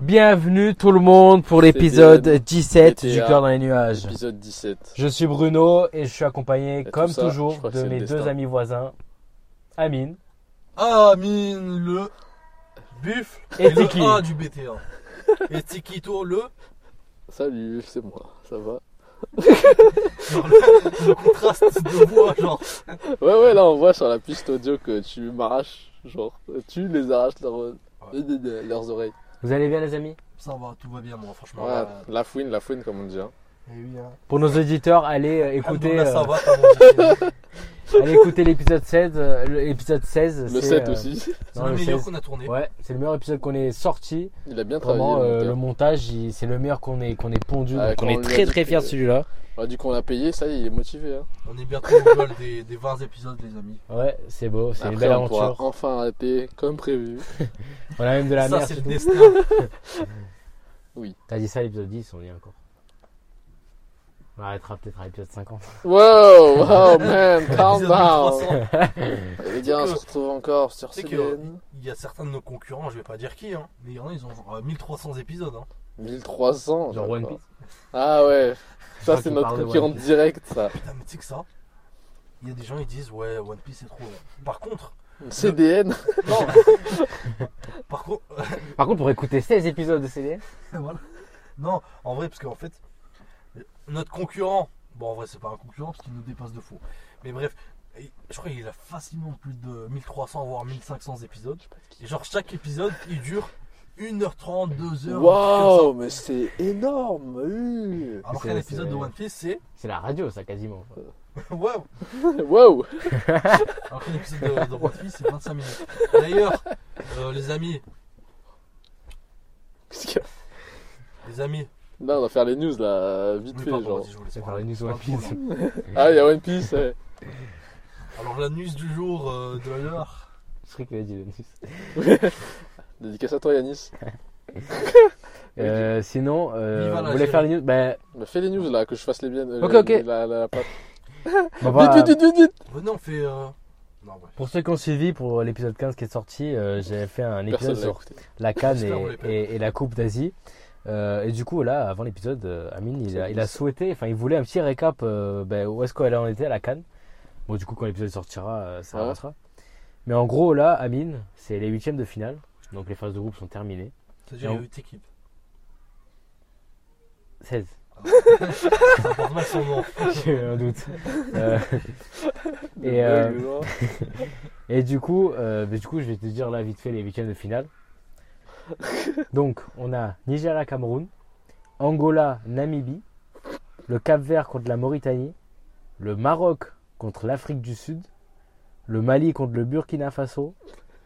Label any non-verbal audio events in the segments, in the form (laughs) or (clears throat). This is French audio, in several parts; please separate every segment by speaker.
Speaker 1: Bienvenue tout le monde pour l'épisode 17 du
Speaker 2: GTA.
Speaker 1: cœur dans les nuages.
Speaker 2: Épisode 17.
Speaker 1: Je suis Bruno et je suis accompagné,
Speaker 2: tout
Speaker 1: comme
Speaker 2: ça, je
Speaker 1: toujours,
Speaker 2: crois que
Speaker 1: de
Speaker 2: c'est le
Speaker 1: mes deux
Speaker 2: destin.
Speaker 1: amis voisins, Amine
Speaker 3: Ah, mine le buffle
Speaker 1: et
Speaker 3: le
Speaker 1: Tiki.
Speaker 3: 1 du BT1. Et Tikito le
Speaker 2: Salut, c'est moi, ça va
Speaker 3: contraste de voix, genre.
Speaker 2: Ouais, ouais, là on voit sur la piste audio que tu m'arraches, genre, tu les arraches euh, leur- leurs oreilles.
Speaker 1: Vous allez bien les amis
Speaker 3: Ça va, tout va bien, moi, franchement.
Speaker 2: Ouais, la fouine, la fouine comme on dit. hein.
Speaker 3: Eh oui, hein.
Speaker 1: Pour nos auditeurs, allez euh, écouter,
Speaker 3: Alhamdoulilah, ça
Speaker 1: euh,
Speaker 3: va, comme
Speaker 1: (laughs)
Speaker 3: on dit.
Speaker 1: allez écouter l'épisode 16. euh, L'épisode 16, c'est,
Speaker 2: Le 7
Speaker 1: euh,
Speaker 2: aussi, (laughs)
Speaker 3: C'est
Speaker 1: non,
Speaker 3: le
Speaker 1: le
Speaker 3: meilleur
Speaker 1: 16.
Speaker 3: qu'on a tourné.
Speaker 1: Ouais, c'est le meilleur épisode qu'on ait sorti.
Speaker 2: il a bien travaillé.
Speaker 1: Vraiment, euh,
Speaker 2: le
Speaker 1: le
Speaker 2: monteur.
Speaker 1: montage, il- c'est le meilleur qu'on ait, qu'on ait pondu.
Speaker 2: Ah,
Speaker 1: donc
Speaker 2: quand
Speaker 1: on
Speaker 2: on
Speaker 1: est
Speaker 2: lui a
Speaker 1: très
Speaker 2: dit
Speaker 1: très
Speaker 2: que-
Speaker 1: fiers de celui-là.
Speaker 2: Ouais, du coup on l'a payé, ça y est, il est motivé. hein.
Speaker 3: On est bientôt au vol des, des 20 épisodes, les amis.
Speaker 1: Ouais, c'est beau, c'est une
Speaker 2: Après
Speaker 1: belle
Speaker 2: on pourra
Speaker 1: aventure.
Speaker 2: enfin arrêter comme prévu.
Speaker 1: On a même de la
Speaker 3: ça,
Speaker 1: merde.
Speaker 3: c'est
Speaker 1: et
Speaker 3: le
Speaker 1: tout.
Speaker 3: destin.
Speaker 1: T'as dit ça à l'épisode 10, on y est encore. On arrêtera peut-être à l'épisode 50.
Speaker 2: Wow, wow man, (laughs) calm
Speaker 3: Épisode
Speaker 2: down
Speaker 3: 1300.
Speaker 2: Et Les gars, on se retrouve encore sur
Speaker 3: C'est que-
Speaker 2: CDN.
Speaker 3: Il y a certains de nos concurrents, je vais pas dire qui, hein. Mais il y en a, ils ont genre euh, 1300 épisodes, hein.
Speaker 1: Genre
Speaker 2: 1300 je
Speaker 1: One
Speaker 2: crois.
Speaker 1: Piece.
Speaker 2: Ah ouais,
Speaker 1: crois
Speaker 2: ça c'est
Speaker 1: qu'il
Speaker 2: notre
Speaker 1: parle de One
Speaker 2: concurrent
Speaker 1: Piece.
Speaker 2: direct ça.
Speaker 1: (laughs)
Speaker 3: Putain, mais tu sais que ça. Il y a des gens, ils disent, ouais, One Piece, c'est trop. long. Par contre,
Speaker 2: CDN
Speaker 3: non. Par contre,
Speaker 1: Par contre, pour écouter 16 épisodes de CDS,
Speaker 3: Voilà. Non, en vrai, parce qu'en fait, notre concurrent, bon, en vrai, c'est pas un concurrent parce qu'il nous dépasse de fou. Mais bref, et je crois qu'il a facilement plus de 1300 voire 1500 épisodes. Et genre, chaque épisode, il dure 1h30, 2h.
Speaker 2: Waouh, mais c'est
Speaker 1: (laughs)
Speaker 2: énorme euh.
Speaker 3: Alors
Speaker 1: C'est-
Speaker 3: qu'un épisode
Speaker 1: c'est-
Speaker 3: de One Piece,
Speaker 1: (laughs)
Speaker 3: c'est.
Speaker 1: c'est la radio, ça quasiment.
Speaker 3: Waouh
Speaker 2: Wow
Speaker 3: Alors qu'un épisode de, de One Piece, c'est 25 minutes. D'ailleurs, euh, les amis,
Speaker 2: Qu'est-ce qu'il y a
Speaker 3: les amis.
Speaker 2: Là, on va faire les news là, vite
Speaker 3: Oui,
Speaker 2: fait
Speaker 3: pardon,
Speaker 2: genre.
Speaker 3: vas-y, je vous laisse
Speaker 1: C'est par
Speaker 3: parler.
Speaker 1: les news One
Speaker 3: C'est pas
Speaker 1: Piece.
Speaker 3: trop long.
Speaker 1: (laughs)
Speaker 2: Ah, il y a One Piece. ouais.
Speaker 3: Alors, la news du jour euh, de l'heure.
Speaker 1: C'est vrai que l'a dit le news.
Speaker 2: Dédicace à toi Yanis.
Speaker 1: (laughs) Euh, Sinon, euh,
Speaker 3: Viva la
Speaker 1: vous voulez faire les news Ben,
Speaker 2: Bah, fais les news là, que je fasse les miennes. euh,
Speaker 1: Ok, ok.
Speaker 2: La, la, la patte.
Speaker 1: bah, bah,
Speaker 2: Vite, vite, vite, vite, vite
Speaker 3: Venez, on fait. euh, Non, bref.
Speaker 1: pour ceux qui ont suivi, pour l'épisode 15 qui est sorti, euh, j'avais fait un épisode
Speaker 2: Personne l'a
Speaker 1: sur
Speaker 2: écouté.
Speaker 1: la Cannes
Speaker 3: J'espère, on
Speaker 1: et,
Speaker 3: les perd.
Speaker 1: et- et la Coupe d'Asie. Euh, et du coup, là, avant l'épisode, euh, Amine, il a, il a souhaité, enfin, il voulait un petit récap euh, ben, où est-ce qu'elle en était à la Cannes. Bon, du coup, quand l'épisode sortira, euh, ça
Speaker 2: Ouais.
Speaker 1: avancera. Mais en gros, là, Amine, c'est les huitièmes de finale. Donc les phases de groupe sont terminées.
Speaker 3: C'est-à-dire, il y a 8 équipes.
Speaker 1: 16.
Speaker 3: Ça porte mal son nom.
Speaker 1: J'ai eu un doute. Euh,
Speaker 2: Le
Speaker 1: et, euh,
Speaker 2: bug, genre.
Speaker 1: et du coup, euh, ben, du coup, je vais te dire là vite fait les huitièmes de finale. Donc, on a Nigeria-Cameroun, Angola-Namibie, le Cap-Vert contre la Mauritanie, le Maroc contre l'Afrique du Sud, le Mali contre le Burkina Faso,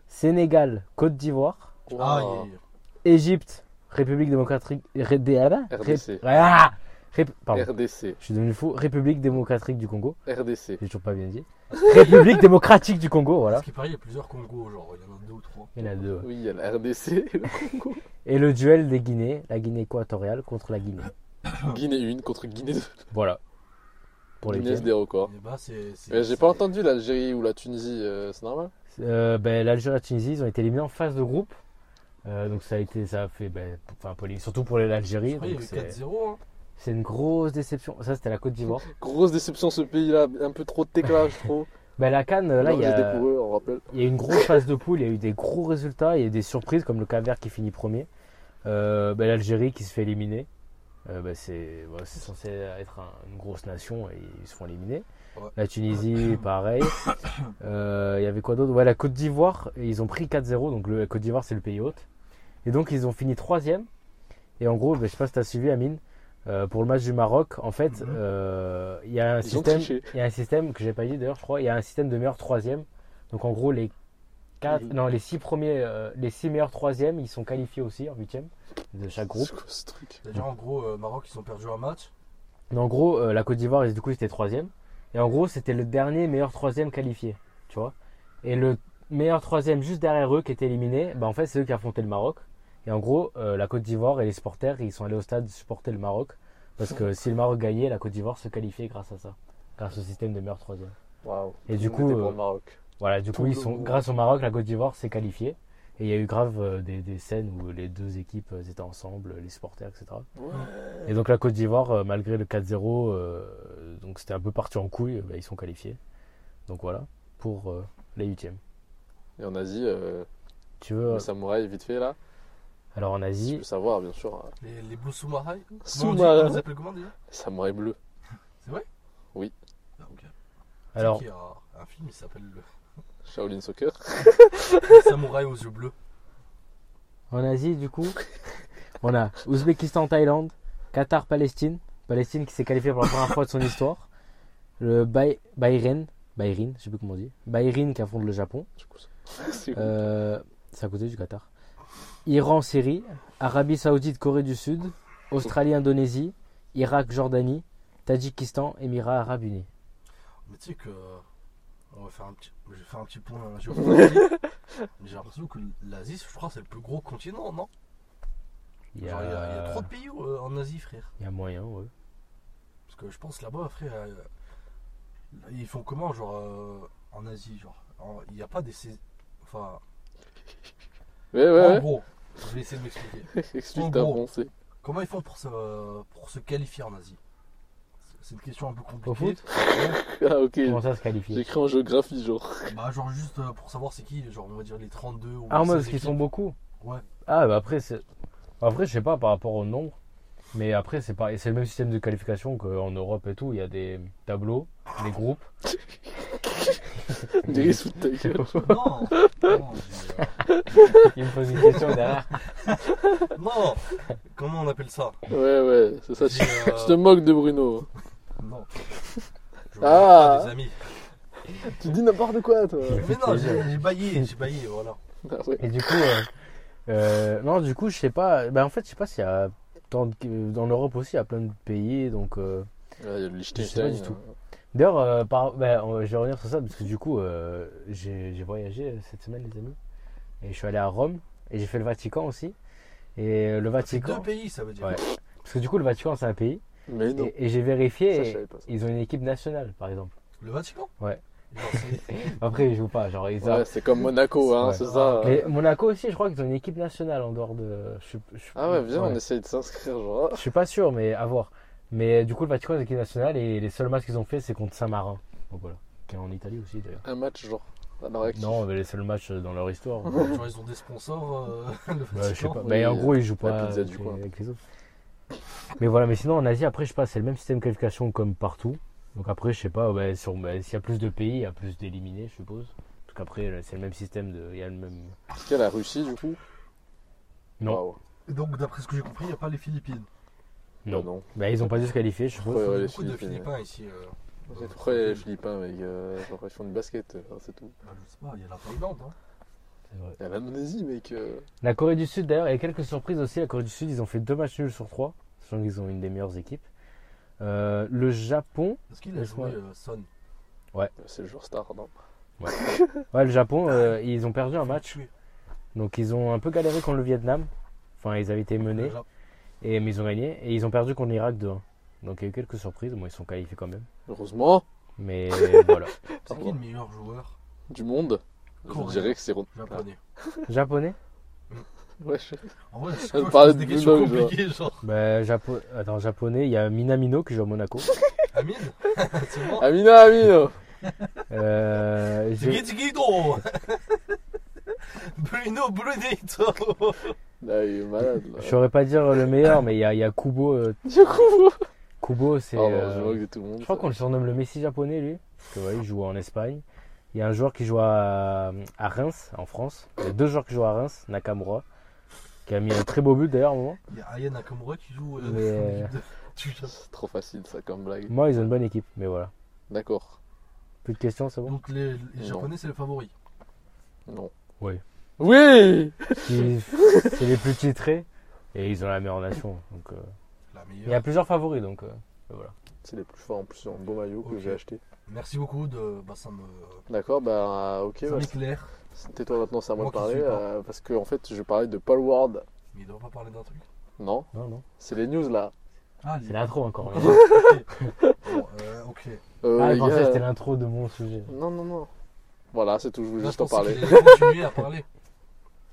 Speaker 1: Sénégal-Côte d'Ivoire,
Speaker 3: Ah,
Speaker 2: Waouh.
Speaker 1: Égypte, République démocratique. Ré- dé- ah,
Speaker 2: RDC.
Speaker 1: Ré- ah, Ré- pardon,
Speaker 2: RDC.
Speaker 1: je suis devenu fou. République démocratique du Congo.
Speaker 2: RDC.
Speaker 1: J'ai toujours pas bien dit. République (laughs) démocratique du Congo, voilà.
Speaker 3: Parce qu'il paraît, il y a plusieurs Congos, genre, il y en a deux ou trois.
Speaker 1: Il y en a deux. ouais.
Speaker 2: Oui, il y a la RDC et le Congo.
Speaker 1: Et le duel des Guinées, la Guinée équatoriale contre la Guinée.
Speaker 2: Guinée 1 contre Guinée 2.
Speaker 1: Voilà. Pour les
Speaker 2: Guinée
Speaker 1: games.
Speaker 2: des records.
Speaker 3: Et bah, c'est. c'est-
Speaker 2: Oh. Mais j'ai pas entendu l'Algérie ou la Tunisie, euh, c'est normal
Speaker 1: Euh, ben, L'Algérie et la Tunisie, ils ont été éliminés en phase de groupe. Euh, donc ça a été, ça a fait, ben, pour- enfin, pour les- surtout pour
Speaker 3: Je
Speaker 1: l'Algérie.
Speaker 3: crois qu'il y
Speaker 1: donc
Speaker 3: avait
Speaker 1: C'est
Speaker 3: 4-0. hein.
Speaker 1: c'est une grosse déception. Ça, c'était la Côte d'Ivoire.
Speaker 2: Grosse déception ce pays-là, un peu trop de tecla, je trouve.
Speaker 1: Ben, la Cannes, là, il y
Speaker 2: Mauvais
Speaker 1: a.
Speaker 2: des pour eux, on rappelle.
Speaker 1: Il y a eu une grosse phase de poule, il y a eu des gros résultats, il y a eu des surprises comme le Cap-Vert qui finit premier, Euh, ben, l'Algérie qui se fait éliminer. Euh, ben, c'est bon, c'est censé être un- une grosse nation et ils se font éliminer.
Speaker 3: Ouais.
Speaker 1: La Tunisie, pareil. Euh, Il y avait quoi d'autre Ouais, la Côte d'Ivoire, et ils ont pris 4-0, donc le, la Côte d'Ivoire c'est le pays hôte. Et donc ils ont fini troisième. Et en gros, ben, je sais pas si tu as suivi Amine, euh, pour le match du Maroc, en fait,
Speaker 3: Mhm.
Speaker 1: euh, il y a un
Speaker 2: Ils ont
Speaker 1: système.
Speaker 2: triché.
Speaker 1: Il y a un système que j'ai pas dit d'ailleurs, je crois. Il y a un système de meilleurs troisième. Donc en gros, les quatre,
Speaker 2: Mhm.
Speaker 1: non, les six premiers, euh, les six meilleurs troisièmes, ils sont qualifiés aussi en huitième de chaque groupe.
Speaker 2: C'est quoi ce truc
Speaker 3: C'est-à-dire, en gros, euh, Maroc, ils ont perdu un match.
Speaker 1: Mais en gros, euh, la Côte d'Ivoire, du coup, c'était troisième. Et en gros, c'était le dernier meilleur troisième qualifié, tu vois. Et le meilleur troisième juste derrière eux qui était éliminé, bah, en fait, c'est eux qui affrontaient le Maroc. Et en gros, euh, la Côte d'Ivoire et les supporters, ils sont allés au stade supporter le Maroc. Parce que si le Maroc gagnait, la Côte d'Ivoire se qualifiait grâce à ça. Grâce au système de meilleur troisième.
Speaker 2: Waouh.
Speaker 1: Et du
Speaker 2: On
Speaker 1: coup,
Speaker 2: était pour
Speaker 1: euh,
Speaker 2: le Maroc.
Speaker 1: Voilà, du coup,
Speaker 2: Tout
Speaker 1: ils
Speaker 2: le
Speaker 1: sont,
Speaker 2: monde.
Speaker 1: grâce au Maroc, la Côte d'Ivoire s'est qualifiée. Et il y a eu grave euh, des, des scènes où les deux équipes euh, étaient ensemble, les supporters, etc.
Speaker 2: Ouais.
Speaker 1: Et donc la Côte d'Ivoire, euh, malgré le 4-0, euh, donc c'était un peu parti en couille, euh, bah, ils sont qualifiés. Donc voilà, pour euh, les huitièmes.
Speaker 2: Et en Asie, euh,
Speaker 1: Tu veux euh,
Speaker 2: les samouraïs, vite fait là,
Speaker 1: Alors en
Speaker 2: si je
Speaker 1: Asie,
Speaker 2: peux savoir, bien sûr. euh,
Speaker 3: Les, les Blue Samurai
Speaker 1: bah,
Speaker 3: On les
Speaker 2: Sous-marin,
Speaker 3: appelle comment déjà
Speaker 2: samouraï bleu.
Speaker 3: C'est vrai
Speaker 2: Oui.
Speaker 3: Ah, ok.
Speaker 1: alors
Speaker 3: Il y a euh, un film, il s'appelle le (laughs)
Speaker 2: Shaolin Soccer. (laughs)
Speaker 3: le Samouraï aux yeux bleus.
Speaker 1: en Asie du
Speaker 2: (laughs)
Speaker 1: coup, on a Ouzbékistan, Thaïlande, Qatar, Palestine, Palestine qui s'est qualifiée pour la première fois de son histoire, le Bay- Bahreïn, Bahreïn, je sais plus comment on dit, Bahreïn qui affronte le Japon,
Speaker 2: Du coup, ça- c'est cool.
Speaker 1: Euh, c'est à côté du Qatar. Iran, Syrie, Arabie Saoudite, Corée du Sud, Australie, Indonésie, Irak, Jordanie, Tadjikistan, Émirats Arabes Unis.
Speaker 3: Mais tu sais que. euh, On va faire un petit. Je vais faire un petit point euh,
Speaker 2: (laughs)
Speaker 3: géographie. Mais J'ai l'impression que l'Asie, je crois, c'est le plus gros continent, non
Speaker 1: Il y
Speaker 3: Genre, il y, a, il y a
Speaker 1: a,
Speaker 3: trop de pays euh, en Asie, frère.
Speaker 1: il y a moyen, ouais.
Speaker 3: Parce que je pense là-bas, frère, euh, ils font comment, genre, euh, en Asie, genre en- Il n'y a pas des. sais- Enfin,
Speaker 2: Ouais,
Speaker 3: en
Speaker 2: ouais, ouais.
Speaker 3: gros, je vais essayer de m'expliquer. en
Speaker 2: Explique ta
Speaker 3: gros.
Speaker 2: pensée.
Speaker 3: Comment ils font pour se, pour se qualifier en Asie C'est une question un peu
Speaker 1: Au
Speaker 3: compliquée.
Speaker 1: foot,
Speaker 2: Ah, ok.
Speaker 1: comment ça se
Speaker 2: J'ai
Speaker 1: qualifier
Speaker 2: cru en géographie,
Speaker 1: (laughs)
Speaker 2: genre.
Speaker 3: Bah, genre, juste euh, pour savoir c'est qui, genre, on va dire les 32 ou
Speaker 1: Ah,
Speaker 3: les
Speaker 1: moi,
Speaker 3: 16
Speaker 1: parce qu'ils sont
Speaker 3: équipes.
Speaker 1: beaucoup.
Speaker 3: Ouais.
Speaker 1: Ah, bah après, c'est. Après, je sais pas par rapport au nombre, mais après, c'est pareil. C'est le même système de qualification qu'en Europe et tout. Il y a des tableaux, des groupes.
Speaker 2: Des sous de ta gueule.
Speaker 3: Non, non, j'ai, euh,
Speaker 1: Il me pose une question derrière.
Speaker 3: non. Comment on appelle ça
Speaker 2: Ouais, ouais, c'est ça. Tu,
Speaker 3: J'ai, euh,
Speaker 2: tu te moques de Bruno.
Speaker 3: Non. Je
Speaker 2: Ah.
Speaker 3: ah. des amis.
Speaker 2: Tu dis n'importe quoi, toi.
Speaker 3: Mais non, j'ai j'ai baillé, j'ai baillé, voilà.
Speaker 2: Ah, ouais.
Speaker 1: Et du coup, euh, euh, non, du coup, je sais pas. Ben, en fait, je sais pas s'il y a tant de- euh, dans l'Europe aussi, il y a plein de pays. Donc, euh,
Speaker 2: Ah, il y a le
Speaker 1: Je sais
Speaker 2: Liechtenstein.
Speaker 1: pas du tout. d'ailleurs, euh, par- ben, on- je vais revenir sur ça parce que du coup, euh, j'ai j'ai voyagé euh, cette semaine, les amis, et je suis allé à Rome et j'ai fait le Vatican aussi. Et euh, le
Speaker 3: C'est deux
Speaker 1: Vatican,
Speaker 3: pays, ça veut dire.
Speaker 1: Ouais. parce que du coup, le Vatican, c'est un pays.
Speaker 2: Mais non.
Speaker 1: Et, et j'ai
Speaker 2: Ça,
Speaker 1: vérifié.
Speaker 2: je
Speaker 1: et
Speaker 2: savais pas ça.
Speaker 1: ils ont une équipe nationale, par exemple.
Speaker 3: Le Vatican
Speaker 1: Ouais.
Speaker 3: Genre, c'est-
Speaker 1: Après, ils jouent pas. Genre, ils ont-
Speaker 2: Ouais, c'est comme Monaco, hein,
Speaker 1: Ouais.
Speaker 2: c'est ça.
Speaker 1: Mais Monaco aussi, je crois qu'ils ont une équipe nationale en dehors de. je suis- je suis-
Speaker 2: Ah ouais, viens, on essaye de s'inscrire, genre.
Speaker 1: Je suis pas sûr, mais à voir. Mais euh, du coup, le Vatican est l'équipe nationale et les seuls matchs qu'ils ont fait, c'est contre Saint-Marin. Donc Oh, voilà. Qui est en Italie aussi d'ailleurs.
Speaker 2: Un match, genre. Alors,
Speaker 1: Non, mais les seuls matchs euh, dans leur histoire.
Speaker 2: (laughs)
Speaker 1: Bah,
Speaker 3: Genre, ils ont des sponsors, euh, (laughs) le Vatican.
Speaker 1: je sais pas.
Speaker 2: oui,
Speaker 1: Mais en
Speaker 2: euh,
Speaker 1: gros, ils jouent
Speaker 2: la
Speaker 1: pas
Speaker 2: pizza
Speaker 1: avec,
Speaker 2: du coin.
Speaker 1: avec les autres. Mais voilà, mais sinon en Asie, après, je sais pas, c'est le même système de qualification comme partout. Donc après, je sais pas, ouais, sur- bah, s'il y a plus de pays, il y a plus d'éliminés, je suppose. Parce qu'après, là, c'est le même système de. Il y a le même.
Speaker 2: Est-ce qu'il y a la Russie, du coup
Speaker 1: Non.
Speaker 2: Waouh.
Speaker 3: Donc, d'après ce que j'ai compris, il n'y a pas les Philippines.
Speaker 1: Non.
Speaker 2: Ah non.
Speaker 1: Bah, ils ont pas dû se qualifier, je suppose.
Speaker 2: Ouais, ouais,
Speaker 3: Il y a
Speaker 2: les
Speaker 3: beaucoup de
Speaker 2: Philippines.
Speaker 3: Philippins ici. euh,
Speaker 2: ouais. Pourquoi les Philippins, mec euh, Genre, ils font du basket, euh, c'est tout.
Speaker 3: bah, je sais pas, il y a la Thaïlande. Hein.
Speaker 1: C'est vrai.
Speaker 2: Il y a l'Indonésie, mec. euh.
Speaker 1: La Corée du Sud, d'ailleurs, il y a quelques surprises aussi. La Corée du Sud, ils ont fait deux matchs nuls sur trois, sachant qu'ils ont une des meilleures équipes. Euh, le Japon,
Speaker 3: Est-ce qu'il a
Speaker 1: Ouais.
Speaker 3: joué euh, Son
Speaker 2: C'est le joueur star, non
Speaker 1: ouais, le Japon, euh, ils ont perdu un match,
Speaker 3: Tué.
Speaker 1: donc ils ont un peu galéré contre le Vietnam. Enfin, ils avaient été menés,
Speaker 3: Déjà.
Speaker 1: et, mais ils ont gagné, et ils ont perdu contre l'Irak 2-1. Donc il y a eu quelques surprises, bon, ils sont qualifiés quand même.
Speaker 2: Heureusement,
Speaker 1: Mais voilà.
Speaker 3: C'est qui le meilleur joueur
Speaker 2: du monde.
Speaker 3: Coréen.
Speaker 2: Je dirais que c'est. Ron-
Speaker 3: japonais
Speaker 1: Japonais
Speaker 2: Ouais, je-
Speaker 3: En vrai, je
Speaker 2: Elle
Speaker 3: je
Speaker 2: parlait
Speaker 3: pose des
Speaker 2: de
Speaker 3: questions
Speaker 2: Bulldog, genre.
Speaker 3: compliquées, genre.
Speaker 1: bah, Japo- Attends, Japonais, il y a Minamino qui joue à Monaco.
Speaker 3: Amine (laughs) C'est moi
Speaker 2: Amina, Amina
Speaker 1: Euh, j'ai-
Speaker 3: Tiki Tiki Do (laughs) Bruno Brunito
Speaker 2: Là, il est malade, là.
Speaker 1: Je saurais pas dire le meilleur, mais il y a, il y a Kubo. euh,
Speaker 2: Du coup
Speaker 1: Kubo, c'est.
Speaker 2: Pardon,
Speaker 1: euh,
Speaker 2: Oh, bah, je moque de tout le monde.
Speaker 1: Je crois qu'on le surnomme le Messi japonais, lui. Parce que, ouais, il joue en Espagne. Il y a un joueur qui joue à, à Reims, en France. Il y a deux joueurs qui jouent à Reims, Nakamura, qui a mis un très beau but d'ailleurs à un moment.
Speaker 3: Il y a Aya Nakamura qui joue.
Speaker 1: Mais, euh,
Speaker 3: (laughs) Euh, tu
Speaker 2: C'est trop facile, ça, comme blague.
Speaker 1: Moi, ils ont une bonne équipe, mais voilà.
Speaker 2: D'accord.
Speaker 1: Plus de questions, (laughs) c'est bon
Speaker 3: Donc les, les
Speaker 2: Non.
Speaker 3: Japonais, c'est les favoris.
Speaker 2: Non.
Speaker 1: Ouais.
Speaker 2: Oui
Speaker 1: Ils- C'est les plus titrés et ils ont la meilleure nation. Donc, euh,
Speaker 3: La
Speaker 1: Il y a
Speaker 3: meilleure.
Speaker 1: plusieurs favoris, donc euh, voilà.
Speaker 2: C'est les plus forts en plus, c'est un beau maillot que
Speaker 3: Ok.
Speaker 2: j'ai acheté.
Speaker 3: Merci beaucoup de. Bah, ça me.
Speaker 2: D'accord, bah ok,
Speaker 3: Ça
Speaker 2: bah,
Speaker 3: m'éclaire.
Speaker 2: tais-toi maintenant, c'est à moi de
Speaker 3: Moi qui
Speaker 2: parler.
Speaker 3: suis pas.
Speaker 2: euh, parce que en fait, je parlais de Paul Ward.
Speaker 3: Mais il doit pas parler d'un truc.
Speaker 2: Non,
Speaker 1: Non, non.
Speaker 2: c'est les news là.
Speaker 3: Ah,
Speaker 1: C'est l'intro (laughs) encore. mais-
Speaker 3: Bon, euh, ok.
Speaker 2: Euh,
Speaker 1: Ah,
Speaker 2: les
Speaker 1: je pensais
Speaker 2: gars,
Speaker 1: que c'était l'intro de mon sujet.
Speaker 2: Non, non, non. Voilà, c'est tout, je voulais
Speaker 3: Là, je
Speaker 2: juste en
Speaker 3: pensais
Speaker 2: parler.
Speaker 3: qu'il allait continuer à parler.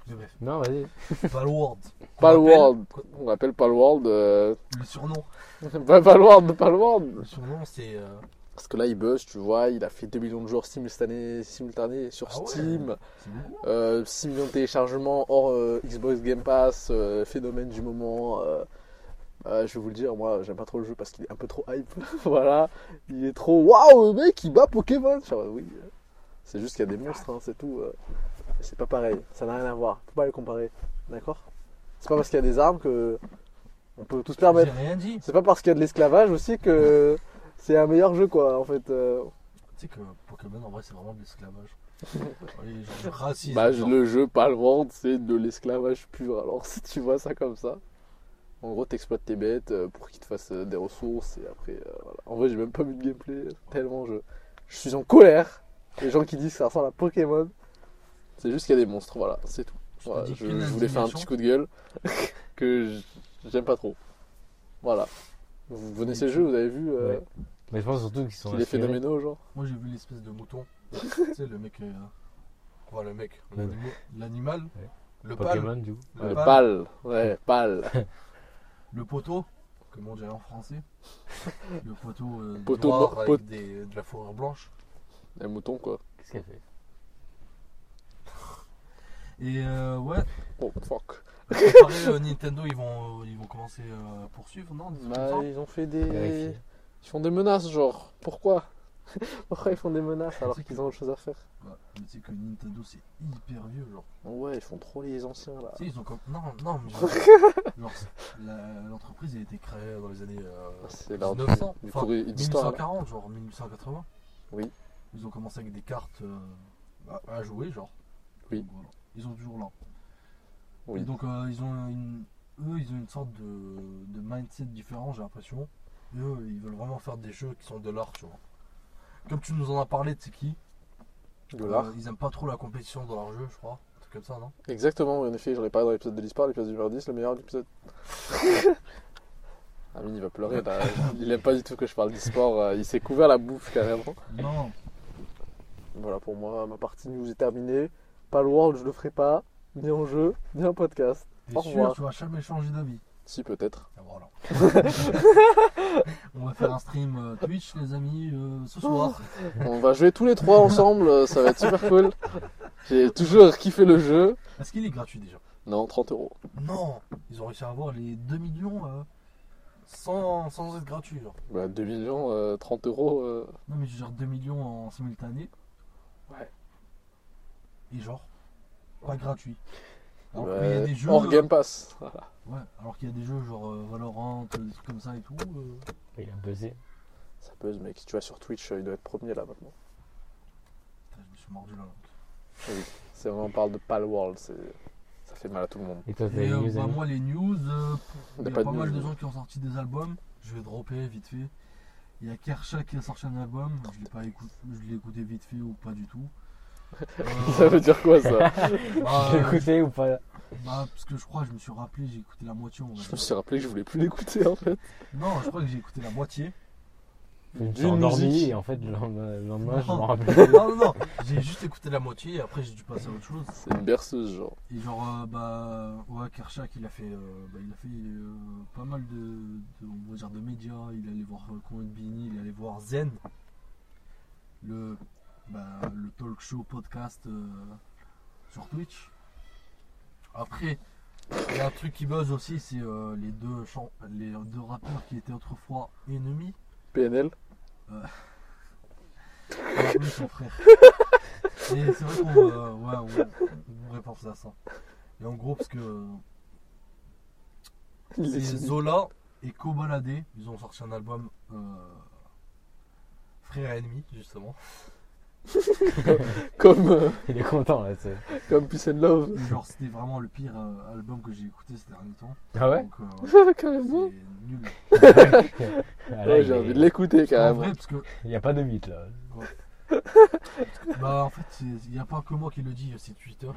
Speaker 3: Mais bref,
Speaker 1: Non, vas-y.
Speaker 3: Palworld. Qu'on
Speaker 2: Palworld.
Speaker 3: appelle-
Speaker 2: On appelle Palworld. Euh... (laughs)
Speaker 3: Le surnom.
Speaker 2: bah, Palworld, Palworld.
Speaker 3: Le surnom, c'est. euh,
Speaker 2: Parce que là, il buzz, tu vois. Il a fait 2 millions de joueurs simultanés, simultanés sur
Speaker 3: Ah ouais.
Speaker 2: Steam.
Speaker 3: c'est beaucoup.
Speaker 2: Euh, 6 millions de téléchargements hors euh, Xbox Game Pass, euh, phénomène du moment. euh, euh, je vais vous le dire, moi j'aime pas trop le jeu parce qu'il est un peu trop hype. (laughs) voilà, il est trop waouh, le mec il bat Pokémon. Je suis en mode, oui, euh, c'est juste qu'il y a des monstres, hein, c'est tout. euh. C'est pas pareil, ça n'a rien à voir. Faut pas les comparer, d'accord C'est pas parce qu'il y a des armes que on peut tout se permettre.
Speaker 3: J'ai rien dit.
Speaker 2: C'est pas parce qu'il y a de l'esclavage aussi que c'est un meilleur jeu quoi. En fait, euh.
Speaker 3: Tu sais que Pokémon, en vrai, c'est vraiment
Speaker 2: (laughs)
Speaker 3: de l'esclavage. Les gens du racisme.
Speaker 2: Bah,
Speaker 3: genre.
Speaker 2: le jeu Palworld, c'est de l'esclavage pur. (laughs) Alors, si tu vois ça comme ça, en gros, t'exploites tes bêtes euh, pour qu'ils te fassent euh, des ressources. Et après, euh, voilà. en vrai, j'ai même pas vu de gameplay. euh, Tellement je. Je suis en colère. Les gens qui disent que ça ressemble à Pokémon. C'est juste qu'il y a des monstres, voilà, c'est tout.
Speaker 3: Je te
Speaker 2: Voilà,
Speaker 3: dis
Speaker 2: je,
Speaker 3: qu'une
Speaker 2: je voulais faire un
Speaker 3: indignation.
Speaker 2: petit coup de gueule (laughs) que j- j'aime pas trop. Voilà. Vous venez ces jeux, vous avez vu euh,
Speaker 1: Ouais. Mais je pense surtout qu'ils sont
Speaker 2: qu'il est
Speaker 1: inspirés.
Speaker 2: phénoménal, genre.
Speaker 3: Moi, j'ai vu l'espèce
Speaker 2: (laughs)
Speaker 3: de mouton. tu sais, le mec. euh, Enfin, le mec. l'animal- L'animal.
Speaker 1: Ouais.
Speaker 3: Le pal.
Speaker 1: Pokémon, du coup.
Speaker 3: Le
Speaker 2: Euh,
Speaker 3: pal.
Speaker 2: pâle, ouais, pâle.
Speaker 3: Le poteau, comme on dirait
Speaker 2: (laughs)
Speaker 3: en français. Le poteau, euh,
Speaker 2: Poteau
Speaker 3: noir
Speaker 2: mort-
Speaker 3: avec
Speaker 2: pot-
Speaker 3: des- de la fourrure blanche.
Speaker 2: Un mouton, quoi.
Speaker 1: Qu'est-ce qu'elle fait
Speaker 3: Et euh, ouais,
Speaker 2: Oh, fuck.
Speaker 3: pareil, euh, Nintendo, ils vont, ils vont commencer euh, à poursuivre, non des trucs
Speaker 2: Bah,
Speaker 3: comme ça
Speaker 2: ils ont fait des.
Speaker 1: Vérifier.
Speaker 2: Ils font des menaces, genre. (laughs) Pourquoi Pourquoi ils font des menaces alors
Speaker 3: C'est
Speaker 2: qu'ils ont autre chose à faire
Speaker 3: Ouais, Mais tu sais que Nintendo, c'est hyper vieux, genre.
Speaker 2: Ouais, ils font trop les anciens là.
Speaker 3: Tu sais, ils ont comme. Non, non,
Speaker 2: (laughs)
Speaker 3: mais. genre, genre, la- l'entreprise, elle a été créée dans les années euh,
Speaker 2: Ah, C'est leur. Du
Speaker 3: 1900.
Speaker 2: du
Speaker 3: Enfin,
Speaker 2: cours d'histoire. là.
Speaker 3: 1840, genre 1880.
Speaker 2: hein. Oui.
Speaker 3: Ils ont commencé avec des cartes euh, à- à jouer, genre.
Speaker 2: Oui.
Speaker 3: Donc, voilà. Ils ont toujours là.
Speaker 2: Oui.
Speaker 3: Et donc, euh, ils ont une, eux, ils ont une sorte de, de mindset différent, j'ai l'impression. Et Eux, ils veulent vraiment faire des jeux qui sont de l'art, tu vois. Comme tu nous en as parlé, tu sais qui
Speaker 2: De l'art.
Speaker 3: Euh, Ils aiment pas trop la compétition dans leur jeu, je crois. Un truc comme ça, non
Speaker 2: Exactement, en effet, j'en ai parlé dans l'épisode de l'histoire, l'épisode numéro 10, le meilleur épisode. (laughs) Amine, il va pleurer (laughs) là. Il aime pas du tout que je parle d'e-sport. euh, Il s'est couvert la bouffe carrément.
Speaker 3: Non.
Speaker 2: Voilà, pour moi, ma partie news est terminée. Pas le world, je le ferai pas. Ni en jeu, ni en podcast.
Speaker 3: T'es
Speaker 2: Au
Speaker 3: sûr,
Speaker 2: revoir.
Speaker 3: tu vas jamais changer d'avis.
Speaker 2: Si, peut-être.
Speaker 3: Ah,
Speaker 2: (laughs)
Speaker 3: voilà. On va faire un stream euh, Twitch, les amis, euh, ce soir.
Speaker 2: On va jouer tous les trois ensemble, euh, ça va être super cool. J'ai toujours kiffé le jeu.
Speaker 3: Est-ce qu'il est gratuit déjà
Speaker 2: Non, 30 euros.
Speaker 3: Non Ils ont réussi à avoir les 2 millions euh, sans, sans être gratuit. Genre.
Speaker 2: Bah, 2 millions, euh, 30 euros. euh,
Speaker 3: Non mais genre 2 millions en simultané.
Speaker 2: Ouais.
Speaker 3: Et genre, pas gratuit. Alors
Speaker 2: bah,
Speaker 3: qu'il y a des jeux. euh.
Speaker 2: hors Game Pass. (laughs)
Speaker 3: Ouais, alors qu'il y a des jeux genre euh, Valorant, euh, des trucs comme ça et tout. euh,
Speaker 1: Il a buzzé.
Speaker 2: Ça buzz, mec. Tu vois, sur Twitch, euh, il doit être premier là maintenant.
Speaker 3: Putain, je me suis mordu la langue.
Speaker 2: C'est on parle de Palworld, c'est... ça fait mal à tout le monde.
Speaker 1: Et toi, t'as
Speaker 3: Et
Speaker 1: une
Speaker 3: euh,
Speaker 1: news
Speaker 3: bah,
Speaker 1: Ami
Speaker 3: moi les news, euh, il y a
Speaker 2: T'as
Speaker 3: pas,
Speaker 2: pas de
Speaker 3: mal de
Speaker 2: news
Speaker 3: gens qui ont sorti des albums. Je vais dropper vite fait. Il y a Kersha qui a sorti un album. Je l'ai pas écouté, je l'ai écouté vite fait ou pas
Speaker 2: (laughs)
Speaker 3: du tout.
Speaker 2: (laughs) Ça
Speaker 3: Euh,
Speaker 2: veut dire quoi ça
Speaker 3: bah,
Speaker 1: Je l'ai (laughs) écouté ou pas
Speaker 3: Bah, parce que je crois, je me suis rappelé, j'ai écouté la moitié, on va
Speaker 2: Je me
Speaker 3: dire.
Speaker 2: suis rappelé que je voulais plus l'écouter en fait.
Speaker 3: Non, je crois que j'ai écouté la moitié.
Speaker 1: Je me suis
Speaker 2: D'une
Speaker 1: endormi
Speaker 2: musique.
Speaker 1: et en fait, le lendemain, le lendemain, je m'en
Speaker 3: Non.
Speaker 1: rappelle.
Speaker 3: non, non, non, j'ai juste écouté la moitié et après j'ai dû passer à autre chose.
Speaker 2: C'est une berceuse, genre.
Speaker 3: Et genre, euh, bah, ouais, Kershak, il a fait, euh, bah, il a fait euh, pas mal de, de- on va dire, de médias. Il est allé voir euh, Conan Bini, il est allé voir Zen, le, bah, le talk show podcast euh, sur Twitch. Après, il y a un truc qui buzz aussi, c'est euh, les, deux chan- les deux rappeurs qui étaient autrefois ennemis.
Speaker 2: PNL
Speaker 3: Ah oui, son frère. Et c'est vrai qu'on euh, ouais, on, on répense à ça. Et en gros, parce que
Speaker 2: Il
Speaker 3: c'est
Speaker 2: est fini.
Speaker 3: Zola et Kobalade, ils ont sorti un album euh, Frère et ennemi,
Speaker 2: (laughs)
Speaker 3: justement.
Speaker 2: Comme, euh,
Speaker 1: Il est content là, tu sais.
Speaker 2: comme Peace and Love. (laughs)
Speaker 3: Et Genre, c'était vraiment le pire euh, album que j'ai écouté ces derniers temps.
Speaker 1: Ah ouais
Speaker 3: Donc, euh,
Speaker 2: carrément.
Speaker 3: c'est nul.
Speaker 1: Ah, là,
Speaker 2: Ouais,
Speaker 1: il
Speaker 2: j'ai
Speaker 1: est-
Speaker 2: envie de l'écouter
Speaker 3: En
Speaker 2: carrément.
Speaker 3: vrai, parce que,
Speaker 1: Il n'y a pas de mythe là.
Speaker 3: bah, en fait, c'est- il n'y a pas que moi qui le dis, euh, c'est Twitter.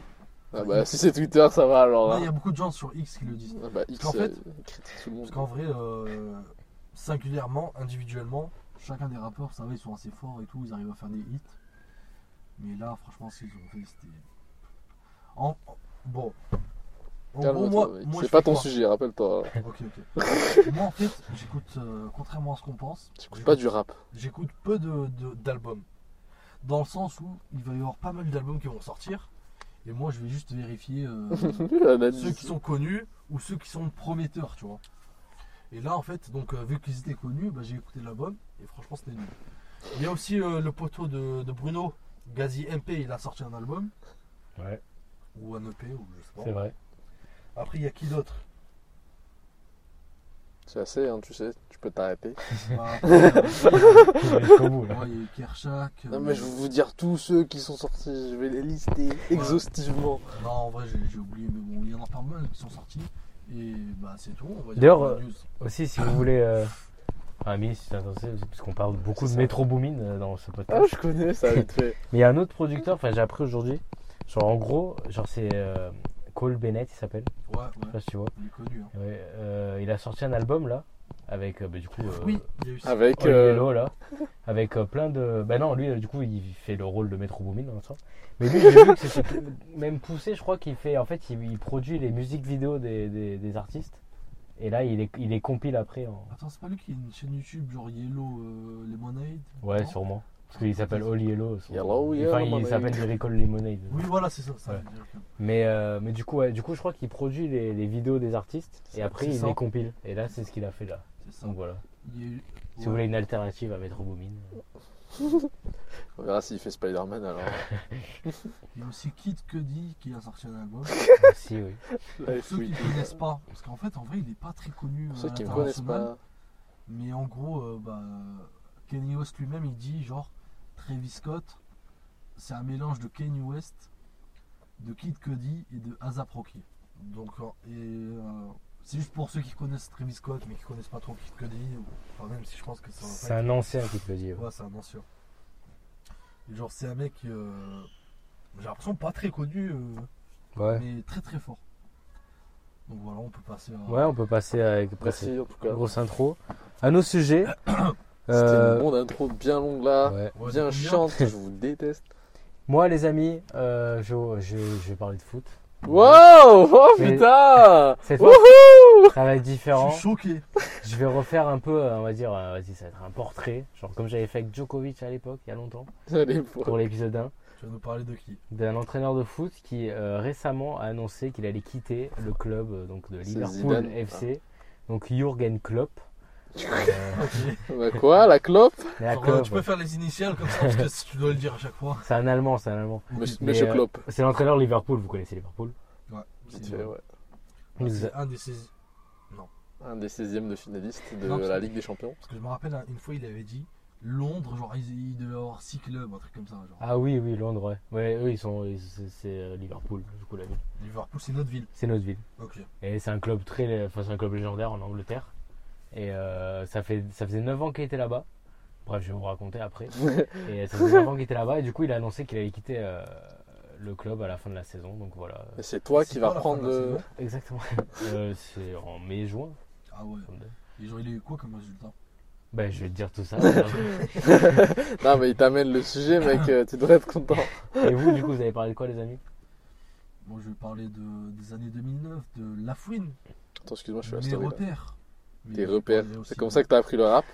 Speaker 2: Ah bah, si c'est Twitter, ça va alors.
Speaker 3: Non,
Speaker 2: hein.
Speaker 3: Il y a beaucoup de gens sur X qui le disent.
Speaker 2: Ah bah, X,
Speaker 3: Parce qu'en
Speaker 2: euh,
Speaker 3: fait-
Speaker 2: il critique tout le monde.
Speaker 3: Parce qu'en vrai, euh, singulièrement, individuellement, chacun des rappeurs, ça va, ils sont assez forts et tout, ils arrivent à faire des hits. Mais là, franchement, ce qu'ils ont fait, c'était. En, Bon. En gros,
Speaker 2: Calme-toi,
Speaker 3: moi,
Speaker 2: mec.
Speaker 3: moi, je
Speaker 2: c'est pas
Speaker 3: fais
Speaker 2: ton
Speaker 3: quoi
Speaker 2: sujet, rappelle-toi. hein.
Speaker 3: Ok, ok. moi, en fait, j'écoute, euh, contrairement à ce qu'on pense,
Speaker 2: J'écoute pas du rap.
Speaker 3: (laughs) j'écoute peu de- de- d'albums. Dans le sens où il va y avoir pas mal d'albums qui vont sortir. Et moi, je vais juste vérifier euh, ceux qui
Speaker 2: Analyse.
Speaker 3: sont connus ou ceux qui sont prometteurs, tu vois. Et là, en fait, donc, euh, vu qu'ils étaient connus, bah, j'ai écouté l'album et franchement, c'était nul. Il y a aussi euh, le poteau de, de Bruno, Gazi MP, il a sorti un album
Speaker 1: Ouais,
Speaker 3: ou un EP ou je sais pas.
Speaker 1: c'est vrai.
Speaker 3: Après, il y a
Speaker 1: (laughs)
Speaker 3: qui d'autre
Speaker 2: C'est assez, hein, tu sais, tu peux t'arrêter.
Speaker 3: Bah, après, euh,
Speaker 1: Faut aller jusqu'au bout, là.
Speaker 3: Ouais, il y a eu Kershak. euh,
Speaker 2: Non, mais je vais vous dire tous ceux qui sont sortis, je vais les lister exhaustivement.
Speaker 3: non, en vrai, j'ai j'ai oublié, mais bon, il y en a pas mal qui sont sortis. Et bah, c'est tout. on va dire
Speaker 1: D'ailleurs,
Speaker 3: pour la
Speaker 1: euh,
Speaker 3: news.
Speaker 1: Aussi, si vous voulez. Euh... Ah, mais si t'as intéressé, parce qu'on parle beaucoup
Speaker 2: C'est
Speaker 1: de
Speaker 2: ça.
Speaker 1: métro booming euh, dans ce
Speaker 2: Ah,
Speaker 1: podcast.
Speaker 2: je connais ça vite
Speaker 3: (laughs)
Speaker 2: fait.
Speaker 1: Mais il y a un autre producteur, enfin j'ai appris aujourd'hui, genre en gros, genre c'est euh, Cole Bennett il s'appelle,
Speaker 3: ouais,
Speaker 1: je sais
Speaker 3: ouais,
Speaker 1: pas si tu vois.
Speaker 3: il est connu. hein.
Speaker 1: Ouais, euh, il a sorti un album là, avec euh, bah, du coup euh,
Speaker 3: Oui, Oh, il y a eu ça.
Speaker 2: Avec.
Speaker 1: All
Speaker 2: euh,
Speaker 1: Yellow, là, (laughs) avec euh, plein de... Bah non, lui euh, du coup il fait le rôle de Metro Boomin dans le sens. Mais lui j'ai vu que c'était (laughs) même poussé, je crois qu'il fait, en fait il, il produit les musiques vidéo des, des, des artistes. Et là il les, il les compile après en...
Speaker 3: Attends, c'est pas lui qui a une chaîne YouTube genre Yellow euh, Lemonade
Speaker 1: Ouais
Speaker 3: non
Speaker 1: sûrement. Parce qu'il s'appelle All Yellow. son-
Speaker 2: Yellow,
Speaker 1: enfin, il
Speaker 2: Yellow,
Speaker 1: s'appelle Lyrical Lemonade.
Speaker 3: Oui, voilà, c'est ça. ça
Speaker 1: Ouais.
Speaker 3: veut dire que-
Speaker 1: Mais, euh, mais du coup, ouais, du coup, je crois qu'il produit les, les vidéos des artistes
Speaker 3: C'est-
Speaker 1: et après
Speaker 3: c'est
Speaker 1: il
Speaker 3: ça.
Speaker 1: les compile. Et là, c'est ce qu'il a fait là.
Speaker 3: C'est ça.
Speaker 1: Donc voilà.
Speaker 3: Il y a eu.
Speaker 1: Si
Speaker 3: ouais.
Speaker 1: vous voulez une alternative à Metro Boomin, euh,
Speaker 2: On verra s'il fait Spider-Man alors.
Speaker 3: Il y a aussi Kid Cudi qui a sorti un album.
Speaker 1: si oui.
Speaker 3: Pour (laughs) ceux qui
Speaker 2: oui.
Speaker 3: ne connaissent pas, parce qu'en fait, en vrai, il n'est pas très connu.
Speaker 2: Pour
Speaker 3: euh,
Speaker 2: ceux qui me
Speaker 3: à
Speaker 2: connaissent
Speaker 3: l'international.
Speaker 2: pas,
Speaker 3: Mais en gros, euh, bah, Kanye West lui-même, il dit genre Travis Scott, c'est un mélange de Kanye West, de Kid Cudi et de ASAP Rocky. Donc, euh, et, euh, c'est juste pour ceux qui connaissent Travis Scott, mais qui connaissent pas trop Kid Cudi. ou- Enfin, même si je pense que ça va
Speaker 1: C'est
Speaker 3: pas être-
Speaker 1: un ancien qui te le dit. ouais.
Speaker 3: Ouais, c'est un ancien. Et genre, c'est un mec, euh, j'ai l'impression pas très connu, euh,
Speaker 1: Ouais.
Speaker 3: mais très très fort. Donc voilà, on peut passer à.
Speaker 1: Ouais, on peut passer avec après cette
Speaker 2: merci en tout cas.
Speaker 1: grosse intro à nos sujets.
Speaker 2: C'était
Speaker 1: Euh,
Speaker 2: une hein. bonne intro bien longue là,
Speaker 1: ouais.
Speaker 3: Ouais,
Speaker 2: bien
Speaker 3: depuis
Speaker 2: chiante, je vous déteste.
Speaker 1: Moi, les amis, euh, je, je, je vais parler de foot.
Speaker 2: Wow Oh
Speaker 1: Mais-
Speaker 2: putain
Speaker 1: Cette fois,
Speaker 2: Wouhou
Speaker 1: ça va être
Speaker 3: Je
Speaker 1: différent.
Speaker 3: suis choqué.
Speaker 1: Je vais refaire un peu, euh, on va dire, euh, vas-y, ça va être un portrait, genre comme j'avais fait avec Djokovic à l'époque, il y a longtemps,
Speaker 2: (laughs) Allez, pour-
Speaker 1: pour l'épisode 1.
Speaker 3: Tu vas nous parler de qui
Speaker 1: d'un entraîneur de foot qui euh, récemment a annoncé qu'il allait quitter le club euh, donc de
Speaker 2: C'est
Speaker 1: Liverpool
Speaker 2: Zidane,
Speaker 1: FC, donc Jürgen Klopp. Euh,
Speaker 3: Ok.
Speaker 2: Bah quoi, la clope
Speaker 1: mais la
Speaker 3: Genre,
Speaker 1: Klopp,
Speaker 3: tu peux faire les initiales comme ça parce que si tu dois le dire à chaque fois.
Speaker 1: c'est un Allemand, c'est un Allemand.
Speaker 2: (laughs) Monsieur
Speaker 1: Mais,
Speaker 2: Monsieur
Speaker 1: euh,
Speaker 2: Clope,
Speaker 1: C'est l'entraîneur Liverpool, vous connaissez Liverpool.
Speaker 3: Ouais,
Speaker 2: vite
Speaker 3: c'est
Speaker 2: fait, ouais.
Speaker 1: Il nous a-
Speaker 3: c'est un des saisis.
Speaker 2: Un des 16e de finaliste de
Speaker 3: Non, parce
Speaker 2: la
Speaker 3: que-
Speaker 2: Ligue des Champions.
Speaker 3: Parce que je me rappelle hein, une fois il avait dit Londres, genre il, il devait avoir six clubs, un truc comme ça. Genre.
Speaker 1: Ah oui, oui, Londres, ouais. Ouais, eux, ils sont, ils- c'est- c'est euh, Liverpool, du coup la ville.
Speaker 3: Liverpool c'est notre ville.
Speaker 1: C'est notre ville.
Speaker 3: Ok.
Speaker 1: Et c'est un club très, enfin c'est un club légendaire en Angleterre. Et euh, ça fait, ça faisait 9 ans qu'il était là-bas. Bref, je vais vous raconter après. Et ça faisait 9 ans qu'il était là-bas et du coup il a annoncé qu'il allait quitter euh, le club à la fin de la saison. Donc voilà.
Speaker 2: Et c'est toi
Speaker 3: C'est
Speaker 2: qui
Speaker 3: quoi
Speaker 2: vas
Speaker 3: la
Speaker 2: prendre
Speaker 3: fin de la
Speaker 2: le.
Speaker 3: saison
Speaker 1: (laughs) Exactement. c'est en mai-juin.
Speaker 3: Ah ouais. Et genre il a eu quoi comme résultat
Speaker 1: Ben, je vais te dire tout ça.
Speaker 2: Non, mais il t'amène le sujet, (laughs) mec, euh, tu devrais être content.
Speaker 1: Et vous, du coup, vous avez parlé de quoi, les amis
Speaker 3: Moi je vais parler de, des années 2009, de Lafouine,
Speaker 2: Attends, excuse-moi, je suis à
Speaker 3: mes
Speaker 2: story là.
Speaker 3: repères. Mais
Speaker 2: Tes
Speaker 3: je
Speaker 2: repères.
Speaker 3: parlerai aussi
Speaker 2: C'est comme
Speaker 3: de-
Speaker 2: ça que t'as appris le (laughs) rap.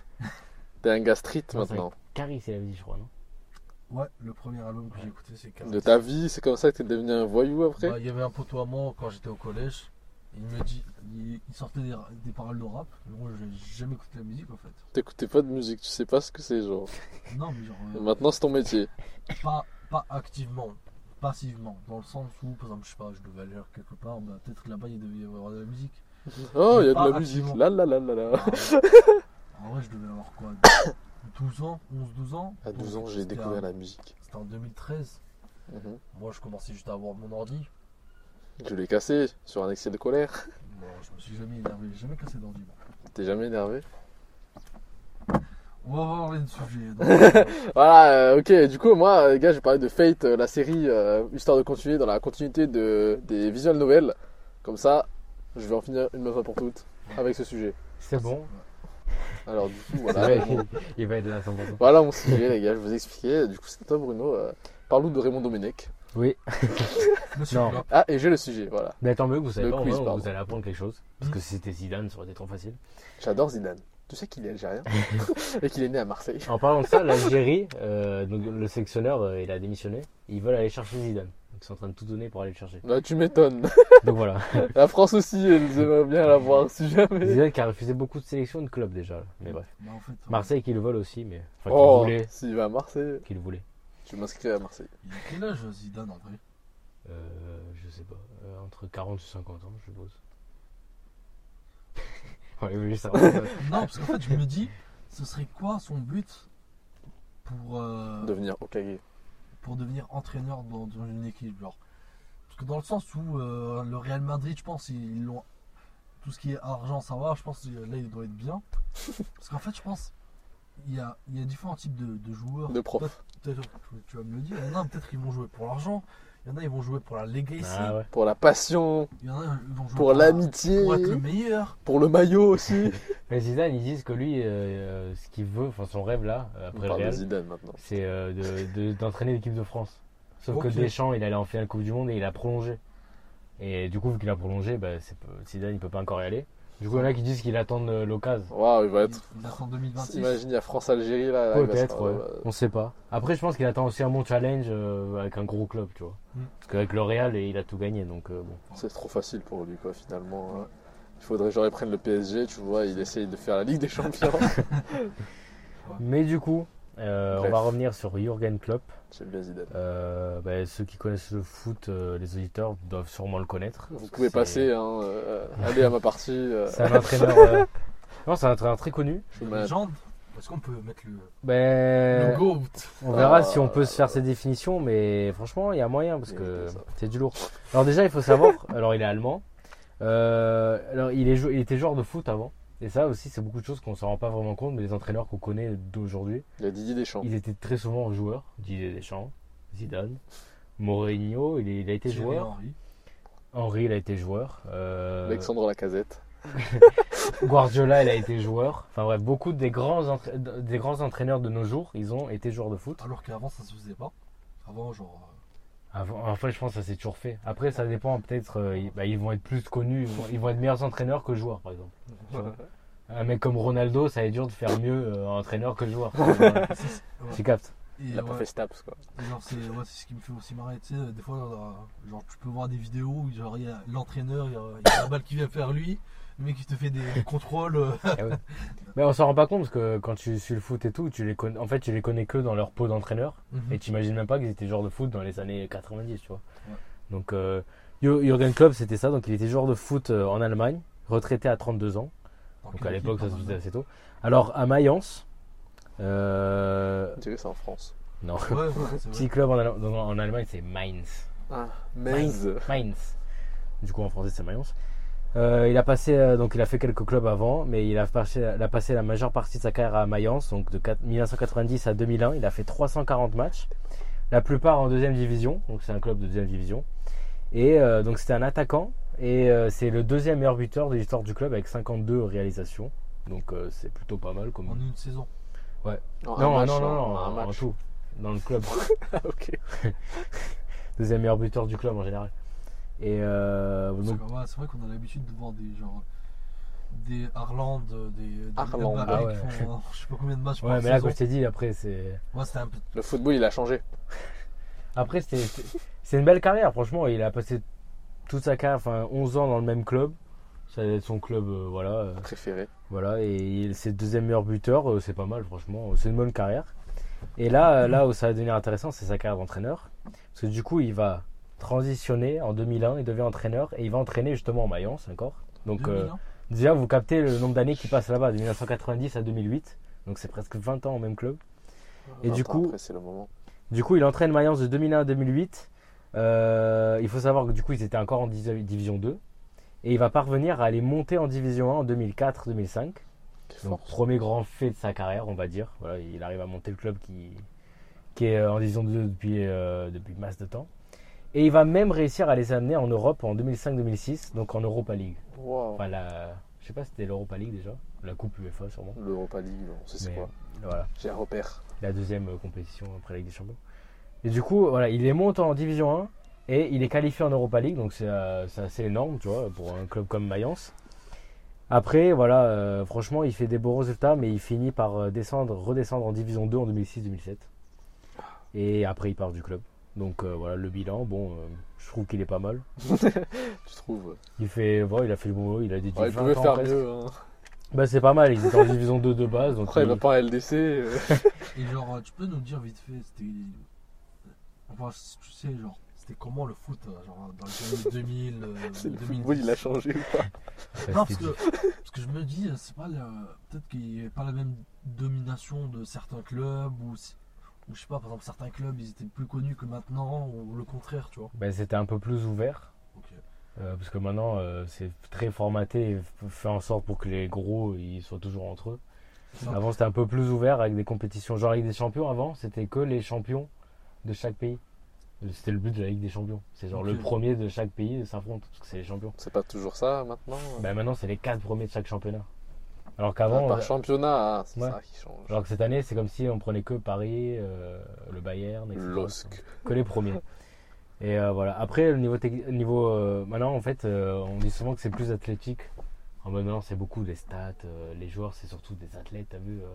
Speaker 2: T'es un gars street
Speaker 1: Non, c'est
Speaker 2: maintenant.
Speaker 1: Caris, il avait dit, je crois, non
Speaker 3: Ouais, le premier album que j'ai écouté c'est Carlos.
Speaker 2: De ta vie, c'est comme ça que t'es devenu un voyou après
Speaker 3: Bah, il y avait un poteau à moi quand j'étais au collège. Il me dit, il, il sortait des, des paroles de rap. Mais moi, j'ai jamais écouté la musique en fait.
Speaker 2: T'écoutais pas de musique, tu sais pas ce que c'est, genre.
Speaker 3: Non, mais genre
Speaker 2: Et
Speaker 3: euh,
Speaker 2: Maintenant, c'est ton (laughs) métier.
Speaker 3: pas, pas activement, passivement, dans le sens où, par exemple, je sais pas, je devais aller quelque part, bah, peut-être que là-bas il devait y avoir de la
Speaker 2: (laughs)
Speaker 3: musique.
Speaker 2: Oh, il y a
Speaker 3: Pas
Speaker 2: de la musique.
Speaker 3: activement.
Speaker 2: Là, là, là, là,
Speaker 3: Ah,
Speaker 2: là.
Speaker 3: en vrai, je devais avoir quoi (coughs) 12 ans, 11-12 ans
Speaker 2: À 12 ans, j'ai
Speaker 3: C'était
Speaker 2: découvert
Speaker 3: en-
Speaker 2: la musique.
Speaker 3: C'était en 2013.
Speaker 2: Mhm.
Speaker 3: Moi, je commençais juste à avoir mon ordi.
Speaker 2: Je l'ai cassé sur un excès de colère.
Speaker 3: Bon, je me suis jamais énervé, j'ai jamais cassé d'ordi. moi.
Speaker 2: T'es jamais énervé
Speaker 3: On va parler de sujet. donc, euh,
Speaker 2: Voilà, euh, ok, du coup, moi, euh, les gars, j'ai parlé de Fate, euh, la série, euh, histoire de continuer dans la continuité de, des visual novels. Comme ça, je vais en finir une bonne fois pour toutes avec ce sujet.
Speaker 1: C'est bon.
Speaker 2: Alors, du coup,
Speaker 1: Il
Speaker 2: voilà.
Speaker 1: va, (laughs) il va être là à 100%.
Speaker 2: Voilà mon sujet, les gars, je vous expliquais. Du coup, c'est toi, Bruno. euh, Parle-nous de Raymond Domenech.
Speaker 1: Oui.
Speaker 3: Monsieur
Speaker 1: Non.
Speaker 3: Klopp.
Speaker 2: Ah, et j'ai le sujet, voilà.
Speaker 1: Mais tant mieux que vous savez
Speaker 2: Le
Speaker 1: pas, au
Speaker 2: quiz,
Speaker 1: moins,
Speaker 2: pardon.
Speaker 1: vous allez apprendre quelque chose. Parce
Speaker 3: Mm.
Speaker 1: que si c'était Zidane, ça aurait été trop facile.
Speaker 2: J'adore Zidane. Tu sais qu'il est algérien et qu'il est né à Marseille.
Speaker 1: En parlant de ça, l'Algérie, euh, donc le sélectionneur, euh, il a démissionné. Ils veulent aller chercher Zidane. Donc ils sont en train de tout donner pour aller le chercher.
Speaker 2: Bah, tu m'étonnes.
Speaker 1: (laughs) Donc voilà.
Speaker 2: La France aussi, elle aimerait bien l'avoir, si jamais.
Speaker 1: Zidane qui a refusé beaucoup de sélections de clubs déjà. là. Mais bref.
Speaker 3: Bah, en fait, euh,
Speaker 1: Marseille qui le vole aussi, mais. Enfin, qui le
Speaker 2: Oh,
Speaker 1: voulait.
Speaker 2: s'il va à Marseille,
Speaker 1: Qui le voulait.
Speaker 2: tu m'inscris à Marseille.
Speaker 3: Il a quel âge Zidane en vrai
Speaker 1: Euh, je sais pas. Euh, entre 40 et 50 ans, je suppose. (laughs) ouais, oui, (laughs) ça Ah va.
Speaker 3: Non, parce qu'en fait, je me dis, ce serait quoi son but pour, euh,
Speaker 2: Devenir Okage.
Speaker 3: pour devenir entraîneur dans, dans une équipe genre Parce que dans le sens où euh, le Real Madrid, je pense, ils l'ont. Tout ce qui est argent, ça va, je pense que là, il doit être bien. Parce qu'en fait, je pense, il y a, il y a différents types de, de joueurs.
Speaker 2: De prof.
Speaker 3: Peut-être, tu- tu vas me le dire. Il y en a, peut-être, ils vont jouer pour l'argent. Il y en a, ils vont jouer pour la legacy.
Speaker 1: Ah ouais.
Speaker 2: Pour la passion,
Speaker 3: Il y en a, ils vont jouer
Speaker 2: pour
Speaker 3: la-
Speaker 2: l'amitié,
Speaker 3: Pour être le meilleur.
Speaker 2: pour le maillot (laughs) aussi.
Speaker 1: Mais Zidane, ils disent que lui, euh, euh, ce qu'il veut, enfin son rêve là, euh,
Speaker 2: On
Speaker 1: après le
Speaker 2: parle de
Speaker 1: Real,
Speaker 2: Zidane maintenant.
Speaker 1: c'est euh, de- de- d'entraîner l'équipe de France. Sauf
Speaker 3: Ok.
Speaker 1: que Deschamps, il allait en finale Coupe du Monde et il a prolongé. Et du coup, vu qu'il a prolongé, bah, c'est peu- Zidane, il peut pas encore y aller. Du coup, il y en a qui disent qu'il attend euh, l'occasion.
Speaker 2: Waouh, il va
Speaker 3: Il,
Speaker 2: être.
Speaker 3: il attend 2026.
Speaker 2: Imagine, il y a France-Algérie là. là, il va se
Speaker 1: Peut-être,
Speaker 2: faire-
Speaker 1: ouais.
Speaker 2: euh,
Speaker 1: on sait pas. Après, je pense qu'il attend aussi un bon challenge euh, avec un gros club, tu vois.
Speaker 3: Mm.
Speaker 1: Parce qu'avec le Real, il a tout gagné, donc euh, bon.
Speaker 2: C'est trop facile pour lui, quoi, finalement. hein. Il faudrait genre il prenne le PSG, tu vois, il essaye de faire la Ligue
Speaker 1: (laughs)
Speaker 2: des Champions.
Speaker 1: Mais du coup, euh, on
Speaker 2: Bref.
Speaker 1: va revenir sur Jürgen Klopp.
Speaker 2: J'aime bien Zidane.
Speaker 1: Euh, bah, ceux qui connaissent le foot, euh, les auditeurs doivent sûrement le connaître.
Speaker 2: Vous
Speaker 1: Parce que
Speaker 2: pouvez
Speaker 1: c'est-
Speaker 2: passer, hein, euh, euh, allez à ma
Speaker 1: (laughs)
Speaker 2: partie. euh,
Speaker 1: C'est
Speaker 2: (laughs)
Speaker 1: un entraîneur. euh, Non, c'est un entraîneur très connu.
Speaker 2: je
Speaker 3: La
Speaker 2: m'a-
Speaker 3: légende. Est-ce qu'on peut mettre le,
Speaker 1: Ben,
Speaker 3: le GOAT
Speaker 1: on verra
Speaker 2: Ah,
Speaker 1: si on peut se faire ses définitions, mais franchement, il y a moyen parce
Speaker 2: Il
Speaker 1: que
Speaker 2: était ça.
Speaker 1: c'est du lourd. Alors déjà, il faut
Speaker 2: (laughs)
Speaker 1: savoir. alors, il est allemand. Euh, alors, il, est, jou- il était joueur de foot avant. Et ça aussi, c'est beaucoup de choses qu'on ne s'en rend pas vraiment compte, mais les entraîneurs qu'on connaît d'aujourd'hui,
Speaker 2: Il y a Didier Deschamps.
Speaker 1: ils étaient très souvent joueurs. Didier Deschamps, Zidane, Mourinho, il, est- il a été
Speaker 3: Thierry
Speaker 1: joueur.
Speaker 3: Henry.
Speaker 1: Henri, il a été joueur. Euh,
Speaker 2: Alexandre Lacazette.
Speaker 1: Guardiola, il
Speaker 2: (laughs)
Speaker 1: a été joueur. Enfin bref, beaucoup des grands, entra- des grands entraîneurs de nos jours, ils ont été joueurs de foot.
Speaker 3: Alors qu'avant, ça se faisait pas. Avant, genre.
Speaker 1: Avant, enfin, je pense que ça s'est toujours fait. Après, ça dépend peut-être. euh, ils- bah, ils vont être plus connus, ils vont, ils vont être meilleurs entraîneurs que joueurs, par exemple. Tu vois. Un mec comme Ronaldo, ça est dur de faire mieux euh, entraîneur que
Speaker 3: (laughs)
Speaker 1: joueur. Voilà.
Speaker 3: euh, c'est- ouais.
Speaker 1: tu captes.
Speaker 3: euh, Et
Speaker 2: Il a pas
Speaker 3: ouais,
Speaker 2: fait Staps, quoi.
Speaker 3: et genre, c'est ouais, c'est ce qui me fait aussi marrer. Tu sais, des fois, euh, genre, tu peux voir des vidéos où genre, il y a l'entraîneur, il y a- il y a la balle qui vient faire lui, le mec qui te fait des, des contrôles. euh,
Speaker 1: Mais on s'en rend pas compte parce que quand tu suis le foot et tout, tu les connais, en fait, tu les connais que dans leur peau d'entraîneur.
Speaker 3: Mmh.
Speaker 1: Et
Speaker 3: (laughs)
Speaker 1: tu imagines même pas qu'ils étaient joueurs de foot dans les années 90, tu vois.
Speaker 3: Ouais.
Speaker 1: Donc, euh, Ju- Jürgen Klopp, c'était ça. Donc, il était joueur de foot euh, en Allemagne, retraité à 32 ans.
Speaker 3: Dans
Speaker 1: Donc,
Speaker 3: quelle
Speaker 1: à l'époque, ça
Speaker 3: équipe,
Speaker 1: se faisait
Speaker 3: normalement
Speaker 1: assez tôt. Alors, à Mayence, euh,
Speaker 2: Tu dirais c'est en France.
Speaker 1: non,
Speaker 3: Ouais, ouais, c'est
Speaker 1: petit
Speaker 3: vrai.
Speaker 1: club en, Allem- dans- en Allemagne, c'est Mainz.
Speaker 2: Ah, Mainz.
Speaker 1: Mainz. Du coup, en français, c'est Mayence. Euh, il a passé, euh, donc il a fait quelques clubs avant, mais il a, passé, il a passé la majeure partie de sa carrière à Mayence, donc de 4 1990 à 2001. Il a fait 340 matchs, la plupart en deuxième division, donc c'est un club de deuxième division. Et euh, donc c'était un attaquant, et euh, c'est le deuxième meilleur buteur de l'histoire du club avec 52 réalisations. Donc euh, c'est plutôt pas mal comme.
Speaker 3: En une saison.
Speaker 2: En un
Speaker 1: Non, non, non,
Speaker 2: match, hein,
Speaker 1: non,
Speaker 2: en un
Speaker 1: en, en
Speaker 2: match.
Speaker 1: tout, dans le club.
Speaker 2: Ah, (laughs) ok.
Speaker 1: deuxième meilleur buteur du club en général. Et euh,
Speaker 3: Parce
Speaker 1: donc
Speaker 3: que, ouais, c'est vrai qu'on a l'habitude de voir des genre des Harland, des, des
Speaker 2: Haaland, bah
Speaker 3: Mbappé
Speaker 1: ah ouais.
Speaker 3: qui font euh, (laughs) je sais pas combien de matchs
Speaker 1: Ouais,
Speaker 3: par
Speaker 1: mais là,
Speaker 3: saison.
Speaker 1: comme je t'ai dit, après, c'est.
Speaker 3: Ouais, c'était un peu
Speaker 2: Le football, il a changé.
Speaker 1: Après, c'était- c'était- c'est une belle carrière, franchement. Il a passé toute sa carrière, enfin, 11 ans dans le même club. Ça doit être son club, euh, voilà. euh,
Speaker 2: Préféré.
Speaker 1: voilà. Et il- c'est le deuxième meilleur buteur, euh, c'est pas mal, franchement. C'est une bonne carrière. Et là, euh, là où ça va devenir intéressant, c'est sa carrière d'entraîneur. Parce que du coup, il va transitionner en 2001, il devient entraîneur et il va entraîner justement en Mayence encore. Donc, euh,
Speaker 3: 2000 ans.
Speaker 1: Déjà, vous captez le nombre d'années qui passent là-bas, de 1990 à 2008. Donc, c'est presque 20 ans au même club. Et du
Speaker 2: Attends,
Speaker 1: coup-
Speaker 2: Après, c'est le moment.
Speaker 1: Du coup, il entraîne Mayence de 2001 à 2008. Euh, il faut savoir que du coup, ils étaient encore en dis- division 2. Et il va parvenir à aller monter en division 1 en 2004-2005.
Speaker 2: Qui est
Speaker 1: Donc,
Speaker 2: fort.
Speaker 1: premier grand fait de sa carrière, on va dire. Voilà, il arrive à monter le club qui, qui est euh, en division 2 depuis, euh, depuis masse de temps. Et il va même réussir à les amener en Europe en 2005-2006, donc en Europa League.
Speaker 2: Waouh.
Speaker 1: Enfin, la, je sais pas si c'était l'Europa League déjà, la Coupe UEFA sûrement.
Speaker 2: L'Europa League, on sait c'est
Speaker 1: Mais-
Speaker 2: quoi.
Speaker 1: Voilà,
Speaker 2: J'ai un repère.
Speaker 1: la deuxième euh, compétition après la Ligue des Champions. Et du coup, voilà, il les monte en Division 1 et il est qualifié en Europa League, donc c'est euh, c'est assez énorme, tu vois, pour un club comme Mayence. Après, voilà, euh, franchement, il fait des beaux résultats, mais il finit par euh, descendre, redescendre en Division 2 en 2006-2007. Et après, il part du club. Donc euh, voilà, le bilan, bon, euh, je trouve qu'il est pas mal.
Speaker 2: Tu trouves
Speaker 1: Il fait, voilà, il a fait le boulot, il a dédié
Speaker 2: ouais, Il
Speaker 1: 20
Speaker 2: pouvait
Speaker 1: ans
Speaker 2: faire
Speaker 1: presque.
Speaker 2: mieux. hein.
Speaker 1: Bah c'est pas mal, il était en Division 2 de base, donc
Speaker 2: Après, il
Speaker 1: il-
Speaker 2: va pas à LDC. euh, (laughs)
Speaker 3: Et genre, euh, tu peux nous dire vite fait, c'était. euh, Enfin, tu sais, genre, c'était comment le foot, euh, genre, dans les années 2000, euh,
Speaker 2: (laughs) c'est le
Speaker 3: 2010.
Speaker 2: football, il a changé ou pas
Speaker 1: ça,
Speaker 3: Non, parce
Speaker 1: c'était
Speaker 3: que, parce que je me dis, euh, c'est pas le- peut-être qu'il n'y avait pas la même domination de certains clubs, ou, si- ou je sais pas, par exemple, certains clubs, ils étaient plus connus que maintenant, ou le contraire, tu vois.
Speaker 1: Ben, c'était un peu plus ouvert.
Speaker 3: Ok.
Speaker 1: euh, parce que maintenant, euh, c'est très formaté et f- fait en sorte pour que les gros ils soient toujours entre eux.
Speaker 3: Ça,
Speaker 1: Avant, c'était un peu plus ouvert avec des compétitions, genre avec des champions. Avant, c'était que les champions de chaque pays. Euh, C'était le but de la Ligue des Champions. C'est genre le
Speaker 3: Ok.
Speaker 1: premier de chaque pays s'affronte parce que c'est les champions.
Speaker 2: C'est pas toujours ça maintenant.
Speaker 1: Ben, maintenant, c'est les quatre premiers de chaque championnat. Alors
Speaker 2: Ah,
Speaker 1: qu'avant,
Speaker 2: par championnat, hein, c'est
Speaker 1: euh, Ouais.
Speaker 2: ça qui change.
Speaker 1: alors que cette année, c'est comme si on prenait que Paris, euh, le Bayern, etc.
Speaker 2: L'OSC.
Speaker 1: que les premiers. Et euh, voilà. Après, le niveau techni- niveau euh, maintenant, en fait, euh, on dit souvent que c'est plus athlétique. En mode maintenant, c'est beaucoup des stats. euh, les joueurs, c'est surtout des athlètes. T'as vu, euh,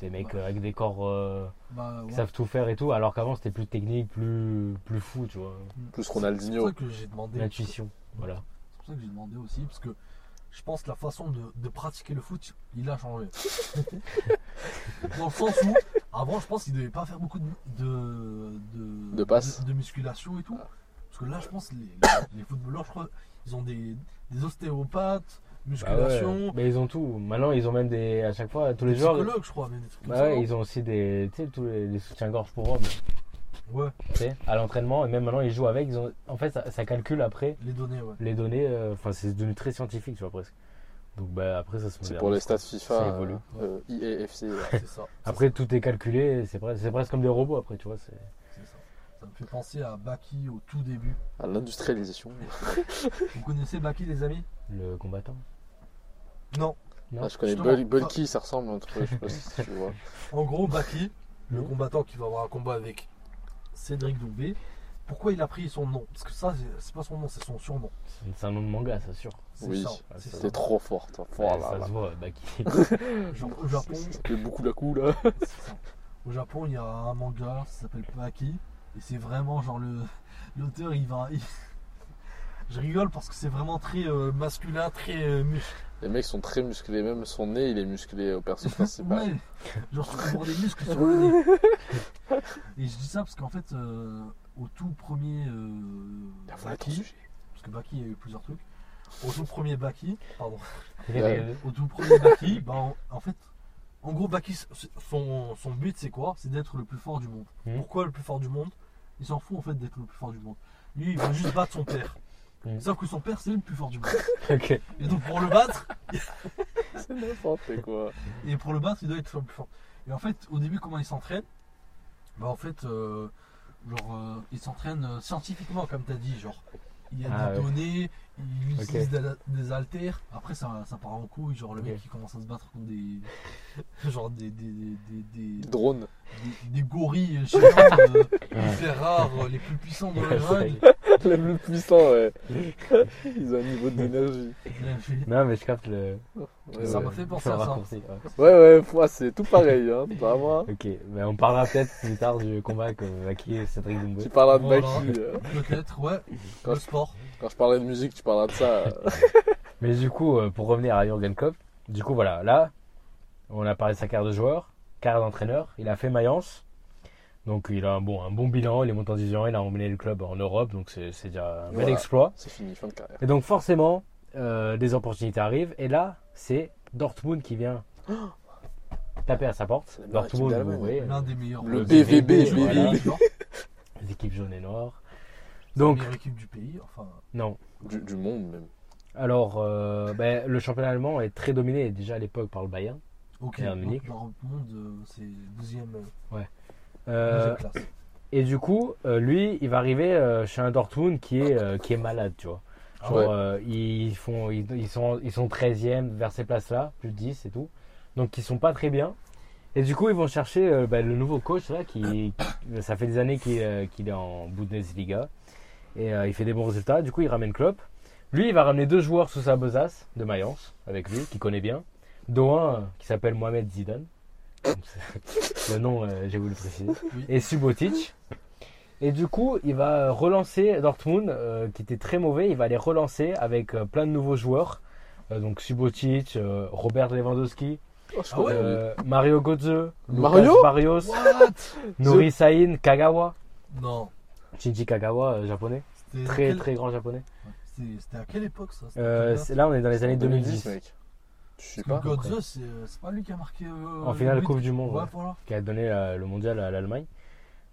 Speaker 1: des mecs euh, avec des corps euh,
Speaker 3: bah,
Speaker 1: qui
Speaker 3: ouais.
Speaker 1: savent tout faire et tout. Alors qu'avant, c'était plus technique, plus plus fou, tu vois.
Speaker 2: Plus
Speaker 3: C'est pour
Speaker 2: Ronaldinho.
Speaker 3: ça que j'ai demandé.
Speaker 1: L'intuition, voilà.
Speaker 3: C'est pour ça que j'ai demandé aussi, parce que je pense que la façon de, de pratiquer le foot, il a
Speaker 1: (laughs)
Speaker 3: changé. Dans le sens où, avant, je pense qu'il ne devait pas faire beaucoup de, de, de,
Speaker 2: De passes.
Speaker 3: de- de musculation et tout. Parce que là, je pense que les, les footballeurs, je crois, ils ont des, des
Speaker 1: Bah
Speaker 3: ostéopathes,
Speaker 1: ouais,
Speaker 3: musculation,
Speaker 1: Mais ils ont tout. Maintenant, ils ont même des. À chaque fois, tous les
Speaker 3: des
Speaker 1: joueurs.
Speaker 3: psychologues, je crois, mais des trucs comme
Speaker 1: Bah
Speaker 3: ça.
Speaker 1: ouais,
Speaker 3: non
Speaker 1: ils ont aussi des. Tu sais, tous les, les soutiens-gorge pour hommes.
Speaker 3: Ouais,
Speaker 1: Tu sais, à l'entraînement. Et même maintenant, ils jouent avec. Ils ont... En fait, ça- ça calcule après.
Speaker 3: les données, ouais.
Speaker 1: les données, euh, enfin c'est devenu très scientifique, tu vois presque. Donc bah, après ça se
Speaker 2: C'est
Speaker 1: modernise,
Speaker 2: pour les
Speaker 1: quoi.
Speaker 2: stats FIFA.
Speaker 1: Ça évolue.
Speaker 2: euh, euh, IAFC. ouais.
Speaker 3: C'est ça.
Speaker 1: (laughs) Après tout est calculé, c'est presque, c'est presque comme des robots après, tu vois. c'est-
Speaker 3: C'est ça. Ça me fait penser à Baki au tout début.
Speaker 2: À l'industrialisation.
Speaker 3: Vous connaissez Baki, les amis
Speaker 1: Le combattant.
Speaker 3: Non.
Speaker 1: Non,
Speaker 2: Ah, je connais
Speaker 3: justement.
Speaker 2: Bul- Bulky, ça ressemble à un truc, je sais pas si
Speaker 1: (laughs)
Speaker 2: tu vois.
Speaker 3: En gros, Baki, le
Speaker 1: Mhm.
Speaker 3: combattant qui va avoir un combat avec Cédric Doumbé, pourquoi il a pris son nom Parce que ça, c'est- c'est pas son nom, c'est son surnom.
Speaker 1: C'est c'est un nom de manga, ça sûr.
Speaker 3: C'est
Speaker 2: Oui,
Speaker 3: ça,
Speaker 1: ah,
Speaker 3: c'est
Speaker 2: c'était
Speaker 3: ça.
Speaker 2: trop fort. toi.
Speaker 1: Ouais,
Speaker 2: Voilà,
Speaker 1: ça
Speaker 2: Oh là.
Speaker 1: se voit, bah,
Speaker 2: (laughs)
Speaker 1: qui- (laughs)
Speaker 3: Genre, au Japon,
Speaker 2: C'était beaucoup la hein. coup là.
Speaker 3: c'est ça. Au Japon, il y a un manga, ça s'appelle Baki, et c'est vraiment genre le (laughs) l'auteur, il va. il- (laughs) Je rigole parce que c'est vraiment très euh, masculin, très euh, musclé.
Speaker 2: Les mecs sont très musclés, même son nez il est musclé
Speaker 1: (laughs)
Speaker 2: au perso principal.
Speaker 3: Ouais. Genre, tu peux voir des muscles sur le nez. Et je dis ça parce qu'en fait, euh, au tout premier euh,
Speaker 2: Ah, voilà ton
Speaker 3: Baki,
Speaker 2: sujet.
Speaker 3: parce que Baki, il y a eu plusieurs trucs. Au tout premier Baki, pardon,
Speaker 1: Il est-
Speaker 2: Ouais.
Speaker 3: au tout premier Baki, bah, en, en fait, en gros, Baki, c'est- son, son but, c'est quoi C'est d'être le plus fort du monde.
Speaker 1: Mhm.
Speaker 3: Pourquoi le plus fort du monde Il s'en fout, en fait, d'être le plus fort du monde. Lui, il veut juste battre son père.
Speaker 1: Mhm.
Speaker 3: Sauf que son père, c'est le plus fort du monde.
Speaker 1: Ok.
Speaker 3: Et donc, pour le battre,
Speaker 1: (laughs)
Speaker 2: C'est n'importe quoi.
Speaker 3: et pour le battre, il doit être le plus fort. Et en fait, au début, comment il s'entraîne Bah, en fait, euh, genre, euh, il s'entraîne euh, scientifiquement, comme tu as dit. Genre, il y a
Speaker 1: Ah,
Speaker 3: des
Speaker 1: ouais.
Speaker 3: données, il
Speaker 1: Ok.
Speaker 3: utilise des, des haltères. Après, ça, ça part en couille. Genre, le mec
Speaker 1: Ok.
Speaker 3: qui commence à se battre contre des. (laughs) genre, des. des, des, des, des-
Speaker 2: Drone. (laughs)
Speaker 3: des- des gorilles chinois,
Speaker 1: (laughs)
Speaker 3: euh, les faire rares, euh, les plus puissants dans
Speaker 1: Ouais,
Speaker 3: le
Speaker 1: c'est
Speaker 3: jungle.
Speaker 2: Le plus puissant,
Speaker 1: (laughs)
Speaker 2: ouais. Ils ont un niveau d'énergie.
Speaker 3: Il a fait-
Speaker 1: Non mais je capte le.
Speaker 2: Ouais,
Speaker 3: Ça
Speaker 2: ouais.
Speaker 3: m'a fait penser
Speaker 1: le
Speaker 3: à ça.
Speaker 1: raccourci, ouais.
Speaker 2: Ouais, ouais, moi, c'est tout pareil, hein, vraiment.
Speaker 1: Ok, mais on parlera peut-être plus tard du combat que Maki et Cédric Doumbé.
Speaker 2: Tu parleras de
Speaker 3: Voilà.
Speaker 2: Maki. euh.
Speaker 3: Peut-être, ouais,
Speaker 2: Quand
Speaker 3: le
Speaker 2: je-
Speaker 3: sport.
Speaker 2: Quand je parlais de musique, tu parleras de ça. euh.
Speaker 1: Mais du coup, euh, pour revenir à Jürgen Klopp, du coup voilà, là, on a parlé de sa carrière de joueur, carrière d'entraîneur, il a fait Mayence, donc il a un bon, un bon bilan, il est monté en division, il a emmené le club en Europe, donc c'est c'est déjà un bel
Speaker 2: Voilà.
Speaker 1: exploit.
Speaker 2: C'est fini, fin de carrière.
Speaker 1: Et donc forcément, euh, des opportunités arrivent, et là, c'est Dortmund qui vient (gasps) taper à sa porte.
Speaker 2: C'est la meilleure
Speaker 1: Dortmund,
Speaker 2: équipe
Speaker 1: vous
Speaker 2: d'Allemagne.
Speaker 1: voyez,
Speaker 3: L'un des meilleurs.
Speaker 2: Le
Speaker 3: euh,
Speaker 2: BVB,
Speaker 3: meilleurs
Speaker 1: BVB.
Speaker 3: joueurs, genre,
Speaker 1: les équipes jaunes et noires.
Speaker 3: La
Speaker 1: Donc,
Speaker 3: meilleure équipe du pays, enfin.
Speaker 1: non.
Speaker 2: Du, du monde, même.
Speaker 1: Alors, euh, ben, le championnat allemand est très dominé déjà à l'époque par le Bayern.
Speaker 3: Ok,
Speaker 1: Et à
Speaker 3: donc
Speaker 1: Munich.
Speaker 3: Dortmund, euh, c'est 12ème
Speaker 1: Euh,
Speaker 3: classe.
Speaker 1: Et du coup, euh, lui, il va arriver euh, chez un Dortmund qui est, euh, qui est malade, tu vois. Genre,
Speaker 2: ouais.
Speaker 1: euh, ils, font, ils, ils sont, ils sont 13e vers ces places-là, plus 10 et tout. Donc, ils sont pas très bien. Et du coup, ils vont chercher euh, bah, le nouveau coach là, qui (coughs) ça fait des années qu'il euh, qu'il est en Bundesliga et euh, il fait des bons résultats. Du coup, il ramène Klopp. Lui, il va ramener deux joueurs sous sa besace de Mayence avec lui, qu'il connaît bien, dont un euh, qui s'appelle Mohamed Zidane. Donc, c'est- (laughs) le nom, euh, j'ai voulu le préciser.
Speaker 3: Oui.
Speaker 1: Et Subotic. Et du coup, il va euh, relancer Dortmund, euh, qui était très mauvais. Il va les relancer avec euh, plein de nouveaux joueurs. Euh, donc Subotic, euh, Robert Lewandowski,
Speaker 2: Oh, je
Speaker 3: Ah ouais,
Speaker 2: connais.
Speaker 1: euh, Mario Götze, Lucas
Speaker 2: Mario
Speaker 1: Barrios,
Speaker 3: What
Speaker 1: (laughs) Nori Sahin, Kagawa,
Speaker 3: Non.
Speaker 1: Shinji Kagawa, euh, japonais,
Speaker 3: C'était à
Speaker 1: très
Speaker 3: quel-
Speaker 1: très grand japonais.
Speaker 3: c'était- C'était à quelle époque ça C'était
Speaker 1: Euh,
Speaker 3: quelle date
Speaker 1: c'est- là, on est dans les années 2010,
Speaker 2: mec. Je sais pas.
Speaker 3: Parce que Godze, c'est c'est pas lui qui a marqué. euh,
Speaker 1: en
Speaker 3: le
Speaker 1: finale
Speaker 3: but
Speaker 1: Coupe du Monde,
Speaker 3: Ouais,
Speaker 1: ouais,
Speaker 2: (laughs)
Speaker 3: voilà.
Speaker 1: qui a donné euh, le mondial à l'Allemagne.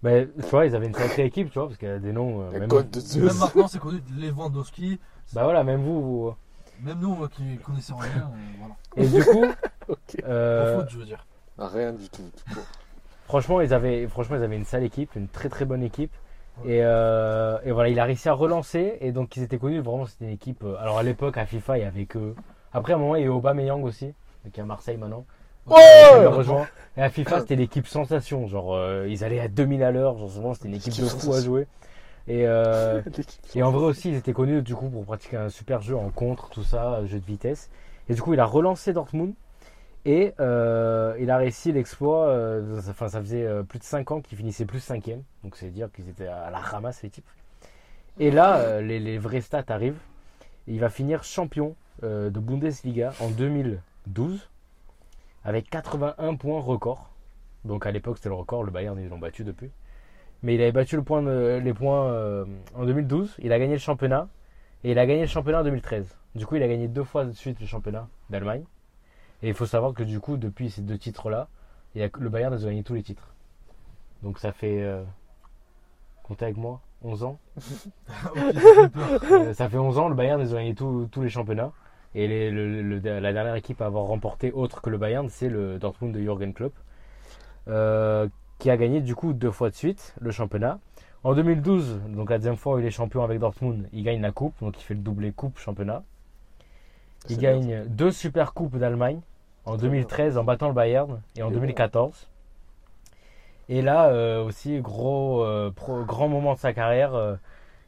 Speaker 1: Mais tu vois, ils avaient une sacrée équipe, tu vois, parce qu'il y a des noms. euh,
Speaker 2: La
Speaker 1: même-
Speaker 2: God de
Speaker 3: Même
Speaker 2: Zeus.
Speaker 3: maintenant, c'est connu. Lewandowski,
Speaker 1: Bah voilà, même vous. vous-
Speaker 3: même nous euh, qui connaissions rien, euh, voilà.
Speaker 1: Et du coup, euh,
Speaker 3: En foot, je
Speaker 2: (laughs)
Speaker 3: veux dire.
Speaker 2: Ah, Rien du tout. tout court.
Speaker 1: Franchement, ils avaient, franchement, ils avaient une sale équipe, une très très bonne équipe.
Speaker 3: Ouais.
Speaker 1: Et, euh, et voilà, il a réussi à relancer. Et donc, ils étaient connus vraiment, c'était une équipe. euh, alors à l'époque, à FIFA, il y avait que. Après, à un moment, il y a eu Aubameyang aussi, qui est à Marseille maintenant.
Speaker 2: Ouais.
Speaker 1: Il le
Speaker 2: (laughs)
Speaker 1: rejoint. Et à FIFA, c'était l'équipe sensation. Genre, euh, ils allaient à 2000 à l'heure. Genre, vraiment, c'était une équipe de fou à jouer. Et, euh,
Speaker 2: L'équipe.
Speaker 1: et en vrai aussi, ils étaient connus du coup pour pratiquer un super jeu en contre, tout ça, euh, jeu de vitesse. Et du coup, il a relancé Dortmund et euh, il a réussi l'exploit. euh, dans- Enfin, ça faisait euh, plus de 5 ans qu'ils finissaient plus 5 Donc, c'est dire qu'ils étaient à la ramasse, les types. Et là, euh, les, les vrais stats arrivent. Et il va finir champion euh, de Bundesliga en 2012 avec 81 points record. Donc, à l'époque, c'était le record. Le Bayern, ils l'ont battu depuis. Mais il avait battu le point de- les points euh, en 2012. Il a gagné le championnat. Et il a gagné le championnat en 2013. Du coup, il a gagné deux fois de suite le championnat d'Allemagne. Et il faut savoir que du coup, depuis ces deux titres-là, il y a que- le Bayern a gagné tous les titres. Donc ça fait. euh, comptez avec moi, 11 ans.
Speaker 3: Ok, j'ai eu peur.
Speaker 1: Euh, ça fait 11 ans, le Bayern a gagné tous tous les championnats. Et les- le- le- la dernière équipe à avoir remporté autre que le Bayern, c'est le Dortmund de Jürgen Klopp, euh, qui a gagné du coup deux fois de suite le championnat. En 2012, donc la deuxième fois où il est champion avec Dortmund, il gagne la coupe, donc il fait le doublé coupe championnat.
Speaker 2: C'est
Speaker 1: Il gagne deux super coupes d'Allemagne en 2013 en battant le Bayern et en
Speaker 2: Il est
Speaker 1: 2014. Et là euh, aussi gros euh, pro- grand moment de sa carrière euh,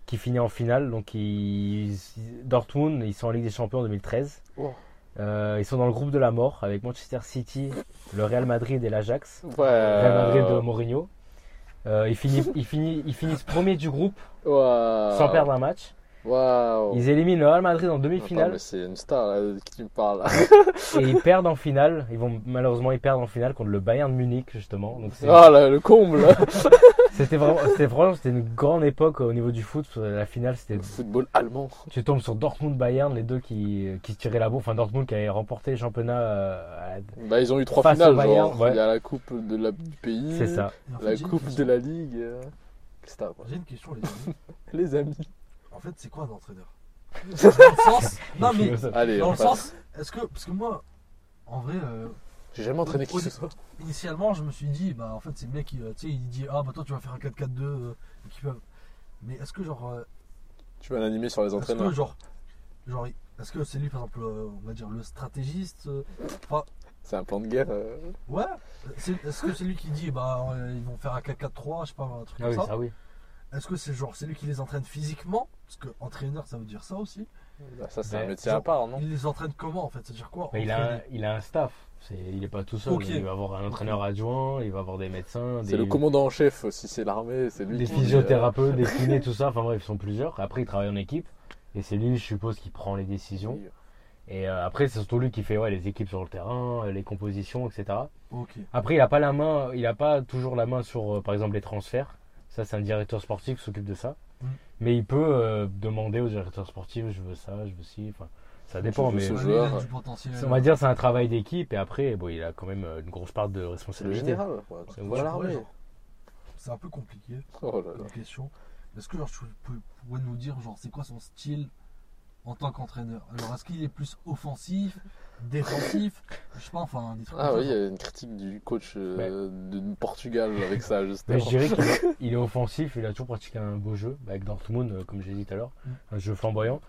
Speaker 1: qui finit en finale. Donc il- Dortmund ils sont en Ligue des Champions en 2013.
Speaker 2: Oh.
Speaker 1: Euh, ils sont dans le groupe de la mort avec Manchester City, le Real Madrid et l'Ajax.
Speaker 2: Ouais.
Speaker 1: Real Madrid de Mourinho. Euh, ils, finissent, ils, finissent, ils finissent premiers du groupe
Speaker 2: Waouh.
Speaker 1: sans perdre un match.
Speaker 2: Waouh.
Speaker 1: Ils éliminent le Real Madrid en
Speaker 2: Attends,
Speaker 1: demi-finale.
Speaker 2: mais c'est une star là, de qui tu me parles. (laughs) là.
Speaker 1: Et ils perdent en finale. Ils vont malheureusement ils perdent en finale contre le Bayern de Munich justement. Donc c'est-
Speaker 2: Ah là, le comble.
Speaker 1: c'était vraiment, c'était vraiment, c'était une grande époque au niveau du foot. La finale, c'était,
Speaker 2: Le football allemand.
Speaker 1: tu tombes sur Dortmund Bayern, les deux qui, qui se tiraient la bourre. Enfin Dortmund qui avait remporté le championnat. euh, à la-
Speaker 2: Bah, ils ont eu trois
Speaker 1: Face au
Speaker 2: finales.
Speaker 1: Bayern,
Speaker 2: Genre.
Speaker 1: ouais.
Speaker 2: Il y a la coupe de la... du pays.
Speaker 1: C'est ça.
Speaker 3: Et en fait,
Speaker 2: La
Speaker 3: j'ai une
Speaker 2: coupe de
Speaker 3: question.
Speaker 2: la ligue. euh, Star.
Speaker 3: J'ai une question, les amis.
Speaker 2: Les amis.
Speaker 3: En fait, c'est quoi un entraîneur
Speaker 2: (laughs)
Speaker 3: Dans le sens. Non, mais.
Speaker 2: Allez,
Speaker 3: Dans
Speaker 2: on
Speaker 3: le
Speaker 2: passe.
Speaker 3: sens. Est-ce que. Parce que moi, en vrai. euh,
Speaker 2: J'ai jamais entraîné qui que ce soit.
Speaker 3: Initialement, je me suis dit, bah en fait, c'est le mec qui, euh, tu sais, il dit, ah bah toi, tu vas faire un 4-4-2, euh, et qui peuvent. Mais est-ce que genre, euh,
Speaker 2: Tu vas l'animer sur les
Speaker 3: est-ce que
Speaker 2: entraîneurs.
Speaker 3: genre, genre, est-ce que c'est lui, par exemple, euh, on va dire le stratégiste euh, Enfin,
Speaker 2: C'est un plan de guerre. euh.
Speaker 3: ouais. c'est- Est-ce que c'est lui qui dit, bah euh, ils vont faire un 4-4-3, je sais pas, un truc
Speaker 1: Ah
Speaker 3: comme
Speaker 1: oui,
Speaker 3: ça.
Speaker 1: ça oui.
Speaker 3: Est-ce que c'est genre, c'est lui qui les entraîne physiquement Parce que entraîneur, ça veut dire ça aussi.
Speaker 2: Bah, ça, c'est
Speaker 1: Ouais.
Speaker 2: un métier à part, non
Speaker 3: Il les entraîne comment en fait C'est-à-dire quoi
Speaker 1: Mais il a, un,
Speaker 3: Entraîner.
Speaker 1: il a un staff. C'est, il est pas tout seul.
Speaker 3: Ok.
Speaker 1: Il va avoir un entraîneur adjoint, il va avoir des médecins, des,
Speaker 2: C'est le commandant en chef. Si c'est l'armée, c'est lui
Speaker 1: des
Speaker 2: qui. euh,
Speaker 1: physiothérapeutes, des kinés, tout ça. Enfin bref, ils sont plusieurs. Après, ils travaillent en équipe. Et c'est lui, je suppose, qui prend les
Speaker 2: euh,
Speaker 1: décisions. Et euh, après, c'est surtout lui qui fait ouais, les équipes sur le terrain, les compositions, etc.
Speaker 3: Ok.
Speaker 1: Après, il n'a pas la main, il a pas toujours la main sur, euh, par exemple, les transferts. Ça, c'est un directeur sportif qui s'occupe de ça.
Speaker 3: Mm.
Speaker 1: Mais il peut euh, demander au directeur sportif, je veux ça, je veux ci. Enfin, ça dépend,
Speaker 2: veux
Speaker 1: mais
Speaker 2: ce
Speaker 3: Ouais,
Speaker 1: euh,
Speaker 3: lui, il a
Speaker 2: joueur,
Speaker 3: du potentiel.
Speaker 1: on va dire c'est un travail d'équipe. Et après, bon, il a quand même euh, une grosse part de
Speaker 2: C'est le
Speaker 1: responsabilité.
Speaker 2: général. quoi. C'est
Speaker 1: Ouais,
Speaker 2: pas l'armée.
Speaker 3: genre. C'est un peu compliqué.
Speaker 2: Oh là là.
Speaker 3: une question. Est-ce que genre, tu peux- pourrais nous dire genre c'est quoi son style en tant qu'entraîneur Alors est-ce qu'il est plus offensif, défensif, je sais pas, enfin des trucs
Speaker 2: Ah
Speaker 3: comme
Speaker 2: oui, il
Speaker 3: ça.
Speaker 2: y a une critique du coach euh, de de Portugal avec ça, justement.
Speaker 1: Mais je dirais qu'il est- il est offensif, il a toujours pratiqué un beau jeu, bah, avec Dortmund, euh, comme j'ai dit tout à l'heure,
Speaker 3: Mm.
Speaker 1: un jeu flamboyant.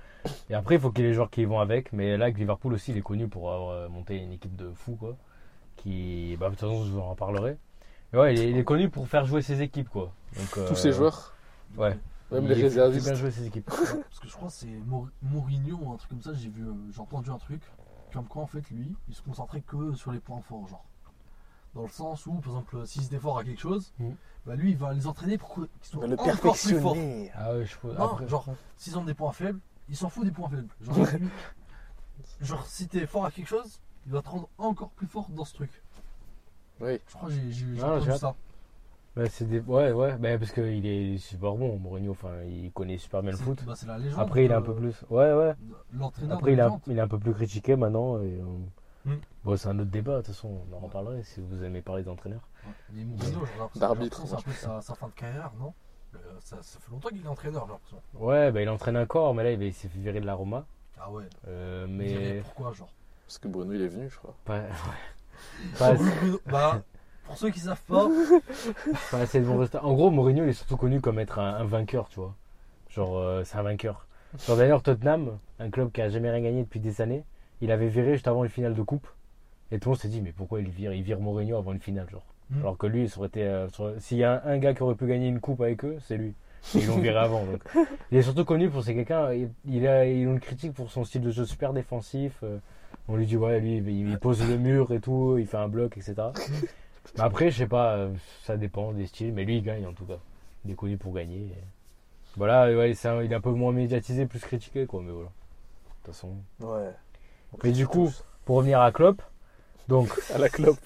Speaker 1: Et après, il faut qu'il y ait les joueurs qui y vont avec, mais là, avec Liverpool aussi, il est connu pour avoir euh, monté une équipe de fous, quoi. qui, bah, de toute façon, je vous en reparlerai. Mais ouais, il est, il est connu pour faire jouer ses équipes, quoi. Donc, euh,
Speaker 2: Tous ces joueurs,
Speaker 1: Ouais.
Speaker 2: même
Speaker 1: il
Speaker 2: les
Speaker 1: fait- il fait bien
Speaker 2: réservistes.
Speaker 1: jouer ses équipes.
Speaker 3: Parce que je crois que c'est Mor- Mourinho ou un truc comme ça, j'ai vu, euh, j'ai entendu un truc, comme quoi en fait lui, il se concentrait que sur les points forts, genre. Dans le sens où, par exemple, euh, s'il se défore à quelque chose,
Speaker 1: Mhm.
Speaker 3: bah lui il va les entraîner pour que- qu'ils
Speaker 2: On
Speaker 3: soient
Speaker 2: va le
Speaker 3: encore plus forts.
Speaker 2: perfectionner.
Speaker 1: Ah ouais, je trouve.
Speaker 3: Non,
Speaker 1: après-
Speaker 3: genre, s'ils ont des points faibles, il s'en fout des points faibles. Genre, lui- genre, si t'es fort à quelque chose, il va te rendre encore plus fort dans ce truc.
Speaker 2: Oui.
Speaker 3: Je crois que j'ai- j'ai j'ai
Speaker 1: Ah, j'ai
Speaker 3: entendu
Speaker 1: hâte.
Speaker 3: ça.
Speaker 1: Bah, c'est des... Ouais, ouais, bah, parce qu'il est super bon, Mourinho, enfin, il connaît super bien le
Speaker 3: C'est-
Speaker 1: foot.
Speaker 3: bah, c'est la légende.
Speaker 1: Après, il est un peu
Speaker 3: euh,
Speaker 1: plus. Ouais, ouais.
Speaker 3: L'entraîneur
Speaker 1: Après,
Speaker 3: de
Speaker 1: il est, un,
Speaker 3: légende.
Speaker 1: il est un peu plus critiqué maintenant. Et, euh,
Speaker 3: Hmm.
Speaker 1: Bon, c'est un autre débat, de toute façon, on en reparlerait si vous aimez parler d'entraîneurs.
Speaker 3: Mais Mourinho, j'ai l'impression-
Speaker 2: D'arbitre,
Speaker 3: j'ai l'impression que c'est un peu sa, sa fin de carrière, non Euh, ça, ça fait longtemps qu'il est entraîneur, j'ai l'impression.
Speaker 1: Ouais, bah, il entraîne encore, mais là, il, il s'est fait virer de la Roma.
Speaker 3: Ah ouais.
Speaker 1: Euh,
Speaker 3: Mais
Speaker 1: mais.
Speaker 3: pourquoi, genre
Speaker 2: Parce que Bruno, il est venu, je crois.
Speaker 1: Pas, (laughs) ouais. pas, assez,
Speaker 3: Bruno- (laughs) Bah, pour ceux qui savent pas,
Speaker 1: pas assez de bons résultats. En gros, Mourinho, il est surtout connu comme être un, un vainqueur, tu vois. Genre, euh, c'est un vainqueur. Genre, d'ailleurs, Tottenham, un club qui a jamais rien gagné depuis des années, il avait viré juste avant une finale de coupe. Et tout le monde s'est dit, mais pourquoi il vire, il vire Mourinho avant une finale, genre
Speaker 3: Hmm.
Speaker 1: Alors que lui, ça aurait été. euh, ça aurait- S'il y a un, un gars qui aurait pu gagner une coupe avec eux, c'est lui. Et ils l'ont viré avant. donc. Il est surtout connu pour c'est quelqu'un. Il, il a, ils ont une critique pour son style de jeu super défensif. euh, on lui dit, ouais, lui, il, il pose le mur et tout, il fait un bloc, etc. Mais après, je sais pas, euh, ça dépend des styles, mais lui, il gagne en tout cas. Il est connu pour gagner. et- Voilà, et ouais, c'est un- il est un peu moins médiatisé, plus critiqué, quoi, mais voilà. De toute façon.
Speaker 2: Ouais.
Speaker 1: Mais du coup, pour revenir à Klopp, donc,
Speaker 2: À la clope.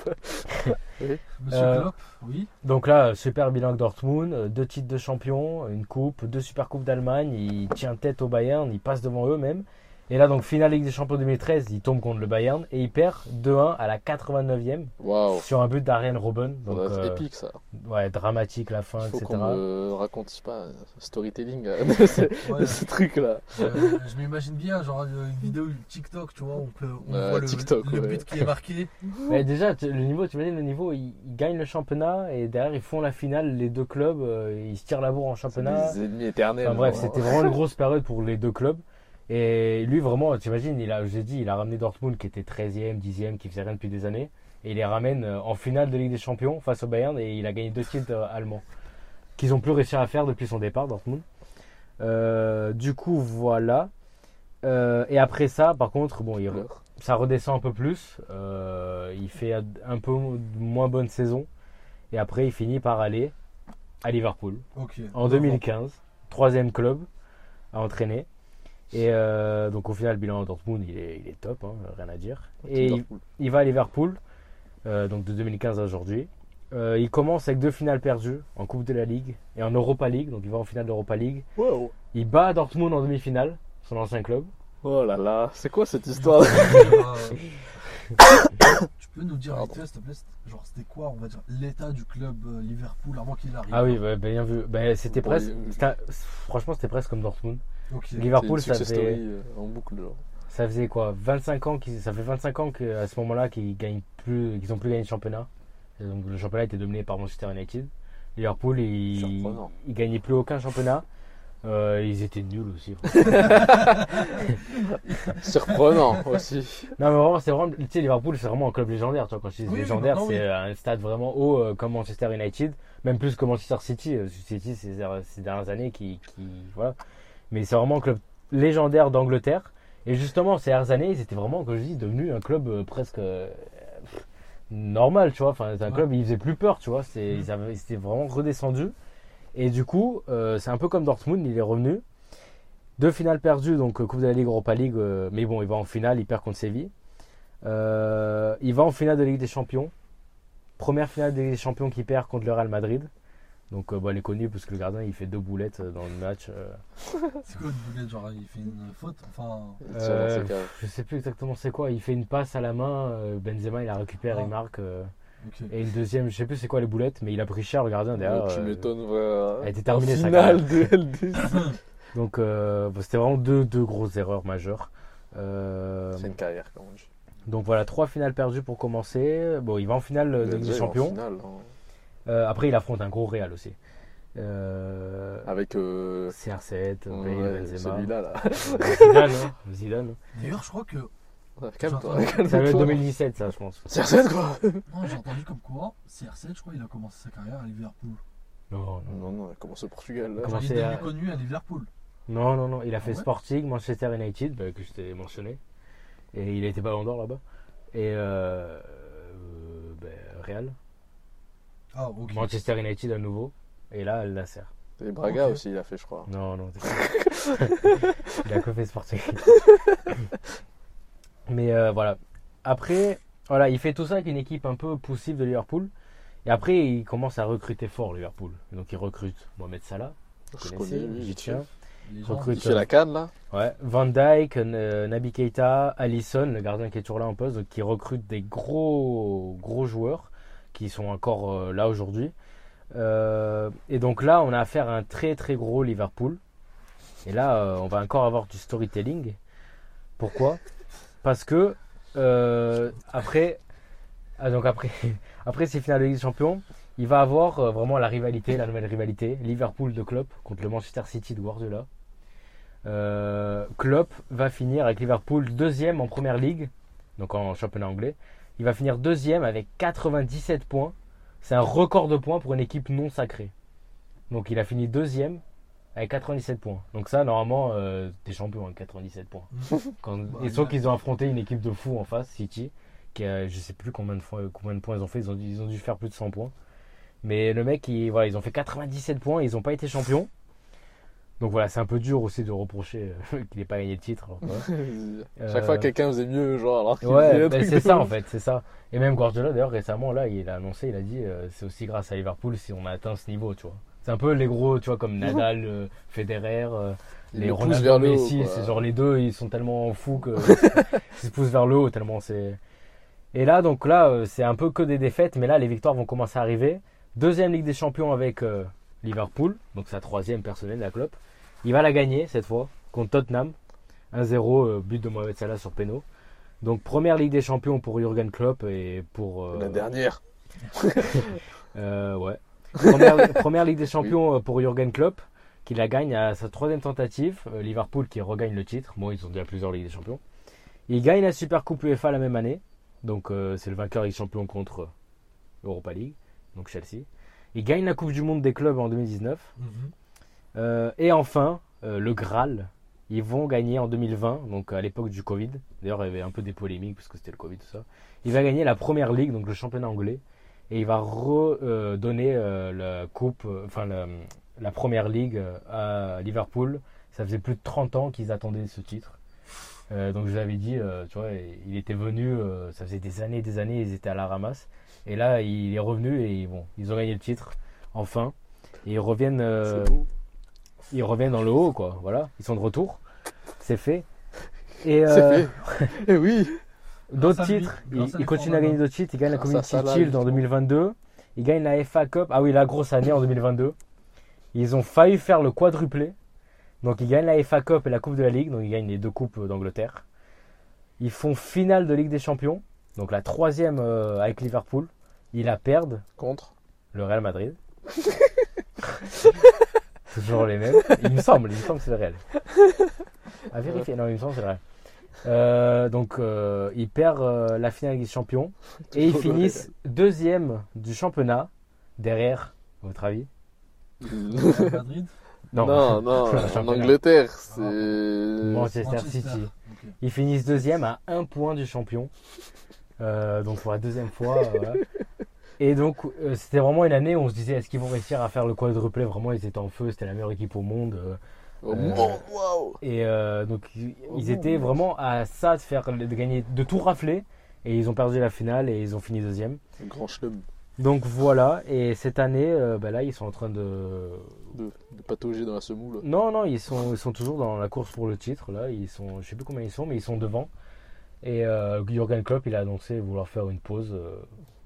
Speaker 3: Monsieur
Speaker 1: Euh,
Speaker 3: Klopp, oui.
Speaker 1: donc là, super bilan de Dortmund, euh, deux titres de champion, une coupe, deux super coupes d'Allemagne, il tient tête au Bayern, il passe devant eux même. Et là, donc, finale Ligue des Champions 2013, il tombe contre le Bayern et il perd 2-1 à la 89e
Speaker 2: Waouh.
Speaker 1: sur un but d'Ariane Robben. Donc,
Speaker 2: Oh. Ça doit être
Speaker 1: euh,
Speaker 2: épique, ça.
Speaker 1: ouais, dramatique la fin,
Speaker 2: Il faut
Speaker 1: etc.
Speaker 2: qu'on me raconte, je sais pas, storytelling là, (laughs) de ce,
Speaker 3: Ouais,
Speaker 2: de ce truc-là. (laughs)
Speaker 3: Euh, je m'imagine bien, genre euh, une vidéo TikTok, tu vois, on, peut, on
Speaker 2: Euh,
Speaker 3: voit le,
Speaker 2: TikTok,
Speaker 3: le
Speaker 2: ouais.
Speaker 3: but qui est marqué.
Speaker 1: Mais déjà, tu- le niveau, tu imagines le niveau, ils, ils gagnent le championnat et derrière ils font la finale, les deux clubs, euh, ils se tirent la bourre en
Speaker 2: C'est
Speaker 1: championnat.
Speaker 2: des ennemis éternels.
Speaker 1: Enfin bref,
Speaker 2: genre.
Speaker 1: c'était vraiment une grosse période pour les deux clubs. Et lui, vraiment, tu imagines, il a, je l'ai dit, il a ramené Dortmund qui était 13e, 10e, qui faisait rien depuis des années. Et il les ramène euh, en finale de Ligue des Champions face au Bayern et il a gagné deux titres euh, allemands qu'ils n'ont plus réussi à faire depuis son départ, Dortmund. Euh, du coup, voilà. Euh, et après ça, par contre, bon, il,
Speaker 2: Alors,
Speaker 1: ça redescend un peu plus. euh, il fait un peu moins bonne saison. Et après, il finit par aller à Liverpool
Speaker 3: Ok.
Speaker 1: en 2015, troisième club à entraîner. Et euh, donc, au final, le bilan de Dortmund, il est, il est top, hein, rien à dire. Et il,
Speaker 2: Liverpool.
Speaker 1: il va à Liverpool, euh, donc de 2015 à aujourd'hui. Euh, il commence avec deux finales perdues en Coupe de la Ligue et en Europa League. Donc, il va en finale d'Europa League.
Speaker 2: Wow.
Speaker 1: Il bat Dortmund en demi-finale, son ancien club.
Speaker 2: Oh là là, c'est quoi cette histoire
Speaker 3: Genre,
Speaker 2: (coughs)
Speaker 3: euh, tu peux nous dire,
Speaker 2: Pardon.
Speaker 3: vite fait, s'il te plaît, c'est- genre c'était quoi, on va dire, l'état du club euh, Liverpool avant qu'il arrive
Speaker 1: Ah oui, bah, bien vu. Bah, c'était
Speaker 2: Bon,
Speaker 1: presque.
Speaker 2: il-
Speaker 1: c'était un- Franchement, c'était presque comme Dortmund.
Speaker 3: Ok.
Speaker 1: Liverpool,
Speaker 2: C'est une
Speaker 1: ça
Speaker 2: success
Speaker 1: fait,
Speaker 2: story, euh, en boucle, genre.
Speaker 1: ça faisait quoi 25 ans qu'ils- Ça fait 25 ans qu'à ce moment-là, qu'ils gagnent plus, qu'ils ont plus gagné le championnat. Et donc, le championnat était dominé par Manchester United. Liverpool, ils,
Speaker 2: Surprenant.
Speaker 1: ils gagnaient plus aucun championnat. Euh, ils étaient nuls aussi. franchement.
Speaker 2: Surprenant
Speaker 1: (laughs)
Speaker 2: aussi.
Speaker 1: non, mais vraiment, c'est vraiment. Tu sais, Liverpool, c'est vraiment un club légendaire. Tu vois, quand je dis
Speaker 3: Oui, oui,
Speaker 1: légendaire,
Speaker 3: maintenant,
Speaker 1: c'est
Speaker 3: oui.
Speaker 1: un stade vraiment haut euh, comme Manchester United, même plus que Manchester City. Euh, City, ces, ces dernières années, qui, qui voilà. mais c'est vraiment un club légendaire d'Angleterre. Et justement, ces dernières années, ils étaient vraiment, comme je dis, devenus un club euh, presque euh, pff, normal, tu vois. Enfin, c'est un
Speaker 3: Ouais.
Speaker 1: club, ils faisaient plus peur, tu vois. C'est,
Speaker 3: Mhm.
Speaker 1: ils, avaient, ils étaient vraiment redescendus. Et du coup, euh, c'est un peu comme Dortmund, il est revenu. Deux finales perdues, donc euh, Coupe de la Ligue, Europa League. euh, mais bon, il va en finale, il perd contre Séville. Euh, il va en finale de Ligue des Champions. Première finale de Ligue des Champions qu'il perd contre le Real Madrid. Donc, euh, bah, elle est connue parce que le gardien, il fait deux boulettes euh, dans le match. euh,
Speaker 3: C'est quoi le boulet Genre, il fait une faute Enfin.
Speaker 1: Euh,
Speaker 2: Tiens, c'est carré.
Speaker 1: Je sais plus exactement c'est quoi. Il fait une passe à la main, euh, Benzema il la récupère,
Speaker 3: Ah.
Speaker 1: il marque. euh,
Speaker 3: Ok.
Speaker 1: et une deuxième, je sais plus c'est quoi les boulettes, mais il a pris cher le gardien derrière.
Speaker 2: Ouais, Ah, tu
Speaker 1: euh,
Speaker 2: m'étonnes, voilà.
Speaker 1: elle était terminée,
Speaker 2: En
Speaker 1: sa
Speaker 2: finale de
Speaker 1: (laughs)
Speaker 2: LDC.
Speaker 1: donc euh, bah, c'était vraiment deux, deux grosses erreurs majeures. Euh,
Speaker 2: C'est une carrière, quand on dit.
Speaker 1: donc voilà, trois finales perdues pour commencer. Bon, il va en finale euh, de Ligue
Speaker 2: Déjà, il
Speaker 1: des
Speaker 2: est en
Speaker 1: Champions.
Speaker 2: finale, hein.
Speaker 1: Euh, après, il affronte un gros Real aussi. Euh,
Speaker 2: Avec. euh,
Speaker 1: CR7, Bale,
Speaker 2: ouais,
Speaker 1: Benzema.
Speaker 2: Celui-là, là. (laughs)
Speaker 1: Zidane, hein, Zidane.
Speaker 3: D'ailleurs, je crois que
Speaker 2: Ouais, Calme-toi.
Speaker 3: J'entends.
Speaker 1: Ça va être
Speaker 2: Calme-toi.
Speaker 1: 2017, ça, je pense.
Speaker 2: C'est R7 quoi
Speaker 3: Non, j'ai entendu comme quoi, CR7, je crois, il a commencé sa carrière à Liverpool.
Speaker 1: Non, non.
Speaker 2: Non, non, elle commence au Portugal. là.
Speaker 1: Comment
Speaker 3: Genre, il
Speaker 1: c'est,
Speaker 3: est devenu
Speaker 1: euh,
Speaker 3: connu à Liverpool.
Speaker 1: Non, non, non, il a fait
Speaker 3: Ah ouais
Speaker 1: Sporting, Manchester United, bah, que je t'ai mentionné. Et il a été ballon d'or là-bas. Et euh, euh, bah, Real.
Speaker 3: Ah, ok.
Speaker 1: Manchester United à nouveau. Et là, elle la sert.
Speaker 2: Et Braga
Speaker 3: Ok.
Speaker 2: aussi, il a fait, je crois.
Speaker 1: Non, non, t'es (laughs) Il a coiffé Sporting. (laughs) Mais euh, voilà. Après, voilà, il fait tout ça avec une équipe un peu poussive de Liverpool. Et après, il commence à recruter fort Liverpool. Donc il recrute Mohamed Salah.
Speaker 2: Je
Speaker 1: connaissez,
Speaker 2: connais lui,
Speaker 1: égyptien.
Speaker 3: Les gens,
Speaker 1: Recrute.
Speaker 2: Il fait la
Speaker 1: (laughs)
Speaker 2: canne là
Speaker 1: Ouais, Van Dyke, Nabi Keita, Allison, le gardien qui est toujours là en poste, donc qui recrute des gros gros joueurs qui sont encore euh, là aujourd'hui. Euh, et donc là, on a affaire à un très très gros Liverpool. Et là, euh, on va encore avoir du storytelling. Pourquoi Parce que euh, après, ah, donc après, (laughs) après ces finales de Ligue des Champions, il va avoir euh, vraiment la rivalité, la nouvelle rivalité, Liverpool de Klopp contre le Manchester City de Guardiola. Euh, Klopp va finir avec Liverpool deuxième en première ligue, donc en championnat anglais. Il va finir deuxième avec 97 points. C'est un record de points pour une équipe non sacrée. Donc il a fini deuxième avec 97 points. Donc ça, normalement, euh, t'es champion avec 97 points. Quand, et sauf qu'ils ont affronté une équipe de fous en face, City, qui a, je sais plus combien de, fois, euh, combien de points ils ont fait, ils ont, dû- ils ont dû faire plus de 100 points. Mais le mec, il- voilà, ils ont fait 97 points, ils n'ont pas été champions. Donc voilà, c'est un peu dur aussi de reprocher euh, (laughs) qu'il n'ait pas gagné de titre. alors
Speaker 2: (laughs)
Speaker 1: que, euh,
Speaker 2: Chaque fois, quelqu'un faisait mieux, genre, alors qu'il faisait
Speaker 1: Ouais,
Speaker 2: un
Speaker 1: ben,
Speaker 2: truc
Speaker 1: c'est
Speaker 2: de
Speaker 1: ça
Speaker 2: ouf.
Speaker 1: en fait, c'est ça. Et même Guardiola d'ailleurs récemment là, il a annoncé, il a dit euh, c'est aussi grâce à Liverpool si on a atteint ce niveau, tu vois. C'est un peu les gros, tu vois, comme Nadal, euh, Federer, euh,
Speaker 2: Il
Speaker 1: les
Speaker 2: le pousse
Speaker 1: Ronaldo,
Speaker 2: vers le haut,
Speaker 1: Messi,
Speaker 2: quoi.
Speaker 1: c'est genre les deux, ils sont tellement fous
Speaker 2: (laughs)
Speaker 1: que ils se poussent vers le haut tellement c'est. Et là donc là euh, c'est un peu que des défaites, mais là les victoires vont commencer à arriver. Deuxième Ligue des Champions avec euh, Liverpool, donc sa troisième personnelle la Klopp. Il va la gagner cette fois contre Tottenham, 1-0 euh, but de Mohamed Salah sur péno. Donc première Ligue des Champions pour Jurgen Klopp et pour euh,
Speaker 2: La dernière.
Speaker 1: euh, ouais. Première, première Ligue des Champions euh, pour Jürgen Klopp, qui la gagne à sa troisième tentative. Euh, Liverpool qui regagne le titre. Bon, ils ont déjà plusieurs Ligues des Champions. Il gagne la Super Coupe UEFA la même année. Donc, euh, c'est le vainqueur Ligue des Champions contre euh, Europa League, donc Chelsea. Il gagne la Coupe du Monde des clubs en 2019.
Speaker 3: Mhm.
Speaker 1: Euh, et enfin, euh, le Graal. Ils vont gagner en 2020, donc à l'époque du Covid. D'ailleurs, il y avait un peu des polémiques parce que c'était le Covid, tout ça. Il va gagner la première ligue, donc le championnat anglais. Et il va redonner la coupe, euh, enfin la, la première ligue euh, à Liverpool. Ça faisait plus de 30 ans qu'ils attendaient ce titre. Euh, donc je vous avais dit, euh, tu vois, il était venu, euh, ça faisait des années et des années, ils étaient à la ramasse. Et là, il est revenu et bon, ils ont gagné le titre, enfin. Et ils reviennent. euh,
Speaker 2: C'est beau.
Speaker 1: ils reviennent dans le haut, quoi. Voilà, ils sont de retour. C'est fait. Et
Speaker 2: C'est
Speaker 1: euh, (laughs)
Speaker 2: fait. Eh oui
Speaker 1: d'autres
Speaker 3: Grâce à lui,
Speaker 1: titres, ils,
Speaker 3: grâce à
Speaker 1: ils
Speaker 3: lui,
Speaker 1: continuent à
Speaker 3: Fernando.
Speaker 1: gagner d'autres titres. Ils gagnent la
Speaker 2: Grâce à
Speaker 1: Community
Speaker 2: Salah,
Speaker 1: Shield en
Speaker 2: justement.
Speaker 1: 2022. Ils gagnent la FA Cup. Ah oui, la grosse année en 2022. Ils ont failli faire le quadruplé. Donc ils gagnent la FA Cup et la Coupe de la Ligue. Donc ils gagnent les deux coupes euh, d'Angleterre. Ils font finale de Ligue des Champions. Donc la troisième euh, avec Liverpool. Ils la perdent. (laughs)
Speaker 2: Contre
Speaker 1: Le Real
Speaker 2: (laughs)
Speaker 1: Madrid. Toujours les mêmes. Il me semble, il me semble que c'est le Real. À vérifier, non, il me semble que c'est le Real. Euh, donc, euh, ils perdent euh, la finale des champions et
Speaker 2: (laughs)
Speaker 1: ils
Speaker 2: Toujours le Real.
Speaker 1: finissent deuxième du championnat derrière, à votre avis
Speaker 3: Real Madrid.
Speaker 2: Non,
Speaker 1: (laughs)
Speaker 2: non,
Speaker 1: Le
Speaker 2: en
Speaker 1: championnat. Ah,
Speaker 2: Angleterre, c'est.
Speaker 1: Manchester City.
Speaker 3: Ok.
Speaker 1: Ils finissent deuxième à un point du champion. Euh, donc pour la deuxième fois. euh, voilà. Et donc euh, c'était vraiment une année où on se disait est-ce qu'ils vont réussir à faire le quadruplé Vraiment ils étaient en feu, c'était la meilleure équipe au monde. euh,
Speaker 2: Oh,
Speaker 1: Euh,
Speaker 2: wow, wow.
Speaker 1: Et euh, donc ils
Speaker 2: Oh
Speaker 1: ils
Speaker 2: non,
Speaker 1: étaient
Speaker 2: non.
Speaker 1: vraiment à ça de faire de gagner, de tout rafler. Et ils ont perdu la finale et ils ont fini deuxième.
Speaker 2: Un grand chelem
Speaker 1: Donc voilà. Et cette année, euh, bah là, ils sont en train de.
Speaker 2: de, de patauger dans la semoule.
Speaker 1: Non, non, ils sont, ils sont toujours dans la course pour le titre. Là, ils sont, je sais plus combien ils sont, mais ils sont devant. Et euh, Jurgen Klopp, il a annoncé vouloir faire une pause. euh,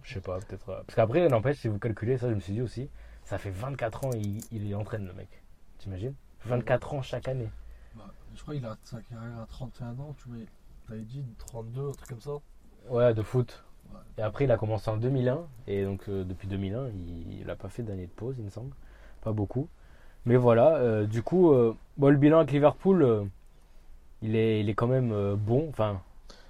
Speaker 1: je sais pas, peut-être. euh, Parce qu'après, n'empêche, si vous calculez, ça, je me suis dit aussi, ça fait 24 ans, il, il entraîne le mec. T'imagines 24 ans chaque année.
Speaker 3: Bah, je crois qu'il a sa carrière à 31 ans, tu vois. T'avais dit 32, un truc comme ça.
Speaker 1: Ouais, de foot.
Speaker 3: Ouais.
Speaker 1: Et après, il a commencé en 2001. Et donc, euh, depuis 2001, il n'a pas fait d'année de pause, il me semble. Pas beaucoup. Mais voilà, euh, du coup, euh, bon, le bilan avec Liverpool, euh, il, est, il est quand même euh, bon. Enfin,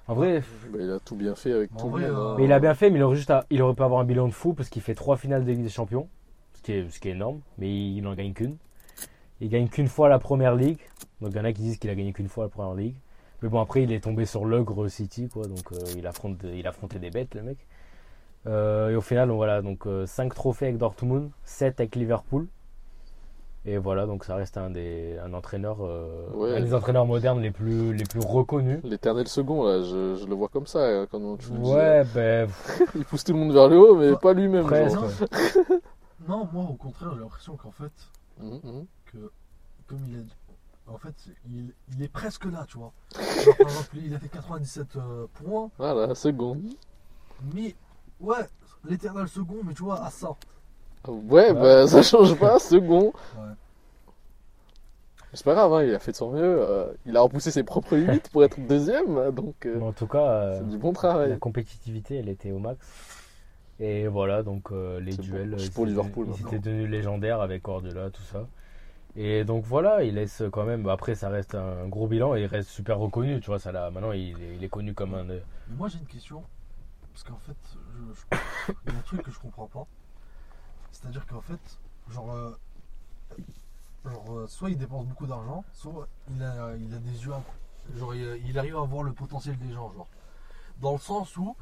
Speaker 1: En vrai,
Speaker 2: Bah, il a tout bien fait avec
Speaker 3: Mais
Speaker 2: tout
Speaker 3: en
Speaker 2: le
Speaker 3: vrai,
Speaker 2: monde.
Speaker 3: euh,
Speaker 2: hein.
Speaker 1: mais il a bien fait, mais il aurait, juste à- il aurait pu avoir un bilan de fou parce qu'il fait trois finales de Ligue des Champions, ce qui est, ce qui est énorme, mais il n'en gagne qu'une. Il gagne qu'une fois la première ligue. Donc il y en a qui disent qu'il a gagné qu'une fois la première ligue. Mais bon, après, il est tombé sur l'ogre City, quoi. Donc euh, il, affronte, des- il affrontait des bêtes, le mec. Euh, et au final, donc, voilà, donc 5 trophées avec Dortmund, 7 avec Liverpool. Et voilà, donc ça reste un des, un entraîneur, euh,
Speaker 2: Ouais.
Speaker 1: un des entraîneurs modernes les plus, les plus reconnus.
Speaker 2: L'éternel second, là, je, je le vois comme ça, euh, quand tu le disais.
Speaker 1: Ouais, ben,
Speaker 2: Il pousse tout le monde vers le haut, mais
Speaker 3: Ouais.
Speaker 2: pas lui-même. genre.
Speaker 1: presque.
Speaker 3: non. Non, moi au contraire, j'ai l'impression qu'en fait,
Speaker 2: Mhm, mhm.
Speaker 3: comme il a dit, en fait, il, il est presque là, tu vois. Genre, par exemple, il a fait 97 euh, points,
Speaker 2: Voilà, second.
Speaker 3: mais ouais, l'éternel second, mais tu vois, à ça.
Speaker 2: Ouais, bah ça change pas, second.
Speaker 3: Ouais.
Speaker 2: C'est pas grave, hein, il a fait de son mieux. euh, il a repoussé ses propres limites pour être deuxième, donc euh,
Speaker 1: Mais en tout cas, euh,
Speaker 2: c'est du bon
Speaker 1: la
Speaker 2: travail.
Speaker 1: compétitivité, elle était au max. Et voilà, donc euh, les
Speaker 2: C'est
Speaker 1: duels,
Speaker 2: bon,
Speaker 1: euh,
Speaker 2: c'est pour
Speaker 1: ils étaient-
Speaker 2: Liverpool,
Speaker 1: ils
Speaker 2: maintenant.
Speaker 1: étaient devenus légendaires avec Guardiola, tout ça. Et donc voilà, il laisse quand même. Après, ça reste un gros bilan et il reste super reconnu, tu vois. Ça, là, maintenant, il est, il est connu comme un. euh,
Speaker 3: Mais moi j'ai une question, parce qu'en fait, je- je- (coughs) il y a un truc que je comprends pas. C'est-à-dire qu'en fait, genre, euh, genre euh, soit il dépense beaucoup d'argent, soit il a, il a des yeux, à- genre il, il arrive à voir le potentiel des gens, genre. Dans le sens où,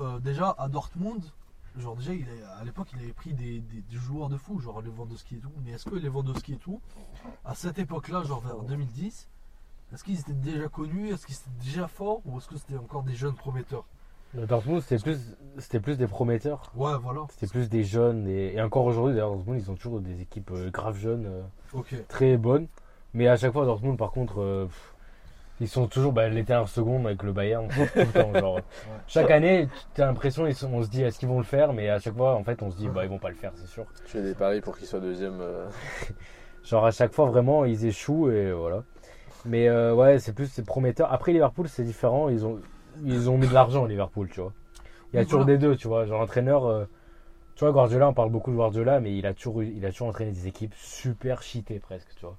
Speaker 3: euh, déjà à Dortmund, genre déjà il a- à l'époque il avait pris des, des- des joueurs de fou, genre Lewandowski et tout. Mais est-ce que Lewandowski et tout, à cette époque-là, genre vers 2010, est-ce qu'ils étaient déjà connus, est-ce qu'ils étaient déjà forts, ou est-ce que c'était encore des jeunes prometteurs
Speaker 1: Le Dortmund, c'était plus, c'était plus des prometteurs.
Speaker 3: Ouais, voilà.
Speaker 1: C'était plus des jeunes. Et, et encore aujourd'hui, d'ailleurs, Dortmund, ils ont toujours des équipes euh, grave jeunes. euh,
Speaker 3: Ok.
Speaker 1: très bonne. Mais à chaque fois, Dortmund, par contre, euh, pff, ils sont toujours bah, l'éternel second avec le Bayern. tout le temps, genre. Chaque année, tu as l'impression, ils sont- on se dit est-ce qu'ils vont le faire Mais à chaque fois, en fait, on se dit bah, ils vont pas le faire, c'est sûr.
Speaker 2: Tu fais des paris pour qu'il soit deuxième. euh,
Speaker 1: Genre à chaque fois, vraiment, ils échouent et voilà. Mais euh, ouais, c'est plus c'est prometteur. Après, Liverpool, c'est différent. Ils ont, ils ont mis de l'argent, Liverpool, tu vois. Il y a
Speaker 3: Oui,
Speaker 1: toujours
Speaker 3: voilà.
Speaker 1: des deux, tu vois. Genre, l'entraîneur, euh, tu vois, Guardiola, on parle beaucoup de Guardiola, mais il a toujours, eu- il a toujours entraîné des équipes super cheatées presque, tu vois.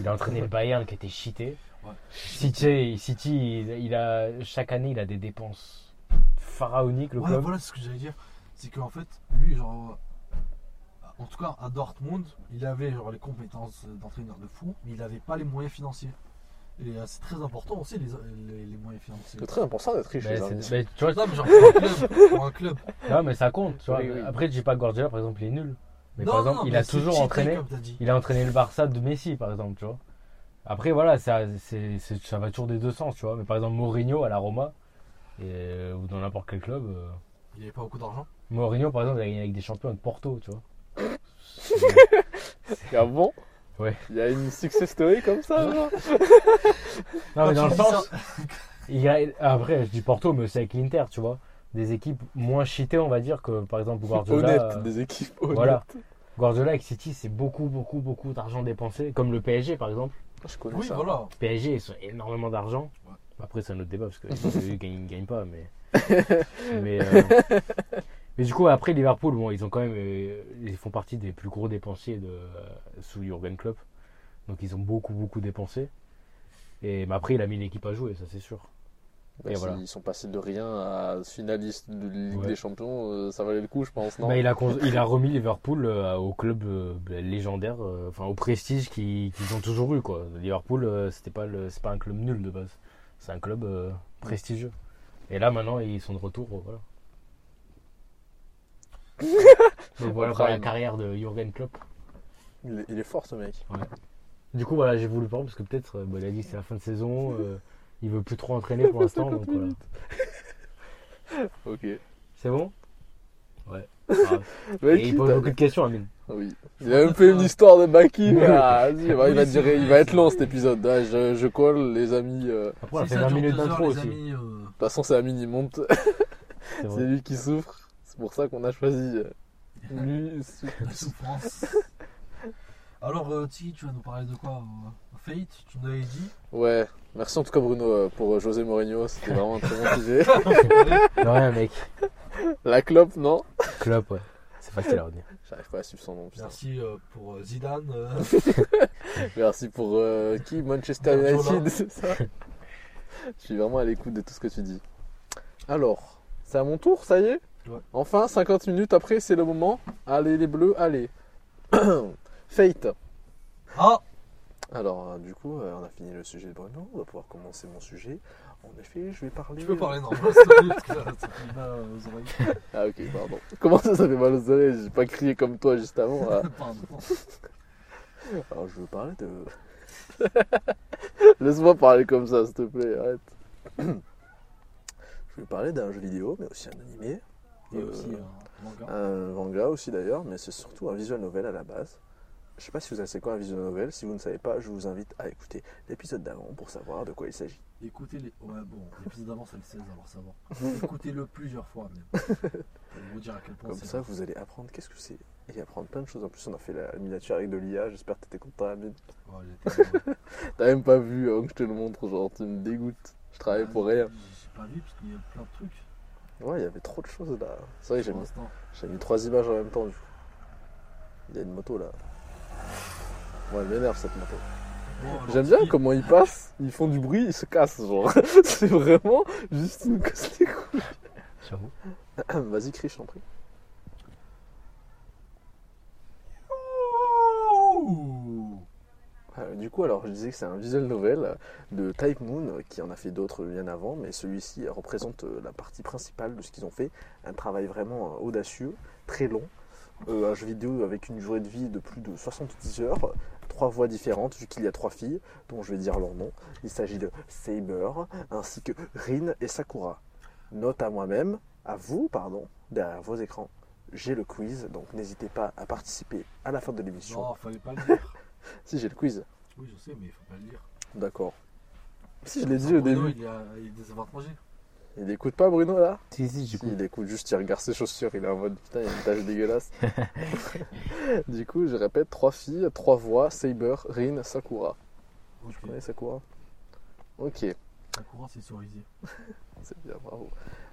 Speaker 1: Il a entraîné le Bayern qui était cheaté.
Speaker 3: Ouais.
Speaker 1: City, City il, il a, chaque année, il a des dépenses pharaoniques, le
Speaker 3: Ouais,
Speaker 1: club.
Speaker 3: voilà c'est ce que j'allais dire. C'est qu'en fait, lui, genre. euh, En tout cas, à Dortmund, il avait genre, les compétences d'entraîneur de fou, mais il n'avait pas les moyens financiers. Et euh, c'est très important aussi, les, les- les moyens financiers.
Speaker 2: C'est très important d'être riche.
Speaker 1: Mais
Speaker 2: les
Speaker 1: c'est-
Speaker 2: amis.
Speaker 1: mais tu vois,
Speaker 3: Non, mais genre pour un
Speaker 1: (laughs)
Speaker 3: club. Pour un club.
Speaker 1: non, mais ça compte, tu vois.
Speaker 2: Oui, oui.
Speaker 1: Après, je dis pas que Guardiola, par exemple, il est nul. Mais
Speaker 3: Non,
Speaker 1: par
Speaker 3: non,
Speaker 1: exemple,
Speaker 3: non,
Speaker 1: il
Speaker 3: mais
Speaker 1: a
Speaker 3: c'est
Speaker 1: toujours
Speaker 3: cheaté,
Speaker 1: entraîné.
Speaker 3: Comme t'as dit.
Speaker 1: Il a entraîné le Barça de Messi, par exemple, tu vois. Après, voilà, ça, c'est- c'est- ça va toujours des deux sens, tu vois. Mais par exemple, Mourinho à la Roma, et- ou dans n'importe quel club, euh,
Speaker 3: Il n'avait pas beaucoup d'argent.
Speaker 1: Mourinho, par exemple, il a gagné avec des champions avec Porto, tu vois.
Speaker 3: (laughs)
Speaker 2: Et avant,
Speaker 1: Ouais.
Speaker 2: Ah il y a une success story comme ça.
Speaker 1: (laughs)
Speaker 2: genre.
Speaker 1: Non, mais
Speaker 3: Quand
Speaker 1: dans le
Speaker 3: tu dis
Speaker 1: sens, il a- après, je dis Porto, mais c'est avec l'Inter, tu vois. Des équipes moins cheatées, on va dire, que par exemple Guardiola. euh,
Speaker 2: Honnête, des équipes honnêtes.
Speaker 1: voilà. Guardiola avec City, c'est beaucoup, beaucoup, beaucoup d'argent dépensé, comme le PSG, par exemple.
Speaker 2: Ah, Je connais
Speaker 3: Oui,
Speaker 2: ça.
Speaker 3: voilà.
Speaker 1: PSG, ils ont énormément d'argent.
Speaker 3: Ouais.
Speaker 1: Après, c'est un autre débat parce que ils gagnent, gagnent pas, mais. mais, euh, mais du coup, après Liverpool, bon, ils ont quand même, euh, ils font partie des plus gros dépensiers de euh, sous Jurgen Klopp, donc ils ont beaucoup beaucoup dépensé. Et mais après, il a mis l'équipe à jouer, ça c'est sûr.
Speaker 2: Bah,
Speaker 1: Et
Speaker 2: s'ils
Speaker 1: voilà.
Speaker 2: sont passés de rien à finaliste de Ligue
Speaker 1: Ouais.
Speaker 2: des Champions, euh, ça valait le coup, je pense, non
Speaker 1: Bah, il a cons- il a remis Liverpool euh, au club euh, bah, légendaire, euh, enfin au prestige qu'ils qu'ils ont toujours eu quoi. Liverpool, euh, c'était pas le, c'est pas un club nul de base, c'est un club euh, prestigieux. Et là maintenant, ils sont de retour, euh, voilà. (laughs) Donc voilà pour la
Speaker 2: Prime.
Speaker 1: carrière de Jurgen Klopp.
Speaker 2: il, est, il est fort, ce mec.
Speaker 1: Du coup, voilà, j'ai voulu parler parce que peut-être, euh, bah, il a dit que c'est la fin de saison, euh, il veut plus trop entraîner pour l'instant, donc voilà.
Speaker 2: Ok.
Speaker 1: C'est bon Ouais. Ah,
Speaker 2: Mec,
Speaker 1: et il pose
Speaker 2: t'as-
Speaker 1: beaucoup de questions, Amine.
Speaker 2: Ah Oui. Il a même fait une histoire de
Speaker 3: (laughs)
Speaker 2: Baki.
Speaker 1: Oui.
Speaker 2: Ah, vas-y, bah, il, va
Speaker 3: Oui,
Speaker 2: durer-
Speaker 3: c'est
Speaker 2: il
Speaker 3: vrai,
Speaker 2: va être
Speaker 3: c'est
Speaker 2: long
Speaker 3: vrai.
Speaker 2: cet épisode. Ah, je, je colle, les amis. euh, De
Speaker 1: Après, on a
Speaker 3: Si
Speaker 1: fait
Speaker 3: ça
Speaker 1: 20
Speaker 3: dure
Speaker 1: minutes
Speaker 3: deux heures,
Speaker 1: d'intro
Speaker 3: les
Speaker 1: aussi.
Speaker 3: amis, euh,
Speaker 2: toute façon, c'est Amine, il monte.
Speaker 1: c'est vrai.
Speaker 2: (laughs) C'est lui qui souffre. C'est pour ça qu'on a choisi.
Speaker 3: (laughs)
Speaker 2: euh, Lui, sou-
Speaker 3: La souffrance. (laughs) Alors, euh, Tiki, tu vas nous parler de quoi euh, Fate, tu nous avais dit.
Speaker 2: ouais. Merci en tout cas, Bruno, euh, pour euh, José Mourinho. C'était vraiment un très bon sujet. (laughs)
Speaker 1: De rien, mec.
Speaker 2: La clope, non
Speaker 1: Klopp, ouais. C'est facile à retenir.
Speaker 2: J'arrive pas à suivre son nom. putain.
Speaker 3: Merci euh, pour euh, Zidane. (laughs) euh,
Speaker 2: Merci pour euh, qui Manchester
Speaker 3: Guardiola.
Speaker 2: United, c'est ça Je suis vraiment à l'écoute de tout ce que tu dis. Alors, c'est à mon tour, ça y est
Speaker 3: Ouais.
Speaker 2: Enfin, 50 minutes après, c'est le moment. Allez les bleus, allez. (clears throat) Fate.
Speaker 3: Ah
Speaker 2: Alors, euh, du coup, euh, on a fini le sujet de Bruno. On va pouvoir commencer mon sujet. En effet, je vais parler.
Speaker 3: Tu peux parler normalement, s'il te plaît, (laughs) parce que là, ça fait mal aux oreilles.
Speaker 2: Ah, ok, pardon. Comment ça, ça fait mal aux oreilles J'ai pas crié comme toi juste avant. euh. là.
Speaker 3: (laughs) Pardon.
Speaker 2: Alors, je veux parler de. (laughs) Laisse-moi parler comme ça, s'il te plaît, arrête. je vais parler d'un jeu vidéo, mais aussi un animé.
Speaker 3: Et
Speaker 2: Euh,
Speaker 3: aussi un manga.
Speaker 2: Un manga aussi d'ailleurs, mais c'est surtout un visual novel à la base. Je sais pas si vous savez c'est quoi un visual novel, si vous ne savez pas, je vous invite à écouter l'épisode d'avant pour savoir de quoi il s'agit.
Speaker 3: Écoutez les. Ouais, bon, l'épisode d'avant, c'est le 16, alors ça (laughs) va. Écoutez-le plusieurs fois, (laughs) même. Pour vous dire à quel point
Speaker 2: Comme
Speaker 3: c'est.
Speaker 2: ça, vous allez apprendre qu'est-ce que c'est et apprendre plein de choses. En plus, on a fait la miniature avec de l'IA, j'espère que t'étais content, Amine.
Speaker 3: Oh, (laughs) j'étais-
Speaker 2: T'as même pas vu avant que je te le montre, genre tu me dégoûtes. Je
Speaker 3: Ah,
Speaker 2: travaille pour rien.
Speaker 3: J'ai pas vu, parce qu'il y a plein de trucs.
Speaker 2: Ouais, il y avait trop de choses là. C'est vrai que j'ai
Speaker 3: pour
Speaker 2: mis,
Speaker 3: l'instant.
Speaker 2: j'ai mis trois images en même temps, du coup. Il y a une moto là. Ouais, elle m'énerve cette moto.
Speaker 3: Bon, alors,
Speaker 2: J'aime bien
Speaker 3: Ah si-
Speaker 2: comment ils passent, ils font du bruit, ils se cassent, genre. (laughs) C'est vraiment juste une casse les couilles.
Speaker 1: J'avoue.
Speaker 2: (coughs) Vas-y, crie, je t'en prie.
Speaker 3: Ouh
Speaker 2: Euh, du coup, alors, je disais que c'est un visual novel euh, de Type Moon, euh, qui en a fait d'autres bien avant, mais celui-ci représente euh, la partie principale de ce qu'ils ont fait. Un travail vraiment euh, audacieux, très long. Euh, un jeu vidéo avec une durée de vie de plus de 70 heures, trois voix différentes, vu qu'il y a trois filles, dont je vais dire leur nom. Il s'agit de Saber, ainsi que Rin et Sakura. Note à moi-même, à vous, pardon, derrière vos écrans, j'ai le quiz, donc n'hésitez pas à participer à la fin de l'émission.
Speaker 3: Non, fallait pas le (laughs) dire.
Speaker 2: Si j'ai le quiz,
Speaker 3: Oui, je sais, mais il faut pas le dire.
Speaker 2: D'accord. Si je l'ai dit
Speaker 3: Bruno,
Speaker 2: au début.
Speaker 3: Il, a, il est désavantagé.
Speaker 2: Il écoute pas Bruno là
Speaker 1: Si, si, du
Speaker 2: Si,
Speaker 1: coup.
Speaker 2: Il écoute juste, il regarde ses chaussures, il est en mode putain, il y a une tache (laughs) dégueulasse. du coup, je répète, trois filles, trois voix, Saber, Rin, Sakura.
Speaker 3: Ok.
Speaker 2: Ouais, Sakura. Ok,
Speaker 3: La courant, c'est cerisé.
Speaker 2: c'est bien, bravo.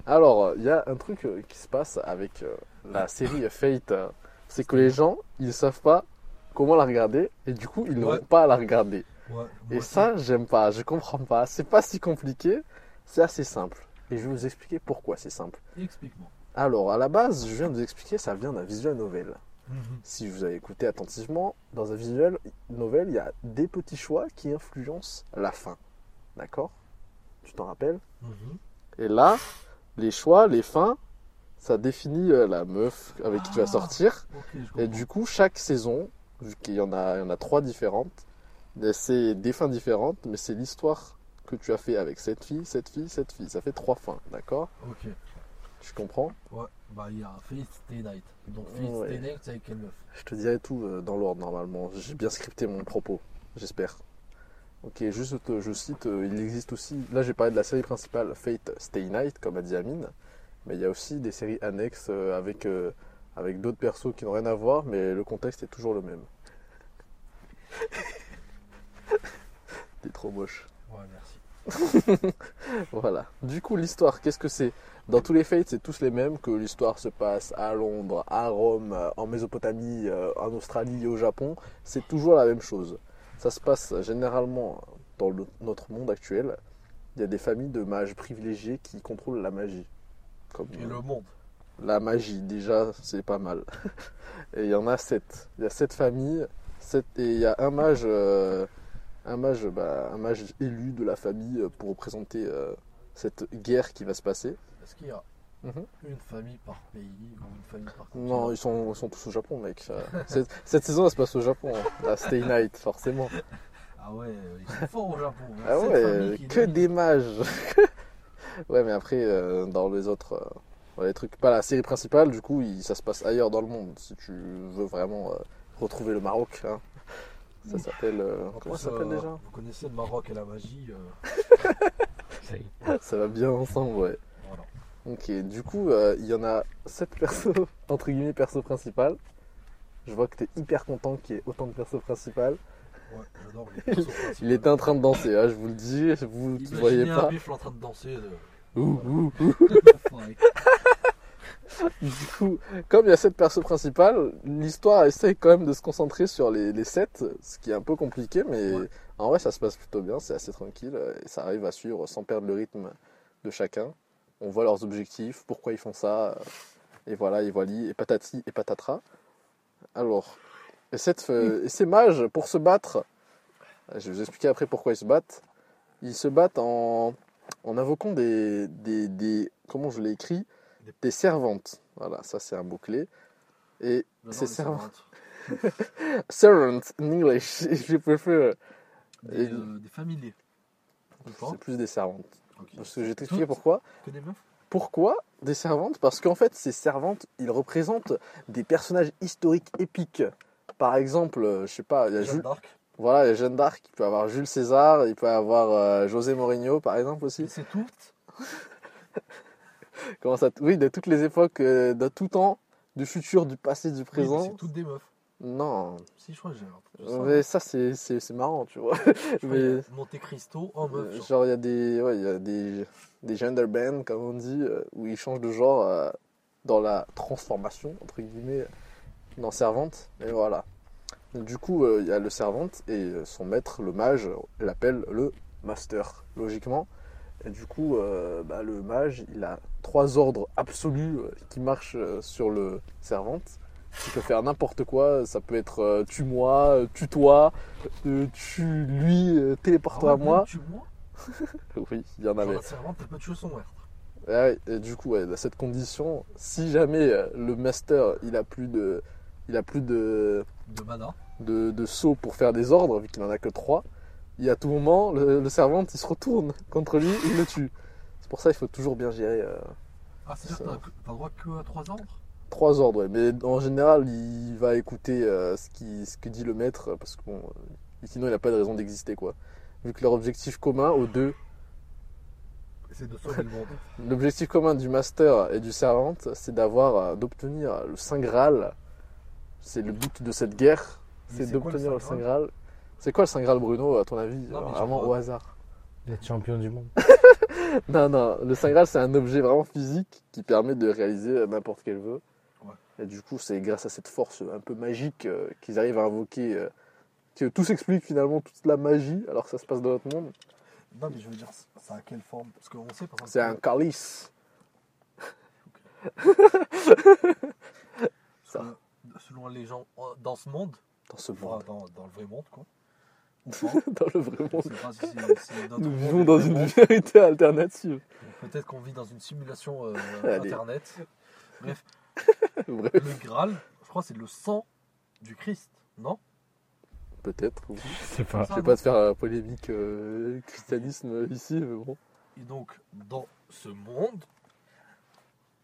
Speaker 2: Alors, il y a un truc euh, qui se passe avec euh, la série Fate, euh, c'est que les gens, ils savent pas comment la regarder, et du coup, ils n'ont
Speaker 3: Ouais.
Speaker 2: pas à la regarder.
Speaker 3: Ouais, moi
Speaker 2: Et
Speaker 3: aussi.
Speaker 2: ça, j'aime pas, je comprends pas. C'est pas si compliqué, c'est assez simple. Et je vais vous expliquer pourquoi c'est simple.
Speaker 3: Explique-moi.
Speaker 2: Alors, à la base, je viens de vous expliquer, ça vient d'un visual novel.
Speaker 3: Mhm,
Speaker 2: Si vous avez écouté attentivement, dans un visual novel, il y a des petits choix qui influencent la fin. D'accord Tu t'en rappelles
Speaker 3: Mhm.
Speaker 2: Et là, les choix, les fins, ça définit euh, la meuf avec qui tu vas
Speaker 3: Ah.
Speaker 2: sortir.
Speaker 3: Ok, je comprends.
Speaker 2: Et du coup, chaque saison, vu qu'il y en a, il y en a trois différentes, mais c'est des fins différentes, mais c'est l'histoire que tu as fait avec cette fille, cette fille, cette fille. Ça fait trois fins, d'accord
Speaker 3: Ok.
Speaker 2: Tu comprends
Speaker 3: Ouais, bah il y a Fate Stay Night. Donc Fate
Speaker 2: Ouais.
Speaker 3: Stay Night, c'est avec quelle meuf
Speaker 2: Je te dirai tout euh, dans l'ordre normalement. J'ai bien scripté mon propos, j'espère. Ok, juste te- je cite, euh, il existe aussi. Là, j'ai parlé de la série principale Fate Stay Night, comme a dit Amine, mais il y a aussi des séries annexes euh, avec euh, avec d'autres persos qui n'ont rien à voir, mais le contexte est toujours le même. (laughs) T'es trop moche.
Speaker 3: Ouais, merci.
Speaker 2: Voilà. Du coup, l'histoire, qu'est-ce que c'est Dans tous les Fates, c'est tous les mêmes que l'histoire se passe à Londres, à Rome, euh, en Mésopotamie, euh, en Australie et au Japon. C'est toujours la même chose. Ça se passe généralement dans le- notre monde actuel. Il y a des familles de mages privilégiés qui contrôlent la magie. Comme
Speaker 3: Et le monde.
Speaker 2: la magie, déjà, c'est pas mal. (laughs) Et il y en a sept. Il y a sept familles, sept, et il y a un mage, euh, un mage, bah, un mage élu de la famille euh, pour représenter euh, cette guerre qui va se passer.
Speaker 3: Est-ce qu'il y a
Speaker 2: Mhm.
Speaker 3: une famille par pays ou une famille par continent
Speaker 2: Non, ils sont, ils sont tous au Japon, mec. Euh, (laughs) cette, cette saison, elle se passe au Japon. hein. À Stay Night, forcément.
Speaker 3: Ah ouais, ils sont forts au Japon. hein.
Speaker 2: Ah
Speaker 3: Cette
Speaker 2: ouais,
Speaker 3: famille qui est
Speaker 2: que
Speaker 3: dingue.
Speaker 2: des mages. (laughs) ouais, mais après, euh, dans les autres, euh, ouais, les trucs, pas la série principale, du coup, il- ça se passe ailleurs dans le monde. Si tu veux vraiment euh, retrouver le Maroc, hein. ça s'appelle. euh,
Speaker 3: En
Speaker 2: comment
Speaker 3: plus,
Speaker 2: ça s'appelle
Speaker 3: euh,
Speaker 2: déjà
Speaker 3: Vous connaissez le Maroc et la magie. euh,
Speaker 1: Ça y est.
Speaker 2: Ça va bien ensemble, ouais.
Speaker 3: voilà.
Speaker 2: Ok, du coup, euh, il y en a 7 persos, (laughs) entre guillemets, persos principales. Je vois que t'es hyper content qu'il y ait autant de persos principales.
Speaker 3: Ouais, j'adore
Speaker 2: (laughs)
Speaker 3: les persos principaux.
Speaker 2: Il était en train de danser, hein, je vous le dis, vous ne
Speaker 3: Imaginez
Speaker 2: voyez
Speaker 3: un
Speaker 2: pas.
Speaker 3: bifle en train de
Speaker 2: (laughs)
Speaker 3: danser. euh,
Speaker 2: Ouh, ouh,
Speaker 3: l'enfoiré.
Speaker 2: Du coup, comme il y a sept persos principales, l'histoire essaie quand même de se concentrer sur les, les sept, ce qui est un peu compliqué, mais
Speaker 3: Ouais.
Speaker 2: En vrai, ça se passe plutôt bien, c'est assez tranquille. euh, Et ça arrive à suivre sans perdre le rythme de chacun. On voit leurs objectifs, pourquoi ils font ça. euh, Et voilà, et voilà, et patati, et patatras. Alors, et, cette, euh, et ces mages, pour se battre, euh, je vais vous expliquer après pourquoi ils se battent. Ils se battent en, en invoquant des, des, des- Comment je l'ai écrit
Speaker 3: Des-
Speaker 2: Des servantes. Voilà, ça c'est un mot clé. Et
Speaker 3: J'adore
Speaker 2: C'est
Speaker 3: les servantes.
Speaker 2: servant in English, (laughs) je préfère. euh,
Speaker 3: Des,
Speaker 2: Et-
Speaker 3: euh, des familiers. Je pense.
Speaker 2: C'est plus des servantes.
Speaker 3: Ok.
Speaker 2: Parce que je vais t'expliquer pourquoi.
Speaker 3: Que des meufs
Speaker 2: Pourquoi des servantes Parce qu'en fait, ces servantes, ils représentent des personnages historiques épiques. Par exemple, euh, je sais pas, il y a
Speaker 3: Jeanne
Speaker 2: Jules,
Speaker 3: d'Arc.
Speaker 2: voilà, il y a Jeanne d'Arc, il peut y avoir Jules César, il peut y avoir euh, José Mourinho, par exemple aussi.
Speaker 3: Et C'est tout.
Speaker 2: Comment ça t- Oui, de toutes les époques, euh, de tout temps, du futur, du passé, du
Speaker 3: Oui, mais
Speaker 2: présent.
Speaker 3: C'est toutes des meufs.
Speaker 2: Non,
Speaker 3: Si, je crois que j'ai un truc comme ça.
Speaker 2: mais ça c'est c'est- c'est marrant, tu vois.
Speaker 3: Je crois
Speaker 2: (laughs) mais-
Speaker 3: qu'il y a Monte Cristo en meuf.
Speaker 2: Euh,
Speaker 3: genre.
Speaker 2: Genre, il y a des, ouais, il y a des, des gender bands, comme on dit, euh, où ils changent de genre euh, dans la transformation, entre guillemets, dans servante. Et voilà. Donc, du coup, euh, il y a le servante et euh, son maître, le mage, euh, l'appelle le master, logiquement. Et du coup, euh, bah, le mage, il a trois ordres absolus euh, qui marchent euh, sur le servante. Il peut faire n'importe quoi, ça peut être euh, tue-moi, euh, tue-toi, euh, tue-lui, euh,
Speaker 3: Ah
Speaker 2: téléporte-toi
Speaker 3: ouais,
Speaker 2: à moi. Bah,
Speaker 3: même Tu vois
Speaker 2: (laughs) Oui, il y en
Speaker 3: Genre,
Speaker 2: avait.
Speaker 3: La servante, elle peut tuer son maître.
Speaker 2: Ah oui, et du coup, ouais, dans cette condition, si jamais euh, le master il a plus de, il a plus de,
Speaker 3: De mana.
Speaker 2: de, de sauts pour faire des ordres, vu qu'il en a que trois, et à tout moment, le, le servante il se retourne contre lui et il le tue. C'est pour ça il faut toujours bien gérer euh,
Speaker 3: Ah, c'est-à-dire que
Speaker 2: Ça.
Speaker 3: t'as que- t'as droit que à 3 ordres
Speaker 2: trois ordres. ouais. Mais en général, il va écouter euh, ce, qui, ce que dit le maître, parce que bon, euh, sinon il n'a pas de raison d'exister, quoi. Vu que leur objectif commun aux deux
Speaker 3: C'est de sauver le monde.
Speaker 2: L'objectif commun du master et du servant, c'est d'avoir, euh, d'obtenir le Saint Graal. C'est le but de cette guerre, (laughs)
Speaker 3: Mais
Speaker 2: c'est
Speaker 3: c'est quoi
Speaker 2: d'obtenir
Speaker 3: le
Speaker 2: le
Speaker 3: Saint
Speaker 2: Saint Graal. C'est quoi le Saint Graal, Bruno, à ton avis
Speaker 3: mais
Speaker 2: Alors,
Speaker 3: je
Speaker 2: Vraiment
Speaker 3: crois.
Speaker 2: au hasard. (laughs)
Speaker 1: D'être champion du monde.
Speaker 2: Non, non, le Saint Graal, c'est un objet vraiment physique qui permet de réaliser n'importe quel vœu.
Speaker 3: Ouais.
Speaker 2: Et du coup, c'est grâce à cette force un peu magique euh, qu'ils arrivent à invoquer, euh, que tout s'explique finalement, toute la magie, alors que ça se passe dans notre monde.
Speaker 3: Non, mais je veux dire, c'est- ça a quelle forme Parce qu'on sait, par exemple.
Speaker 2: C'est un calice. (laughs)
Speaker 3: que- Selon les gens euh, dans ce monde,
Speaker 2: Dans ce
Speaker 3: enfin,
Speaker 2: monde,
Speaker 3: dans, dans le vrai monde, quoi. Ou pas.
Speaker 2: (laughs) dans le vrai
Speaker 3: Je
Speaker 2: monde.
Speaker 3: sais pas si c'est- c'est notre
Speaker 2: Nous
Speaker 3: monde,
Speaker 2: vivons
Speaker 3: le
Speaker 2: dans
Speaker 3: vrai
Speaker 2: une
Speaker 3: monde.
Speaker 2: vérité alternative.
Speaker 3: Peut-être qu'on vit dans une simulation euh,
Speaker 2: (laughs) Allez.
Speaker 3: internet. Bref,
Speaker 2: Bref,
Speaker 3: le Graal, je crois, que c'est le sang du Christ, non
Speaker 2: peut-être. oui.
Speaker 1: Je sais pas.
Speaker 2: Je vais pas te faire la polémique euh, christianisme ici, mais bon.
Speaker 3: Et donc, dans ce monde,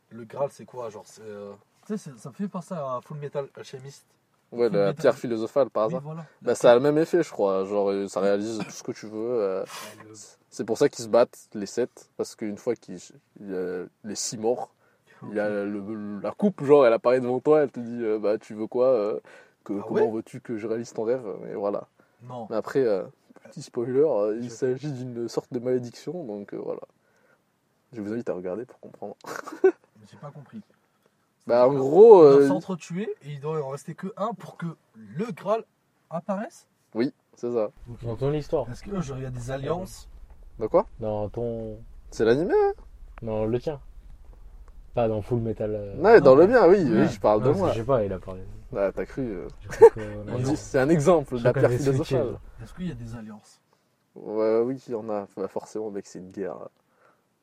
Speaker 3: le Graal, c'est quoi Genre, c'est, euh, tu sais, c'est- ça me fait penser à Full Metal Alchemist.
Speaker 2: Ouais, la
Speaker 3: Metal.
Speaker 2: pierre philosophale par
Speaker 3: Oui,
Speaker 2: hasard.
Speaker 3: voilà.
Speaker 2: Bah, ça a le même effet, je crois. Genre, euh, ça réalise tout ce que tu veux. euh.
Speaker 3: Ouais, le-
Speaker 2: C'est pour ça qu'ils se battent, les sept, parce qu'une fois qu'il il y a les six morts, il y a le- la coupe, genre, elle apparaît devant toi, elle te dit euh, Bah, tu veux quoi euh, que,
Speaker 3: Ah
Speaker 2: Comment
Speaker 3: ouais
Speaker 2: veux-tu que je réalise ton rêve Et voilà.
Speaker 3: Non,
Speaker 2: Mais après, euh, petit spoiler, euh, il
Speaker 3: Je-
Speaker 2: s'agit d'une sorte de malédiction, donc euh, voilà. Je vous invite à regarder pour comprendre.
Speaker 3: j'ai pas compris.
Speaker 2: Bah en gros,
Speaker 3: Ils
Speaker 2: euh,
Speaker 3: doivent s'entretuer et il doit en rester que un pour que le Graal apparaisse
Speaker 2: c'est ça.
Speaker 1: Dans ton histoire.
Speaker 3: Est-ce que genre, il y a des alliances
Speaker 2: Dans quoi
Speaker 1: Dans ton.
Speaker 2: C'est l'animé hein
Speaker 1: Dans le tien. Pas dans Full Metal. euh,
Speaker 2: Ouais, dans le mien, oui,
Speaker 1: Ouais.
Speaker 2: oui, je parle
Speaker 1: non,
Speaker 2: de
Speaker 1: c'est-
Speaker 2: moi.
Speaker 1: Je sais pas, il a parlé.
Speaker 2: Ah, t'as cru. euh,
Speaker 1: J'ai (laughs) cru que-
Speaker 2: on
Speaker 1: non,
Speaker 2: dit,
Speaker 1: non.
Speaker 2: c'est un exemple de la
Speaker 1: Je
Speaker 2: pierre
Speaker 1: connais Switchy,
Speaker 2: philosophale.
Speaker 1: là.
Speaker 3: Est-ce qu'il y a des alliances
Speaker 2: Ouais, oui, il y en a. Bah, forcément, mec, c'est une guerre. là.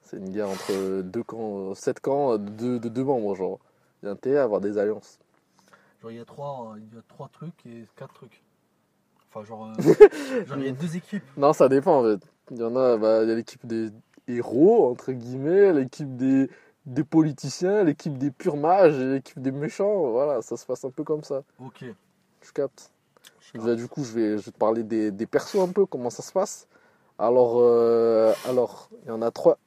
Speaker 2: C'est une guerre entre deux camps, sept camps euh, de, de deux membres, genre. Il y a intérêt à avoir des alliances.
Speaker 3: Genre, il y a trois, euh, il y a trois trucs et quatre trucs. Enfin,
Speaker 2: (laughs)
Speaker 3: genre, euh, genre il y a deux équipes.
Speaker 2: Non, ça dépend, en fait. Il y en a, bah, il y a l'équipe des héros, entre guillemets, l'équipe des, des politiciens, l'équipe des purs mages, et l'équipe des méchants. Voilà, ça se passe un peu comme ça.
Speaker 3: Ok. Ah,
Speaker 2: Tu captes Bah, du coup, je vais, je vais te parler des, des persos un peu, comment ça se passe. Alors, euh, alors, il y en a trois.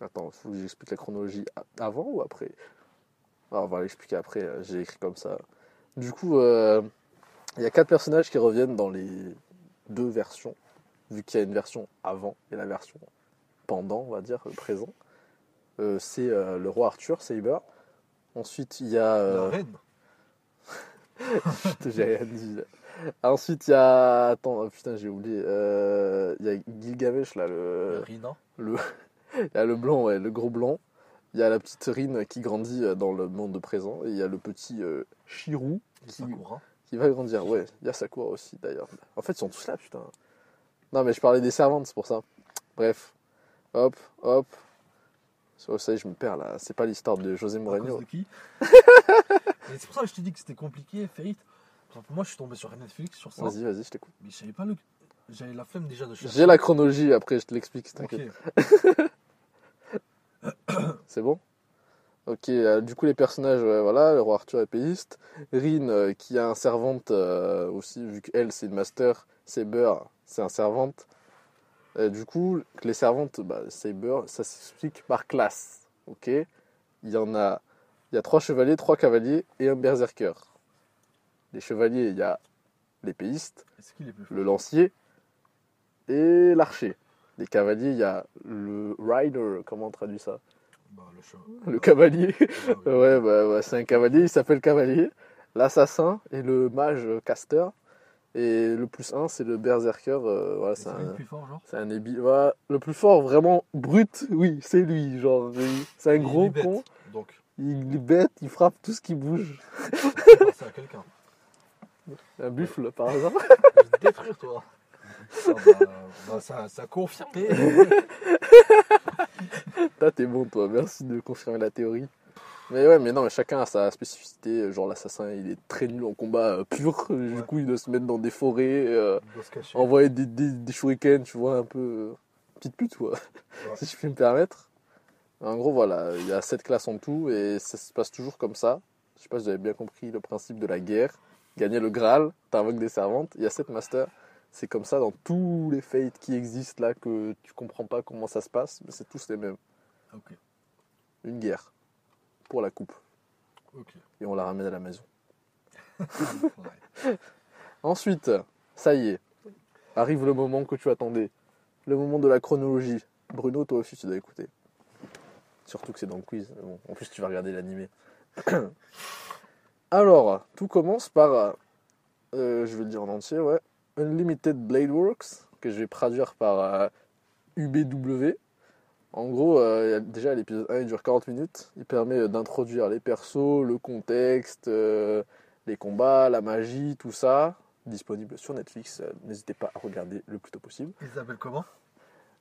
Speaker 2: Attends, il faut que j'explique la chronologie a- avant ou après Ah, On va l'expliquer après, euh, j'ai écrit comme ça. Du coup, euh, il y a quatre personnages qui reviennent dans les deux versions, vu qu'il y a une version avant et la version pendant, on va dire, le présent. Euh, c'est euh, le roi Arthur, Saber. Ensuite, il y a.
Speaker 3: La
Speaker 2: euh,
Speaker 3: reine.
Speaker 2: j'ai rien dit. Ensuite, il y a. Attends, oh, putain, j'ai oublié. Euh, Il y a Gilgamesh, là, le.
Speaker 3: Rina.
Speaker 2: Il y a le blanc, ouais, le gros blanc. Il y a la petite Rine qui grandit euh, dans le monde présent. Et il y a le petit euh, Shirou
Speaker 3: et
Speaker 2: qui,
Speaker 3: Sakura.
Speaker 2: qui va grandir. Ouais, il y a Sakura aussi, d'ailleurs. En fait, ils sont tous là, putain. Non, mais je parlais des servantes, c'est pour ça. Bref. Hop, hop. Ça ça y est, je me perds là. C'est pas l'histoire de José
Speaker 3: À cause
Speaker 2: Mourinho. (laughs)
Speaker 3: de qui Et c'est pour ça que je te dis que c'était compliqué, Ferit. Enfin, pour moi, je suis tombé sur Netflix, sur ça.
Speaker 2: Vas-y, vas-y, je t'écoute.
Speaker 3: Mais je savais pas le. J'avais la flemme déjà de chercher.
Speaker 2: J'ai la chronologie, après je te l'explique,
Speaker 3: Ok.
Speaker 2: t'inquiète. C'est bon Ok, euh, du coup les personnages, ouais, voilà, le roi Arthur épéiste, Rin euh, qui a un servante euh, aussi, vu qu'elle c'est une master, Saber c'est un servante. Et du coup, les servantes, bah, Saber, ça s'explique par classe, ok Il y en a, il y a trois chevaliers, trois cavaliers et un berserker. Les chevaliers, il y a l'épéiste,
Speaker 3: Est-ce qu'il est plus fort
Speaker 2: le lancier et l'archer. Les cavaliers, il y a le rider, comment on traduit ça
Speaker 3: Bah, le
Speaker 2: (laughs)
Speaker 3: cheval.
Speaker 2: Le cavalier.
Speaker 3: Ah oui.
Speaker 2: Ouais, bah, bah, c'est un cavalier, il s'appelle Cavalier. L'assassin et le mage euh, caster. Et le plus 1, c'est le berserker. euh, voilà,
Speaker 3: Et
Speaker 2: c'est
Speaker 3: C'est lui le
Speaker 2: un,
Speaker 3: plus fort, genre
Speaker 2: c'est un ébi- voilà, le plus fort, vraiment brut, oui, c'est lui. Genre, oui. c'est un
Speaker 3: Il est
Speaker 2: gros
Speaker 3: bête,
Speaker 2: con.
Speaker 3: Donc,
Speaker 2: Il est bête, il frappe tout ce qui bouge.
Speaker 3: c'est passé à
Speaker 2: (laughs)
Speaker 3: quelqu'un.
Speaker 2: Un buffle, par hasard. (laughs)
Speaker 3: Je vais te détruire, toi. Ah bah, bah, ça, ça confirme.
Speaker 2: Là, t'es bon, toi. Merci de confirmer la théorie. Mais ouais, mais non, mais chacun a sa spécificité. Genre, l'assassin, il est très nul en combat euh, pur. Du
Speaker 3: Ouais.
Speaker 2: coup, il doit se mettre dans des forêts. euh,
Speaker 3: Il doit se cacher.
Speaker 2: envoyer des, des, des shurikens, tu vois, un peu euh, petite pute, quoi, (laughs)
Speaker 3: Ouais.
Speaker 2: si je puis me permettre. En gros, voilà, il y a sept classes en tout et ça se passe toujours comme ça. Je sais pas si vous avez bien compris le principe de la guerre. Gagner le Graal, t'invoques des servantes, il y a sept masters. C'est comme ça dans tous les fates qui existent là que tu comprends pas comment ça se passe, mais c'est tous les mêmes.
Speaker 3: Ok,
Speaker 2: Une guerre pour la coupe
Speaker 3: ok.
Speaker 2: et on la ramène à la maison.
Speaker 3: Ouais.
Speaker 2: Ensuite, ça y est, arrive le moment que tu attendais. Le moment de la chronologie. Bruno, toi aussi, tu dois écouter. Surtout que c'est dans le quiz. mais bon, en plus, tu vas regarder l'animé. (coughs) Alors, tout commence par, euh, je vais le dire en entier, ouais, Unlimited Blade Works, que je vais traduire par euh, UBW. En gros, euh, il y a- déjà l'épisode 1, il dure 40 minutes. Il permet d'introduire les persos, le contexte, euh, les combats, la magie, tout ça, disponible sur Netflix. Euh, N'hésitez pas à regarder le plus tôt possible.
Speaker 3: Il s'appelle comment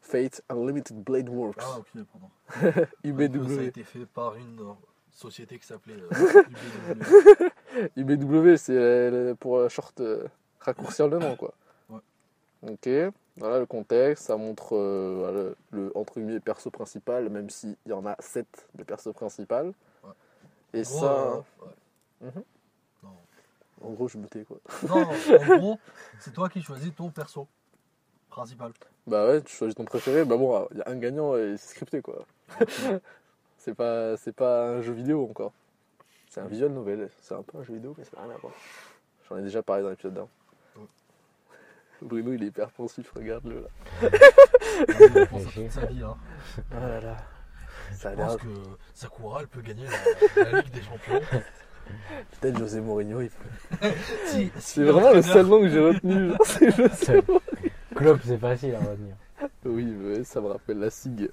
Speaker 2: Fate Unlimited Blade Works,
Speaker 3: Ah, ok, pardon. Donc, Ça a
Speaker 2: UBW.
Speaker 3: été fait par une euh, société qui s'appelait
Speaker 2: (laughs)
Speaker 3: euh, UBW.
Speaker 2: UBW, c'est euh, pour la short euh, raccourcir le nom, quoi.
Speaker 3: (coughs) Ouais.
Speaker 2: Ok, voilà le contexte, ça montre euh, voilà, le entre guillemets perso principal, même s'il y en a 7 de perso principal.
Speaker 3: Ouais.
Speaker 2: Et
Speaker 3: En gros,
Speaker 2: ça,
Speaker 3: euh, ouais.
Speaker 2: Mhm.
Speaker 3: Non.
Speaker 2: en gros, je me tais, quoi.
Speaker 3: Non, en gros, c'est toi qui choisis ton perso
Speaker 2: (laughs)
Speaker 3: principal.
Speaker 2: Bah ouais, tu choisis ton préféré, bah bon, il y a un gagnant et c'est scripté, quoi. (laughs) C'est pas, c'est pas un jeu vidéo encore. C'est un visual novel. C'est un peu un jeu vidéo, mais ça n'a rien à voir. J'en ai déjà parlé dans l'épisode 1.
Speaker 3: Ouais.
Speaker 2: Bruno, il est hyper pensif, regarde-le là.
Speaker 3: Il pense à toute sa vie. Hein.
Speaker 2: Ah là là. Ça a
Speaker 3: Je
Speaker 2: l'air.
Speaker 3: pense que Sakura, elle peut gagner la, la Ligue
Speaker 2: (laughs)
Speaker 3: des Champions.
Speaker 2: Peut-être José Mourinho. il-
Speaker 3: Si- si
Speaker 2: C'est vraiment le
Speaker 3: entraîneur-
Speaker 2: seul nom que j'ai retenu. (laughs) genre, c'est José-
Speaker 1: C'est- (laughs) Klopp, c'est facile hein, à retenir.
Speaker 2: Oui, mais ça me rappelle la (laughs) SIG.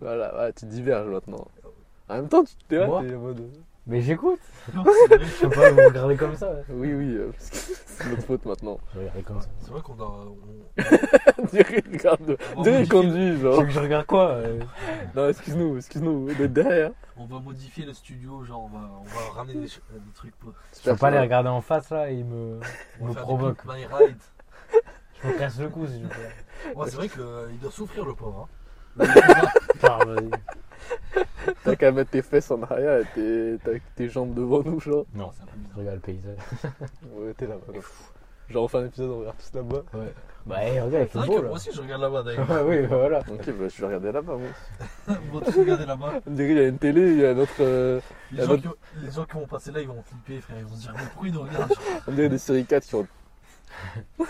Speaker 2: voilà, voilà, tu diverges maintenant. En même temps, tu t'es là,
Speaker 1: Moi
Speaker 2: t'es en mode-
Speaker 1: Mais j'écoute.
Speaker 3: Non, c'est vrai.
Speaker 1: Je peux pas vous regarder comme ça. ouais.
Speaker 2: Oui, oui, euh,
Speaker 1: (laughs)
Speaker 2: parce que c'est notre faute maintenant. (laughs)
Speaker 1: Je regarde comme ça.
Speaker 3: C'est vrai qu'on a. on-
Speaker 2: Derrière, regarde.
Speaker 3: On va
Speaker 2: Derrière, il
Speaker 3: modifier-
Speaker 2: conduit,
Speaker 1: Tu
Speaker 2: genre.
Speaker 1: veux que je regarde quoi euh
Speaker 2: Non, excuse-nous, excuse-nous, d'être derrière.
Speaker 3: On va modifier le studio, genre on va, on va ramener des, ch- euh, des trucs. Pour,
Speaker 1: Je peux pas les regarder en face là et ils me, ils
Speaker 3: on
Speaker 1: me
Speaker 3: va faire
Speaker 1: provoquent.
Speaker 3: des Pimp My Ride.
Speaker 1: Je me casse le cou si je peux.
Speaker 3: Ouais, c'est vrai qu'il doit souffrir le pauvre. hein.
Speaker 1: Putain, vas-y.
Speaker 2: T'as qu'à mettre tes fesses en arrière et tes, t'as tes jambes devant nous, genre.
Speaker 1: Non,
Speaker 3: C'est un peu bizarre.
Speaker 1: je regarde le paysage.
Speaker 2: Ouais, t'es là-bas. quoi. Genre, on fait un épisode, on regarde tous là-bas.
Speaker 1: Ouais. Bah, hey, regarde, il
Speaker 3: C'est
Speaker 1: fait
Speaker 3: vrai
Speaker 1: beau
Speaker 3: que
Speaker 1: là.
Speaker 3: moi aussi je regarde là-bas d'ailleurs.
Speaker 1: Ouais, oui, bah, voilà.
Speaker 2: Ok, bah, je vais regarder là-bas, moi.
Speaker 3: On va tous regarder là-bas.
Speaker 2: On dirait qu'il y a une télé, il y a notre. euh,
Speaker 3: Les,
Speaker 2: La
Speaker 3: gens
Speaker 2: bonne-
Speaker 3: qui vont- les gens qui vont passer là, ils vont flipper, frère. Ils vont se dire, mais pourquoi ils nous regardent
Speaker 2: on dirait des séries 4 qui ont. (clears throat)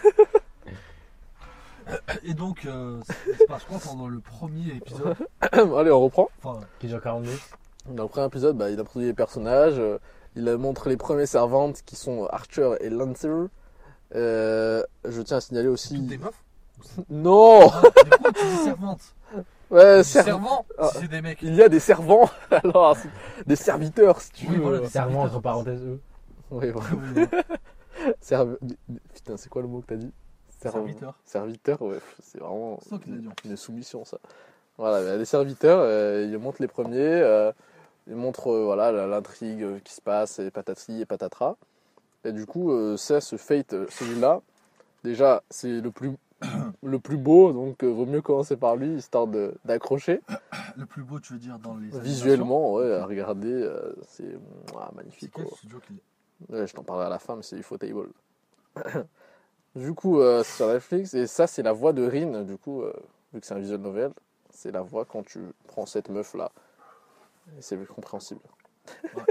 Speaker 3: Et donc, euh, il se passe quoi pendant le premier épisode
Speaker 2: Allez, on reprend.
Speaker 3: Enfin,
Speaker 1: Qui dure 40 minutes.
Speaker 2: Dans le premier épisode, bah, il introduit les personnages, euh, Il montre les premiers servantes qui sont Archer et Lancer. Euh, je tiens à signaler aussi.
Speaker 3: Toutes des meufs
Speaker 2: Non
Speaker 3: Ah, mais pourquoi tu dis servantes Tu
Speaker 2: Ouais,
Speaker 3: dis
Speaker 2: serv-
Speaker 3: servants,
Speaker 2: Ah.
Speaker 3: si c'est des mecs.
Speaker 2: Il y a des servants, (laughs) alors c'est des serviteurs si tu
Speaker 3: Oui,
Speaker 2: veux.
Speaker 3: voilà, des
Speaker 1: Servant entre
Speaker 3: serviteurs.
Speaker 1: parenthèses euh, eux.
Speaker 2: (laughs) Oui, voilà.
Speaker 3: Euh,
Speaker 2: Serve- Putain, c'est quoi le mot que t'as dit Serv-
Speaker 3: Serviteur.
Speaker 2: Serviteur, ouais, pff, c'est vraiment
Speaker 3: C'est toi qui l'as dit, en
Speaker 2: une soumission ça. Voilà, mais les serviteurs, euh, ils montrent les premiers, euh, ils montrent euh, voilà la- l'intrigue euh, qui se passe, et patati et patatras. Et du coup, euh, ça, ce fate, euh, celui-là, déjà, c'est le plus (coughs) le plus beau, donc euh, vaut mieux commencer par lui histoire de- d'accrocher.
Speaker 3: Le plus beau, tu veux dire, dans les.
Speaker 2: Visuellement, ouais,
Speaker 3: Ok.
Speaker 2: à regarder, euh, c'est mouah,
Speaker 3: C'est
Speaker 2: magnifique.
Speaker 3: quel
Speaker 2: quoi.
Speaker 3: studio qui
Speaker 2: Ouais, je t'en parlerai à la fin, mais c'est Ufotable. (coughs) du coup, euh, c'est sur Netflix, et ça, c'est la voix de Rin, du coup, euh, vu que c'est un visual novel, c'est la voix quand tu prends cette meuf-là. Et C'est compréhensible. (laughs)
Speaker 3: Ouais.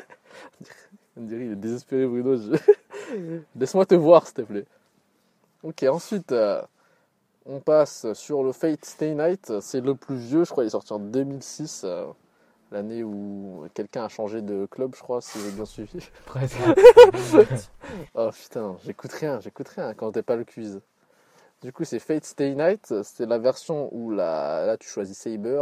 Speaker 2: On dirait il est désespéré, Bruno. je- Laisse-moi te voir, s'il te plaît. Ok, ensuite, euh, on passe sur le Fate Stay Night. C'est le plus vieux, je crois, il est sorti en 2006, euh, l'année où quelqu'un a changé de club, je crois, si j'ai bien suivi.
Speaker 1: Presque.
Speaker 2: Oh putain, j'écoute rien, j'écoute rien quand t'es pas le quiz. Du coup, c'est Fate Stay Night, c'est la version où la- là tu choisis Saber,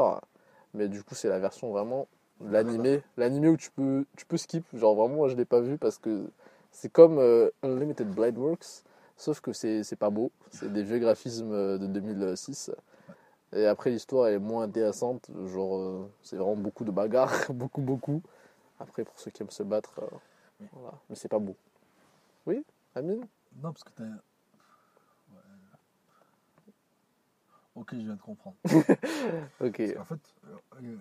Speaker 2: mais du coup, c'est la version vraiment l'animé, l'animé où tu peux tu peux skip, genre vraiment moi, je l'ai pas vu parce que c'est comme euh, Unlimited Blade Works, sauf que c'est c'est pas beau, c'est des vieux graphismes euh, de 2006. Et après l'histoire elle est moins intéressante, genre euh, c'est vraiment beaucoup de bagarres, (laughs) beaucoup beaucoup. Après pour ceux qui aiment se battre, euh, voilà, mais c'est pas beau. Amine
Speaker 3: Non, parce que t'as. Ouais. Ok, je viens de comprendre.
Speaker 2: Ok,
Speaker 3: En fait, euh, euh,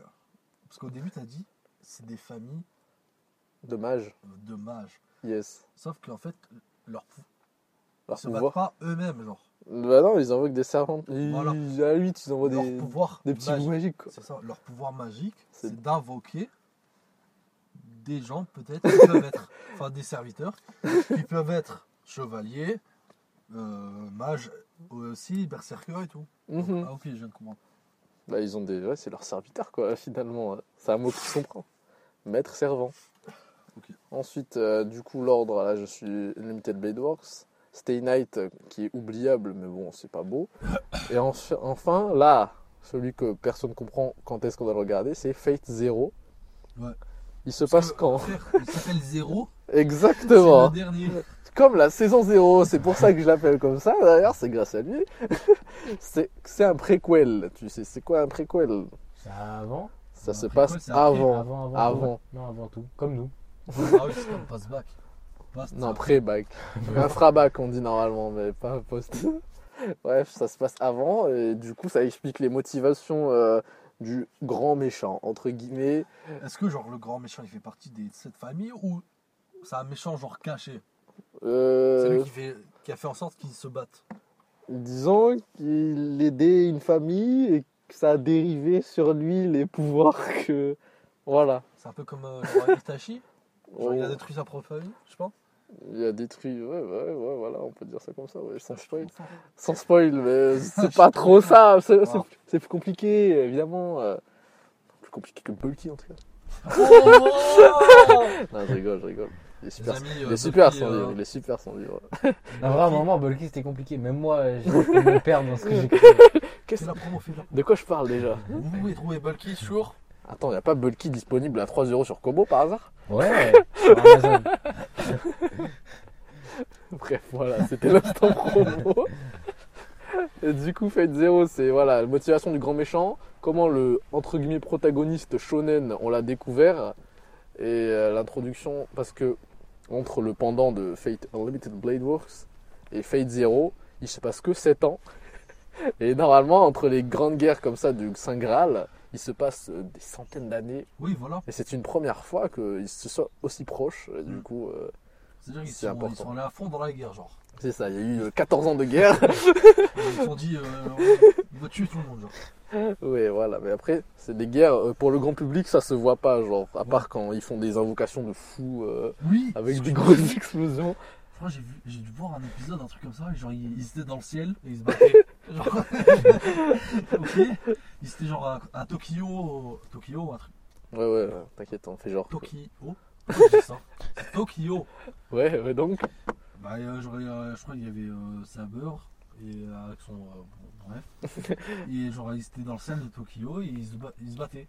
Speaker 3: parce qu'au début, t'as dit, c'est des familles euh,
Speaker 2: dommage.
Speaker 3: de mages.
Speaker 2: Yes.
Speaker 3: Sauf qu'en fait, leur pou- ils
Speaker 2: Leur
Speaker 3: se battent
Speaker 2: pouvoir.
Speaker 3: pas eux-mêmes, genre.
Speaker 2: Bah non, ils envoient que des servants. Ils- ah
Speaker 3: Voilà.
Speaker 2: À 8, ils envoient
Speaker 3: leur
Speaker 2: des,
Speaker 3: pouvoir
Speaker 2: des petits
Speaker 3: magique-
Speaker 2: bouts magiques. Quoi.
Speaker 3: C'est ça, leur pouvoir magique,
Speaker 2: C'est-
Speaker 3: c'est d'invoquer des gens peut-être qui
Speaker 2: (laughs)
Speaker 3: peuvent être, enfin des serviteurs, qui peuvent être chevaliers, euh, mages aussi, berserkers et tout. Donc,
Speaker 2: Mhm.
Speaker 3: ah ok, je viens de comprendre.
Speaker 2: Bah, ils ont des. Ouais, c'est leurs serviteurs, quoi, (laughs) finalement. C'est un mot qui se comprend. Maître servant.
Speaker 3: Ok.
Speaker 2: Ensuite, euh, du coup, l'ordre, là, je suis Limited Blade Works. Stay Night, euh, qui est oubliable, mais bon, c'est pas beau. Et enf- enfin, là, celui que personne comprend quand est-ce qu'on va le regarder, c'est Fate Zero.
Speaker 3: Ouais.
Speaker 2: Il se
Speaker 3: Parce
Speaker 2: passe
Speaker 3: que,
Speaker 2: quand (laughs)
Speaker 3: Euh, frère, Il s'appelle Zéro, c'est
Speaker 2: Exactement.
Speaker 3: le dernier.
Speaker 2: Comme la saison 0, c'est pour ça que je l'appelle comme ça, d'ailleurs, c'est grâce à lui. (laughs) c'est c'est un préquel. Tu sais, c'est quoi un préquel
Speaker 1: C'est avant
Speaker 2: Ça
Speaker 3: Un
Speaker 2: se
Speaker 3: préquel,
Speaker 2: passe
Speaker 3: c'est après,
Speaker 2: avant.
Speaker 1: Avant, avant.
Speaker 2: avant.
Speaker 1: tout. Non, avant tout. Comme nous.
Speaker 3: Ah oui, c'est comme passe-back. Passe-
Speaker 2: Non, pré-bac. Infrabac, on dit normalement, mais pas post. (laughs) Bref, ça se passe avant, et du coup, ça explique les motivations euh, du grand méchant, entre guillemets.
Speaker 3: Est-ce que genre le grand méchant il fait partie des sept familles ou c'est un méchant genre caché
Speaker 2: Euh,
Speaker 3: C'est lui qui, fait, qui a fait en sorte qu'ils se battent.
Speaker 2: Disons qu'il aidait une famille et que ça a dérivé sur lui les pouvoirs que. Voilà.
Speaker 3: C'est un peu comme euh, genre,
Speaker 2: (laughs)
Speaker 3: Itachi. Genre, il a
Speaker 2: On-
Speaker 3: détruit sa propre famille,
Speaker 2: (laughs)
Speaker 3: je pense.
Speaker 2: Il a détruit, ouais, ouais, ouais, voilà, on peut dire ça comme ça, ouais, sans spoil.
Speaker 3: Putain, je comprends.
Speaker 2: Sans spoil, mais c'est (laughs) pas trop ça, c'est c'est- c'est plus compliqué, évidemment. euh, plus compliqué que Bulky en tout cas. Non, je rigole, je rigole. Il est super,
Speaker 3: Les amis,
Speaker 2: Oh. il est
Speaker 3: euh,
Speaker 2: super
Speaker 3: Bulky,
Speaker 2: son
Speaker 3: euh,
Speaker 2: livre, il est super son livre.
Speaker 1: Non, vraiment, à un moment, Bulky, c'était compliqué. Même moi, euh, j'ai essayé de me perdre dans ce que j'écrivais.
Speaker 3: Fais la promo, fais la promo.
Speaker 2: De quoi je parle déjà
Speaker 3: Vous pouvez trouver Bulky sur.
Speaker 2: Attends, il a pas Bulky disponible à 3€ sur Kobo par hasard
Speaker 1: Ouais, sur Amazon.
Speaker 2: (laughs) Bref, voilà, c'était l'instant promo. Et du coup, Fate Zero, c'est voilà, la motivation du grand méchant, comment le entre guillemets protagoniste shonen, on l'a découvert, et euh, l'introduction, parce que entre le pendant de Fate Unlimited Blade Works et Fate Zero, il se passe que 7 ans. (laughs) Et normalement, entre les grandes guerres comme ça du Saint Graal, il se passe euh, des centaines d'années.
Speaker 3: Oui, voilà.
Speaker 2: Et c'est une première fois qu'ils se soient aussi proches. Et Du
Speaker 3: Mm.
Speaker 2: coup, euh,
Speaker 3: C'est-à-dire qu'ils
Speaker 2: C'est
Speaker 3: sont,
Speaker 2: important.
Speaker 3: ils sont allés à fond dans la guerre, genre.
Speaker 2: c'est ça, il y a eu euh, 14 ans de guerre.
Speaker 3: Ils se sont dit, euh, on- on va tuer tout le monde, genre.
Speaker 2: Oui, voilà, mais après, c'est des guerres, euh, pour le grand public, ça se voit pas, genre, à part quand ils font des invocations de fous euh,
Speaker 3: Oui
Speaker 2: avec
Speaker 3: parce
Speaker 2: des
Speaker 3: que
Speaker 2: grosses explosions.
Speaker 3: Je crois que j'ai vu- j'ai dû voir un épisode, un truc comme ça, et genre ils, ils étaient dans le ciel et ils se battaient.
Speaker 2: (laughs)
Speaker 3: genre. (laughs) ok Ils étaient genre à, à Tokyo. Tokyo, un truc.
Speaker 2: Ouais, ouais, ouais, t'inquiète, on fait genre.
Speaker 3: Tokyo. Pourquoi je dis ça C'est Tokyo.
Speaker 2: Ouais, ouais, donc.
Speaker 3: Bah, euh, j'aurais, euh, je crois qu'il y avait euh, Saber et euh, avec son. euh, bon, bref.
Speaker 2: (laughs)
Speaker 3: et genre, ils étaient dans le scène de Tokyo et ils se, ba- ils se battaient.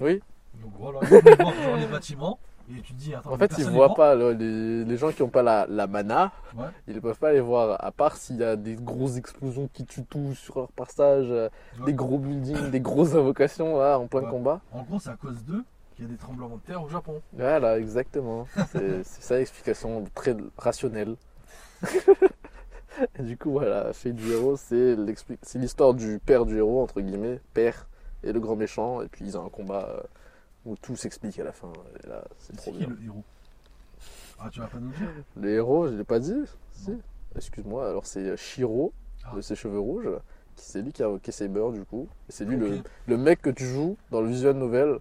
Speaker 2: Oui.
Speaker 3: Donc
Speaker 2: (laughs)
Speaker 3: voilà, tu peux voir genre, les bâtiments et tu te dis, attends,
Speaker 2: En
Speaker 3: mais
Speaker 2: fait, ils
Speaker 3: personne les
Speaker 2: voient
Speaker 3: prend.
Speaker 2: pas, là, les, les gens qui n'ont pas la, la mana,
Speaker 3: Ouais.
Speaker 2: ils ne peuvent pas les voir, à part s'il y a des grosses explosions qui tuent tout sur leur passage, euh,
Speaker 3: Ouais.
Speaker 2: des gros buildings, des grosses invocations là, en plein
Speaker 3: Ouais.
Speaker 2: combat.
Speaker 3: En gros, c'est à cause d'eux qu'il y a des tremblements de terre au Japon.
Speaker 2: Voilà, exactement. C'est (laughs) c'est ça l'explication très rationnelle. (laughs) Et du coup, voilà, Fate du héros, c'est l'expli- c'est l'histoire du père du héros, entre guillemets, père et le grand méchant, et puis ils ont un combat euh, où tout s'explique à la fin. Et là, c'est trop
Speaker 3: C'est qui
Speaker 2: bien.
Speaker 3: le héros Ah, tu vas pas nous le dire
Speaker 2: Le héros, je l'ai pas dit Si. Excuse-moi, alors c'est euh, Shiro,
Speaker 3: Ah.
Speaker 2: de ses cheveux rouges, qui c'est lui qui a invoqué Saber du coup. Et c'est lui le,
Speaker 3: Ok.
Speaker 2: le mec que tu joues dans le visual novel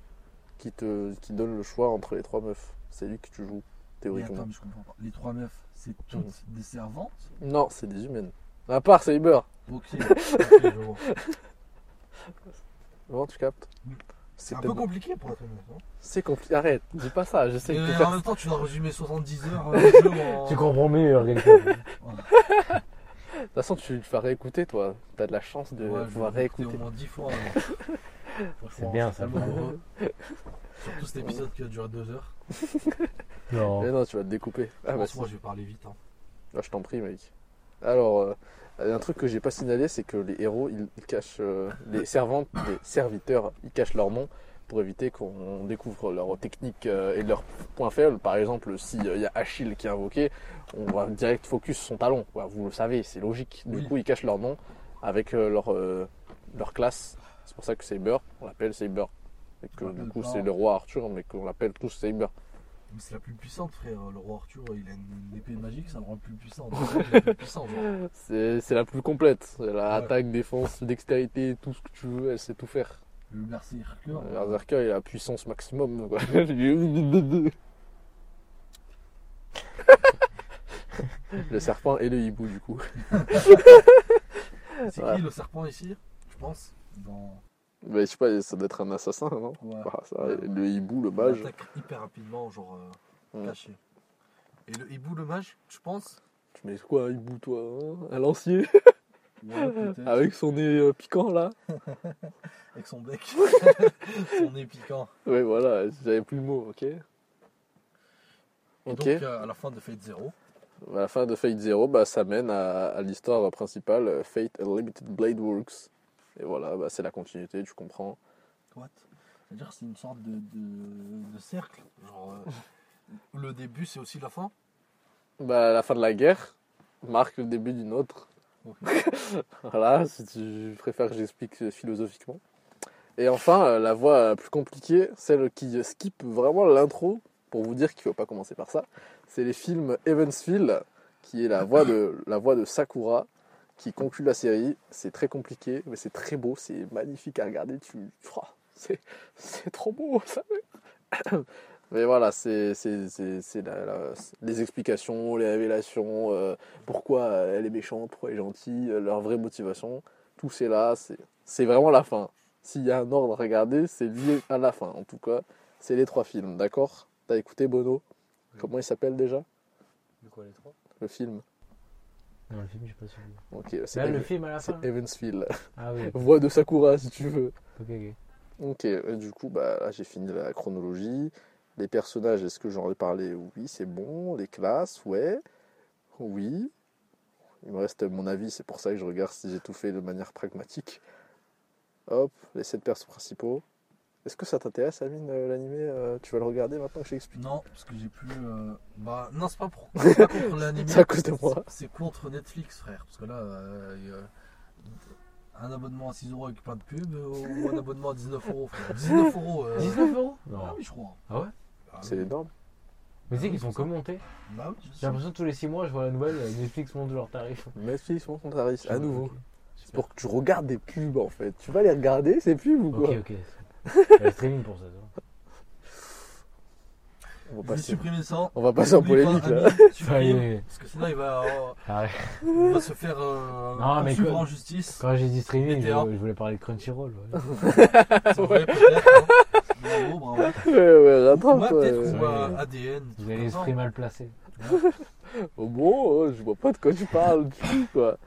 Speaker 2: qui te qui donne le choix entre les trois meufs. C'est lui que tu joues,
Speaker 3: Mais attends,
Speaker 2: théoriquement.
Speaker 3: mais je comprends pas. Les trois meufs, c'est toutes des servantes
Speaker 2: Non, c'est des humaines. À part Saber, (laughs)
Speaker 3: Ok. ok, je vois.
Speaker 2: vraiment tu captes
Speaker 3: Mm.
Speaker 2: C'est
Speaker 3: C'est un peu
Speaker 2: peut-être-
Speaker 3: compliqué pour la première fois.
Speaker 2: C'est compliqué. Arrête, dis pas ça, j'essaie de te
Speaker 3: Et en
Speaker 2: faire-
Speaker 3: même temps, tu dois résumer 70
Speaker 2: (laughs)
Speaker 3: heures euh, de jeu en...
Speaker 1: Tu comprends mieux, Gameplay.
Speaker 2: De toute façon, tu tu vas réécouter toi. T'as de la chance de
Speaker 3: Ouais, je
Speaker 2: pouvoir
Speaker 3: vais écouter
Speaker 2: réécouter.
Speaker 3: au moins 10 fois. hein.
Speaker 2: (laughs)
Speaker 1: C'est bien, ça.
Speaker 3: Surtout cet épisode qui a duré 2 heures.
Speaker 2: Mais
Speaker 1: Non.
Speaker 2: non, Euh, tu vas te découper.
Speaker 3: Je
Speaker 2: Ah, bah,
Speaker 3: pense que moi, je vais parler vite. hein.
Speaker 2: Ah, je t'en prie, mec. Alors, euh, un truc que j'ai pas signalé, c'est que les héros, ils, ils cachent euh, les servantes, les serviteurs, ils cachent leur nom pour éviter qu'on découvre leurs techniques euh, et leurs points faibles. Par exemple, s'il y a Achille qui est invoqué, on va direct focus sur son talon. Ouais, vous le savez, c'est logique. Du
Speaker 3: Oui.
Speaker 2: coup, ils cachent leur nom avec euh, leur, euh, leur classe. C'est pour ça que Saber, on l'appelle Saber. Et que
Speaker 3: Ouais, hein.
Speaker 2: du
Speaker 3: le
Speaker 2: coup,
Speaker 3: roi.
Speaker 2: c'est le roi Arthur, mais qu'on l'appelle tous Saber.
Speaker 3: Mais c'est la plus puissante, frère. Le roi Arthur, il a une épée magique, ça le rend
Speaker 2: (laughs)
Speaker 3: plus puissant. C'est la plus puissante, genre.
Speaker 2: C'est c'est la plus complète. Elle a
Speaker 3: Ouais.
Speaker 2: attaque, défense, dextérité, tout ce que tu veux, elle sait tout faire.
Speaker 3: Le berserker.
Speaker 2: Le
Speaker 3: euh,
Speaker 2: Berserker, il a la puissance maximum. quoi. (laughs)
Speaker 3: (laughs)
Speaker 2: le serpent et le hibou, du coup.
Speaker 3: (laughs) C'est
Speaker 2: Ouais.
Speaker 3: qui le serpent ici Je pense. Dans.
Speaker 2: Mais je sais pas, ça doit être un assassin, non
Speaker 3: Ouais.
Speaker 2: Bah, ça, Le hibou, le
Speaker 3: Il
Speaker 2: mage.
Speaker 3: Ah. attaque hyper rapidement, genre. euh,
Speaker 2: Bah, Ouais.
Speaker 3: caché. Et le hibou, le mage, je pense
Speaker 2: Tu mets quoi, un hibou, toi hein Un lancier (laughs)
Speaker 3: Ouais, peut-être.
Speaker 2: Avec son nez euh, piquant, là
Speaker 3: Avec son
Speaker 2: (laughs)
Speaker 3: bec. son nez piquant.
Speaker 2: Ouais, voilà, j'avais plus le mot, ok
Speaker 3: Et
Speaker 2: Ok.
Speaker 3: donc, euh, à la fin de Fate Zero,
Speaker 2: À la fin de Fate Zero, bah, ça mène à, à l'histoire principale, euh, Fate Unlimited Blade Works. Et voilà, bah, c'est la continuité, tu comprends.
Speaker 3: what C'est-à-dire, c'est une sorte de, de, de cercle. Genre, euh, le début, c'est aussi la fin.
Speaker 2: Bah, la fin de la guerre marque le début d'une autre. (laughs)
Speaker 3: Ok.
Speaker 2: Voilà, si tu préfères que j'explique euh, philosophiquement. Et enfin, euh, la voie la plus compliquée, celle qui skip vraiment l'intro, pour vous dire qu'il ne faut pas commencer par ça, c'est les films Evansville, qui est la voix de, la voix de Sakura, qui conclut la série. C'est très compliqué, mais c'est très beau, c'est magnifique à regarder. Tu... (laughs) Ouah, c'est, c'est trop beau, ça Mais voilà, c'est, c'est, c'est, c'est la- la- les explications, les révélations, euh, pourquoi elle est méchante, pourquoi elle est gentille, euh, leur vraie motivation. Tout c'est là, c'est, c'est vraiment la fin. S'il y a un ordre à regarder, c'est lié à la fin. En tout cas, c'est les trois films, d'accord T'as écouté Bono Comment il s'appelle déjà
Speaker 1: De quoi les trois
Speaker 2: le film
Speaker 1: Non, le film, j'ai pas suivi.
Speaker 2: Ok, c'est
Speaker 1: Là, le
Speaker 2: Ev-
Speaker 1: film à la fin.
Speaker 2: c'est Evansville. (laughs)
Speaker 1: Ah oui,
Speaker 2: Voix de Sakura, si tu veux.
Speaker 1: ok, ok.
Speaker 2: Ok, euh, du coup, bah, là, j'ai fini la chronologie. Les personnages, est-ce que j'en ai parlé Oui, c'est bon. Les classes, ouais. Oui. Il me reste mon avis, c'est pour ça que je regarde si j'ai tout fait de manière pragmatique. Hop, les sept persos principaux. Est-ce que ça t'intéresse, Amine, euh, l'animé Euh, Tu vas le regarder maintenant que je t'explique
Speaker 3: Non, parce que j'ai plus. euh, Bah, non, c'est pas, pour... c'est pas contre l'anime.
Speaker 2: C'est à cause de moi.
Speaker 3: C'est contre Netflix, frère. Parce que là, euh, il y a un abonnement à 6 euros avec plein de pubs euh, ou un abonnement à 19 euros, frère. 19 euros. euh,
Speaker 1: 19 euros
Speaker 3: Ah
Speaker 1: Non.
Speaker 3: oui, je crois.
Speaker 1: Ah ouais
Speaker 3: Ah
Speaker 2: C'est
Speaker 3: oui.
Speaker 2: énorme.
Speaker 1: Mais tu sais qu'ils sont commentés.
Speaker 3: Bah oui, je
Speaker 1: J'ai
Speaker 3: sais.
Speaker 1: l'impression que tous les 6 mois, je vois la nouvelle, euh, Netflix monte leur tarif.
Speaker 2: Mes filles sont contraristes, à nouveau.
Speaker 1: Ok,
Speaker 2: C'est pour que tu regardes des pubs, en fait. Tu vas les regarder, ces pubs, ou quoi
Speaker 1: ok. ok. Il y a le streaming pour ça. ça.
Speaker 2: On
Speaker 3: Je
Speaker 2: va
Speaker 3: vais
Speaker 2: passer,
Speaker 3: supprimer ça.
Speaker 2: on va passer en
Speaker 3: N'oublie pas,
Speaker 2: polémique, là.
Speaker 3: Amine,
Speaker 1: Ça y
Speaker 3: supprime,
Speaker 1: est.
Speaker 3: Parce que sinon, il va, euh,
Speaker 1: Arrête.
Speaker 3: il va se faire euh,
Speaker 1: Non, mais
Speaker 3: poursuivre
Speaker 1: que-
Speaker 3: en justice.
Speaker 1: Quand j'ai dit streaming, je,
Speaker 3: GTA.
Speaker 1: je voulais parler de Crunchyroll. ouais.
Speaker 3: C'est vrai, peut-être, hein. Bravo, bravo.
Speaker 2: (laughs) Ouais, ouais, rate pas.
Speaker 3: Ouais,
Speaker 2: quoi.
Speaker 3: peut-être, ou
Speaker 1: Ouais.
Speaker 3: euh, ADN. des
Speaker 1: Vous avez
Speaker 3: trucs comme ça.
Speaker 1: l'esprit mal placé.
Speaker 2: Oh bon, euh, je vois pas de quoi tu parles du tout, quoi.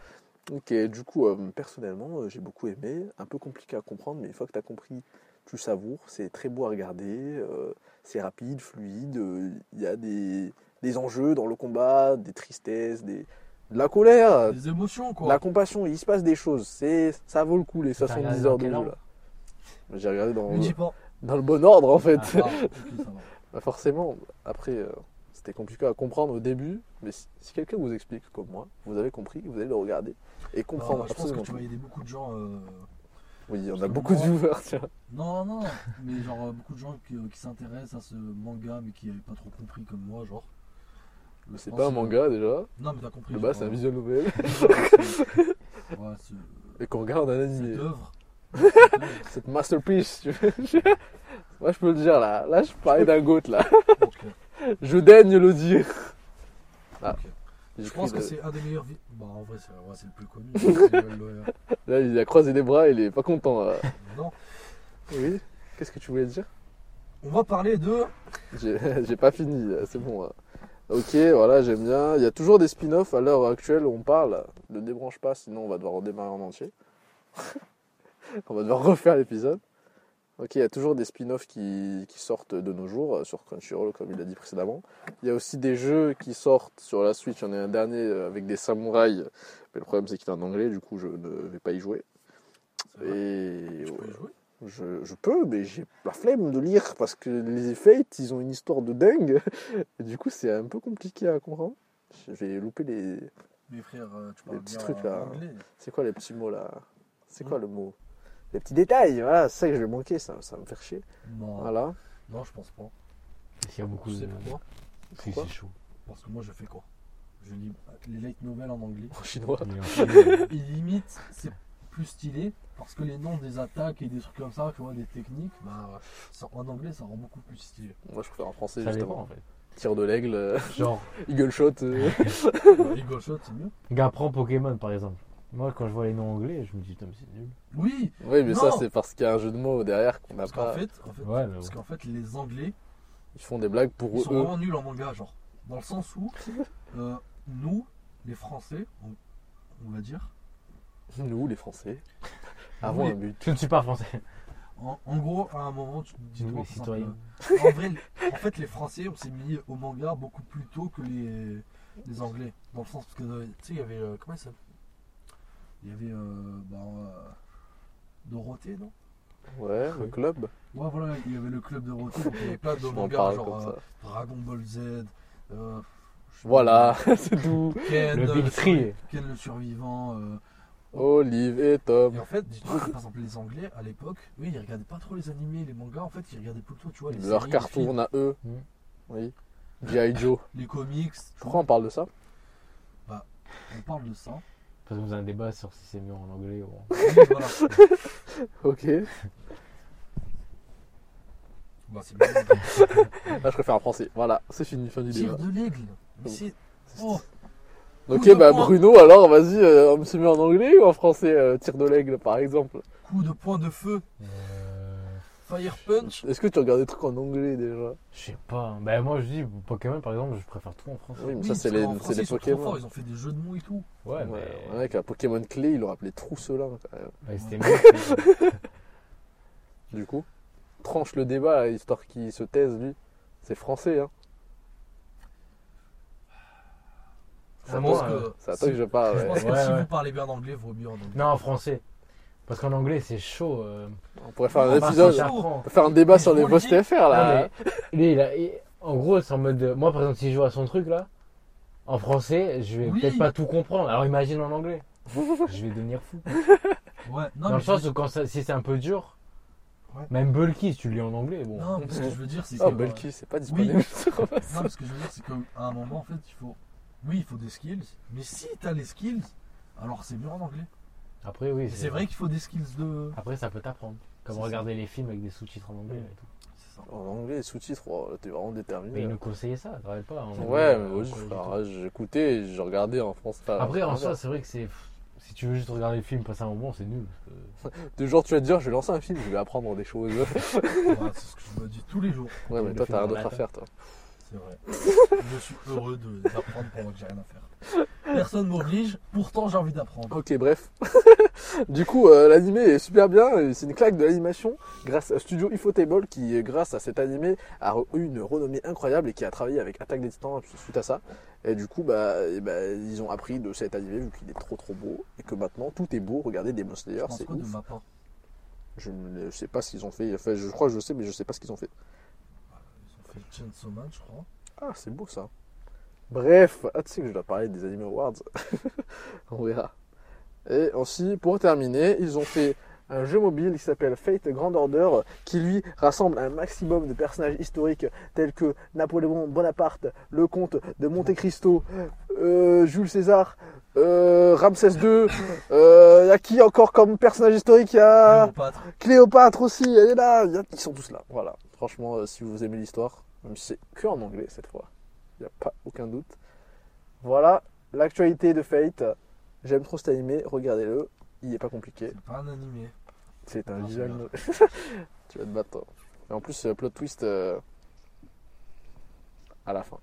Speaker 2: Ok, du coup, euh, personnellement, euh, j'ai beaucoup aimé. Un peu compliqué à comprendre, mais une fois que tu as compris, tu savoures. C'est très beau à regarder. euh, c'est rapide, fluide. euh, Il y a des, des enjeux dans le combat, des tristesses, des, de la colère,
Speaker 3: Des émotions,
Speaker 2: de
Speaker 3: quoi.
Speaker 2: la compassion. Il se passe des choses. C'est, ça vaut le coup, les
Speaker 1: T'as regardé
Speaker 2: 70
Speaker 1: dans
Speaker 2: heures de
Speaker 1: quel
Speaker 2: jeu,
Speaker 1: ordre
Speaker 2: là. J'ai
Speaker 1: (laughs)
Speaker 2: regardé dans,
Speaker 3: Me
Speaker 2: (laughs)
Speaker 3: dis pas.
Speaker 2: dans le bon ordre, en fait.
Speaker 3: Ah, pardon. Ok, ça va.
Speaker 2: Bah forcément, après, euh, c'était compliqué à comprendre au début, mais si, si quelqu'un vous explique comme moi, vous avez compris, vous allez le regarder et comprendre
Speaker 3: Non, Ah, je pense que
Speaker 2: absolument
Speaker 3: tu
Speaker 2: tout.
Speaker 3: vas aider beaucoup de gens. euh,
Speaker 2: Oui, on
Speaker 3: parce
Speaker 2: a
Speaker 3: que
Speaker 2: beaucoup de
Speaker 3: moi-
Speaker 2: viewers, tiens.
Speaker 3: Non, non, mais genre euh, beaucoup de gens qui, euh, qui s'intéressent à ce manga mais qui n'avaient pas trop compris comme moi, genre. Je
Speaker 2: C'est
Speaker 3: pense
Speaker 2: pas un
Speaker 3: que-
Speaker 2: manga déjà,
Speaker 3: Non, mais t'as compris.
Speaker 2: de
Speaker 3: genre,
Speaker 2: base c'est un
Speaker 3: euh,
Speaker 2: visual novel
Speaker 3: (laughs) Ouais,
Speaker 2: (laughs)
Speaker 3: c'est-
Speaker 2: et qu'on regarde un
Speaker 3: cette
Speaker 2: animé.
Speaker 3: œuvre.
Speaker 2: Cette masterpiece, tu veux. (laughs) Moi je peux le dire là, là je parlais d'un goat là, (laughs)
Speaker 3: Ok,
Speaker 2: je daigne le dire. Ah.
Speaker 3: ok.
Speaker 2: J'ai
Speaker 3: Je
Speaker 2: pris
Speaker 3: pense que
Speaker 2: le-
Speaker 3: c'est un des meilleurs. vi- Bah, en vrai, c'est ouais, c'est le
Speaker 2: (laughs)
Speaker 3: plus connu. c'est Joel Lawyer.
Speaker 2: Là il a croisé les bras, il est pas content.
Speaker 3: (laughs)
Speaker 2: là.
Speaker 3: non.
Speaker 2: Oui, qu'est-ce que tu voulais dire
Speaker 3: On va parler de.
Speaker 2: J'ai (laughs) j'ai pas fini, euh, c'est bon. euh. Ok, voilà, j'aime bien. Il y a toujours des spin-offs à l'heure actuelle où on parle. Ne débranche pas, sinon on va devoir redémarrer en entier. (laughs) on va devoir refaire l'épisode. Ok, il y a toujours des spin-offs qui, qui sortent de nos jours euh, sur Crunchyroll, comme il a dit précédemment. Il y a aussi des jeux qui sortent sur la Switch. J'en ai un dernier euh, avec des samouraïs, mais le problème c'est qu'il est en anglais, du coup je ne vais pas y jouer.
Speaker 3: C'est vrai,
Speaker 2: Et
Speaker 3: tu peux
Speaker 2: ouais,
Speaker 3: y jouer
Speaker 2: je, je peux, mais j'ai la flemme de lire parce que les Fates, ils ont une histoire de dingue. Et du coup, c'est un peu compliqué à comprendre. Je vais louper les.
Speaker 3: Mais frère, euh, tu parles
Speaker 2: petits
Speaker 3: bien
Speaker 2: trucs, là.
Speaker 3: anglais.
Speaker 2: C'est quoi les petits mots là C'est
Speaker 3: Hein?
Speaker 2: quoi le mot Les petits détails, voilà, c'est ça que je vais manquer, ça, ça va me faire chier.
Speaker 3: Non,
Speaker 2: Voilà.
Speaker 3: non, je pense pas.
Speaker 1: Il y a beaucoup
Speaker 3: Tu sais
Speaker 1: de.
Speaker 3: pourquoi
Speaker 1: Si,
Speaker 2: pourquoi
Speaker 1: c'est chaud.
Speaker 3: Parce que moi, je fais quoi Je lis les light novels (laughs) en anglais. (laughs)
Speaker 2: En
Speaker 1: (laughs)
Speaker 2: chinois.
Speaker 1: Il y a un- euh,
Speaker 3: Et limite, c'est plus stylé parce que les noms des attaques et des trucs comme ça, tu vois, des techniques, bah, ça- en anglais, ça rend beaucoup
Speaker 2: (laughs)
Speaker 3: plus stylé.
Speaker 2: Moi, je préfère en français,
Speaker 1: Ça dépend en
Speaker 2: justement.
Speaker 1: fait.
Speaker 2: Tir de l'aigle, euh, (laughs)
Speaker 1: Genre,
Speaker 2: eagle shot.
Speaker 3: (laughs)
Speaker 2: euh.
Speaker 3: Bah, Eagle Shot, c'est mieux.
Speaker 1: gars, prends Pokémon par exemple. Moi, quand je vois les noms anglais, je me dis, putain, mais c'est nul.
Speaker 3: Oui,
Speaker 2: Oui, mais ça,
Speaker 3: Non
Speaker 2: c'est parce qu'il y a un jeu de mots derrière qu'on n'a
Speaker 3: parce qu'en
Speaker 2: pas.
Speaker 3: fait, en fait,
Speaker 1: Ouais, mais
Speaker 3: parce
Speaker 1: bon.
Speaker 3: qu'en fait, les anglais,
Speaker 2: Ils font des blagues
Speaker 3: ils
Speaker 2: pour
Speaker 3: sont
Speaker 2: eux.
Speaker 3: vraiment nuls en manga, genre. Dans le sens où, euh, nous, les français, on, on va dire,
Speaker 2: Nous, les
Speaker 3: (laughs)
Speaker 2: Français, avons
Speaker 3: Ah Oui.
Speaker 2: un but.
Speaker 1: Je ne suis pas français. (laughs)
Speaker 3: en, en gros, à un moment, tu te dis,
Speaker 1: Nous,
Speaker 3: toi,
Speaker 1: les
Speaker 3: c'est
Speaker 1: citoyens.
Speaker 3: simple. En vrai, en fait, les français, on s'est mis au manga beaucoup plus tôt que les, les anglais. Dans le sens, parce que, euh, tu sais, il y avait, euh, comment il s'appelle Il y avait, euh, bah, euh, Dorothée, non
Speaker 2: Ouais, le club.
Speaker 3: Ouais, voilà, il y avait le club Dorothée, donc il y
Speaker 2: (laughs)
Speaker 3: avait plein de
Speaker 2: On en
Speaker 3: mangas,
Speaker 2: parle comme
Speaker 3: genre
Speaker 2: ça.
Speaker 3: euh, Dragon Ball Z, euh, je sais pas,
Speaker 2: Voilà, c'est tout.
Speaker 3: Ken,
Speaker 1: Le
Speaker 3: euh,
Speaker 1: Big
Speaker 3: le
Speaker 1: Three.
Speaker 3: survi- Ken le survivant. euh,
Speaker 2: Olive et Tom.
Speaker 3: Et en fait, dis-toi que par exemple, les Anglais à l'époque, oui, ils regardaient pas trop les animés, les mangas, en fait, ils regardaient plutôt, tu vois, les
Speaker 2: Leur
Speaker 3: séries, les, films,
Speaker 2: cartoon à eux.
Speaker 3: Hmm.
Speaker 1: Mm.
Speaker 2: Oui. G.I. Joe.
Speaker 3: les comics. tu
Speaker 2: Pourquoi
Speaker 3: vois.
Speaker 2: on parle de ça
Speaker 3: On parle de ça.
Speaker 1: (laughs) Parce qu'on a un débat sur si c'est mieux en anglais ou en.
Speaker 3: Oui, voilà.
Speaker 2: Ok.
Speaker 3: Bah, c'est (laughs) bien.
Speaker 2: Là, je préfère en français. Voilà, c'est fini, fin du débat.
Speaker 3: Tire de l'aigle. Mais c'est. Oh, hein.
Speaker 2: Ok,
Speaker 3: Coup de
Speaker 2: bah
Speaker 3: poing.
Speaker 2: Bruno, alors vas-y, euh, on se met en anglais ou en français euh, Tire de l'aigle, par exemple.
Speaker 3: coup de poing de feu,
Speaker 1: Euh,
Speaker 3: fire punch.
Speaker 2: Est-ce que tu regardes des trucs en anglais déjà
Speaker 1: je sais pas. Bah, moi, je dis Pokémon par exemple, je préfère tout en français.
Speaker 2: Oui, mais
Speaker 3: Oui,
Speaker 2: ça, c'est
Speaker 3: parce
Speaker 2: les,
Speaker 3: qu'en
Speaker 2: c'est
Speaker 3: français,
Speaker 2: les
Speaker 3: ils sont trop
Speaker 2: Pokémon.
Speaker 3: forts, ils ont fait des jeux de mots et tout.
Speaker 1: Ouais, mais.
Speaker 2: Ouais, un mec, un Pokémon clé, il leur appelait trousselin. quand même.
Speaker 1: Ouais, c'était (laughs) mieux.
Speaker 2: Du coup, tranche le débat, là, histoire qu'il se taise, lui. C'est français, hein.
Speaker 1: Ah,
Speaker 2: C'est à
Speaker 1: moi,
Speaker 2: toi
Speaker 1: euh,
Speaker 2: que- c'est à toi que je parle.
Speaker 3: Je
Speaker 2: ouais.
Speaker 3: pense que
Speaker 1: Ouais,
Speaker 3: si
Speaker 1: ouais.
Speaker 3: vous parlez bien anglais, vaut mieux en anglais.
Speaker 1: non, en français. Parce qu'en anglais, c'est chaud. euh.
Speaker 2: On pourrait faire un
Speaker 3: ah bah,
Speaker 1: Marc,
Speaker 2: épisode.
Speaker 1: ça prend.
Speaker 2: On peut faire un débat
Speaker 3: Mais
Speaker 2: sur
Speaker 3: je
Speaker 2: les
Speaker 3: vous le
Speaker 2: boss
Speaker 3: dis.
Speaker 2: TFR là.
Speaker 1: Non, mais lui, il a- il- en gros, c'est en mode. euh, Moi, par exemple, si je joue à son truc là, en français, je vais
Speaker 3: Oui.
Speaker 1: peut-être pas tout comprendre. Alors imagine en
Speaker 2: (laughs)
Speaker 1: anglais. je vais devenir fou.
Speaker 3: Ouais,
Speaker 1: Dans
Speaker 3: non, mais
Speaker 1: le
Speaker 3: je-
Speaker 1: sens où quand ça- si c'est un peu dur,
Speaker 3: Ouais.
Speaker 1: même Bulky, si tu le lis en anglais, bon.
Speaker 3: Non, mais ce que je veux dire, c'est que. euh,
Speaker 2: Oh, Belki, c'est pas disponible.
Speaker 3: Non, mais ce que je veux dire, c'est qu'à un moment, en fait, il faut. Oui, il faut des skills, mais si t'as les skills, alors c'est mieux en anglais.
Speaker 1: Après, oui.
Speaker 3: Et c'est vrai qu'il faut des skills de.
Speaker 1: Après, ça peut t'apprendre. Comme
Speaker 3: C'est
Speaker 1: regarder les films avec des sous-titres en anglais et tout.
Speaker 3: C'est ça.
Speaker 2: En anglais, les sous-titres, oh, là, t'es vraiment
Speaker 1: Mais
Speaker 2: déterminé.
Speaker 1: ils nous conseillaient ça, je te rappelle pas. en anglais,
Speaker 2: Ouais,
Speaker 1: euh,
Speaker 2: mais oui,
Speaker 1: au collège et
Speaker 2: frère,
Speaker 1: tout.
Speaker 2: ouais, j'écoutais et je regardais en France. enfin,
Speaker 1: Après, en
Speaker 2: en
Speaker 1: soi,
Speaker 2: France.
Speaker 1: c'est vrai que c'est. Si tu veux juste regarder le film, passer un moment, c'est nul.
Speaker 2: De genre, tu vas te dire, je vais lancer un film, je vais apprendre
Speaker 1: (laughs)
Speaker 2: des choses.
Speaker 3: Ouais, c'est ce que je me dis tous les jours,
Speaker 2: Ouais, mais
Speaker 1: Le film
Speaker 2: toi, t'as rien
Speaker 1: dans
Speaker 2: d'autre
Speaker 1: la
Speaker 2: à faire, toi. (laughs)
Speaker 3: c'est vrai. je suis heureux de- d'apprendre pendant que j'ai rien à faire. Personne m'oblige, pourtant j'ai envie d'apprendre.
Speaker 2: Ok, bref. (laughs) du coup, euh, l'animé est super bien. et C'est une claque de l'animation grâce à Studio Ifotable qui, euh, grâce à cet animé, a re- eu une renommée incroyable et qui a travaillé avec Attaque des Titans suite à ça. Et du coup, bah, eh ben, ils ont appris de cet animé vu qu'il est trop trop beau et que maintenant tout est beau. Regardez Demon
Speaker 3: Je
Speaker 2: Slayer,
Speaker 3: pense
Speaker 2: c'est
Speaker 3: quoi de
Speaker 2: ouf.
Speaker 3: ma part
Speaker 2: Je ne sais pas s'ils ont fait. Enfin, je crois que je sais, mais je sais pas ce qu'ils ont fait.
Speaker 3: Ils ont fait Chainsaw Man, je crois.
Speaker 2: Ah, c'est beau ça. Bref, ah, tu sais que je dois parler des Anime Awards. (laughs) On verra. Et aussi, pour terminer, ils ont fait un jeu mobile qui s'appelle Fate Grand Order, qui lui rassemble un maximum de personnages historiques tels que Napoléon Bonaparte, le comte de Monte Cristo, euh, Jules César, euh, Ramsès II. Il y a qui encore comme personnage historique Il y a...
Speaker 3: Cléopâtre.
Speaker 2: Cléopâtre aussi, elle est là. Il y a- Ils sont tous là. Voilà. Franchement, euh, si vous aimez l'histoire, même si c'est que en anglais cette fois, il n'y a pas aucun doute. Voilà l'actualité de Fate. J'aime trop cet animé. Regardez-le. Il n'est pas compliqué.
Speaker 3: C'est pas un animé.
Speaker 2: C'est un
Speaker 3: Non,
Speaker 2: visual.
Speaker 3: celui-là.
Speaker 2: novel. (laughs) tu vas te battre. toi. Et en plus, euh, plot twist euh, à la fin.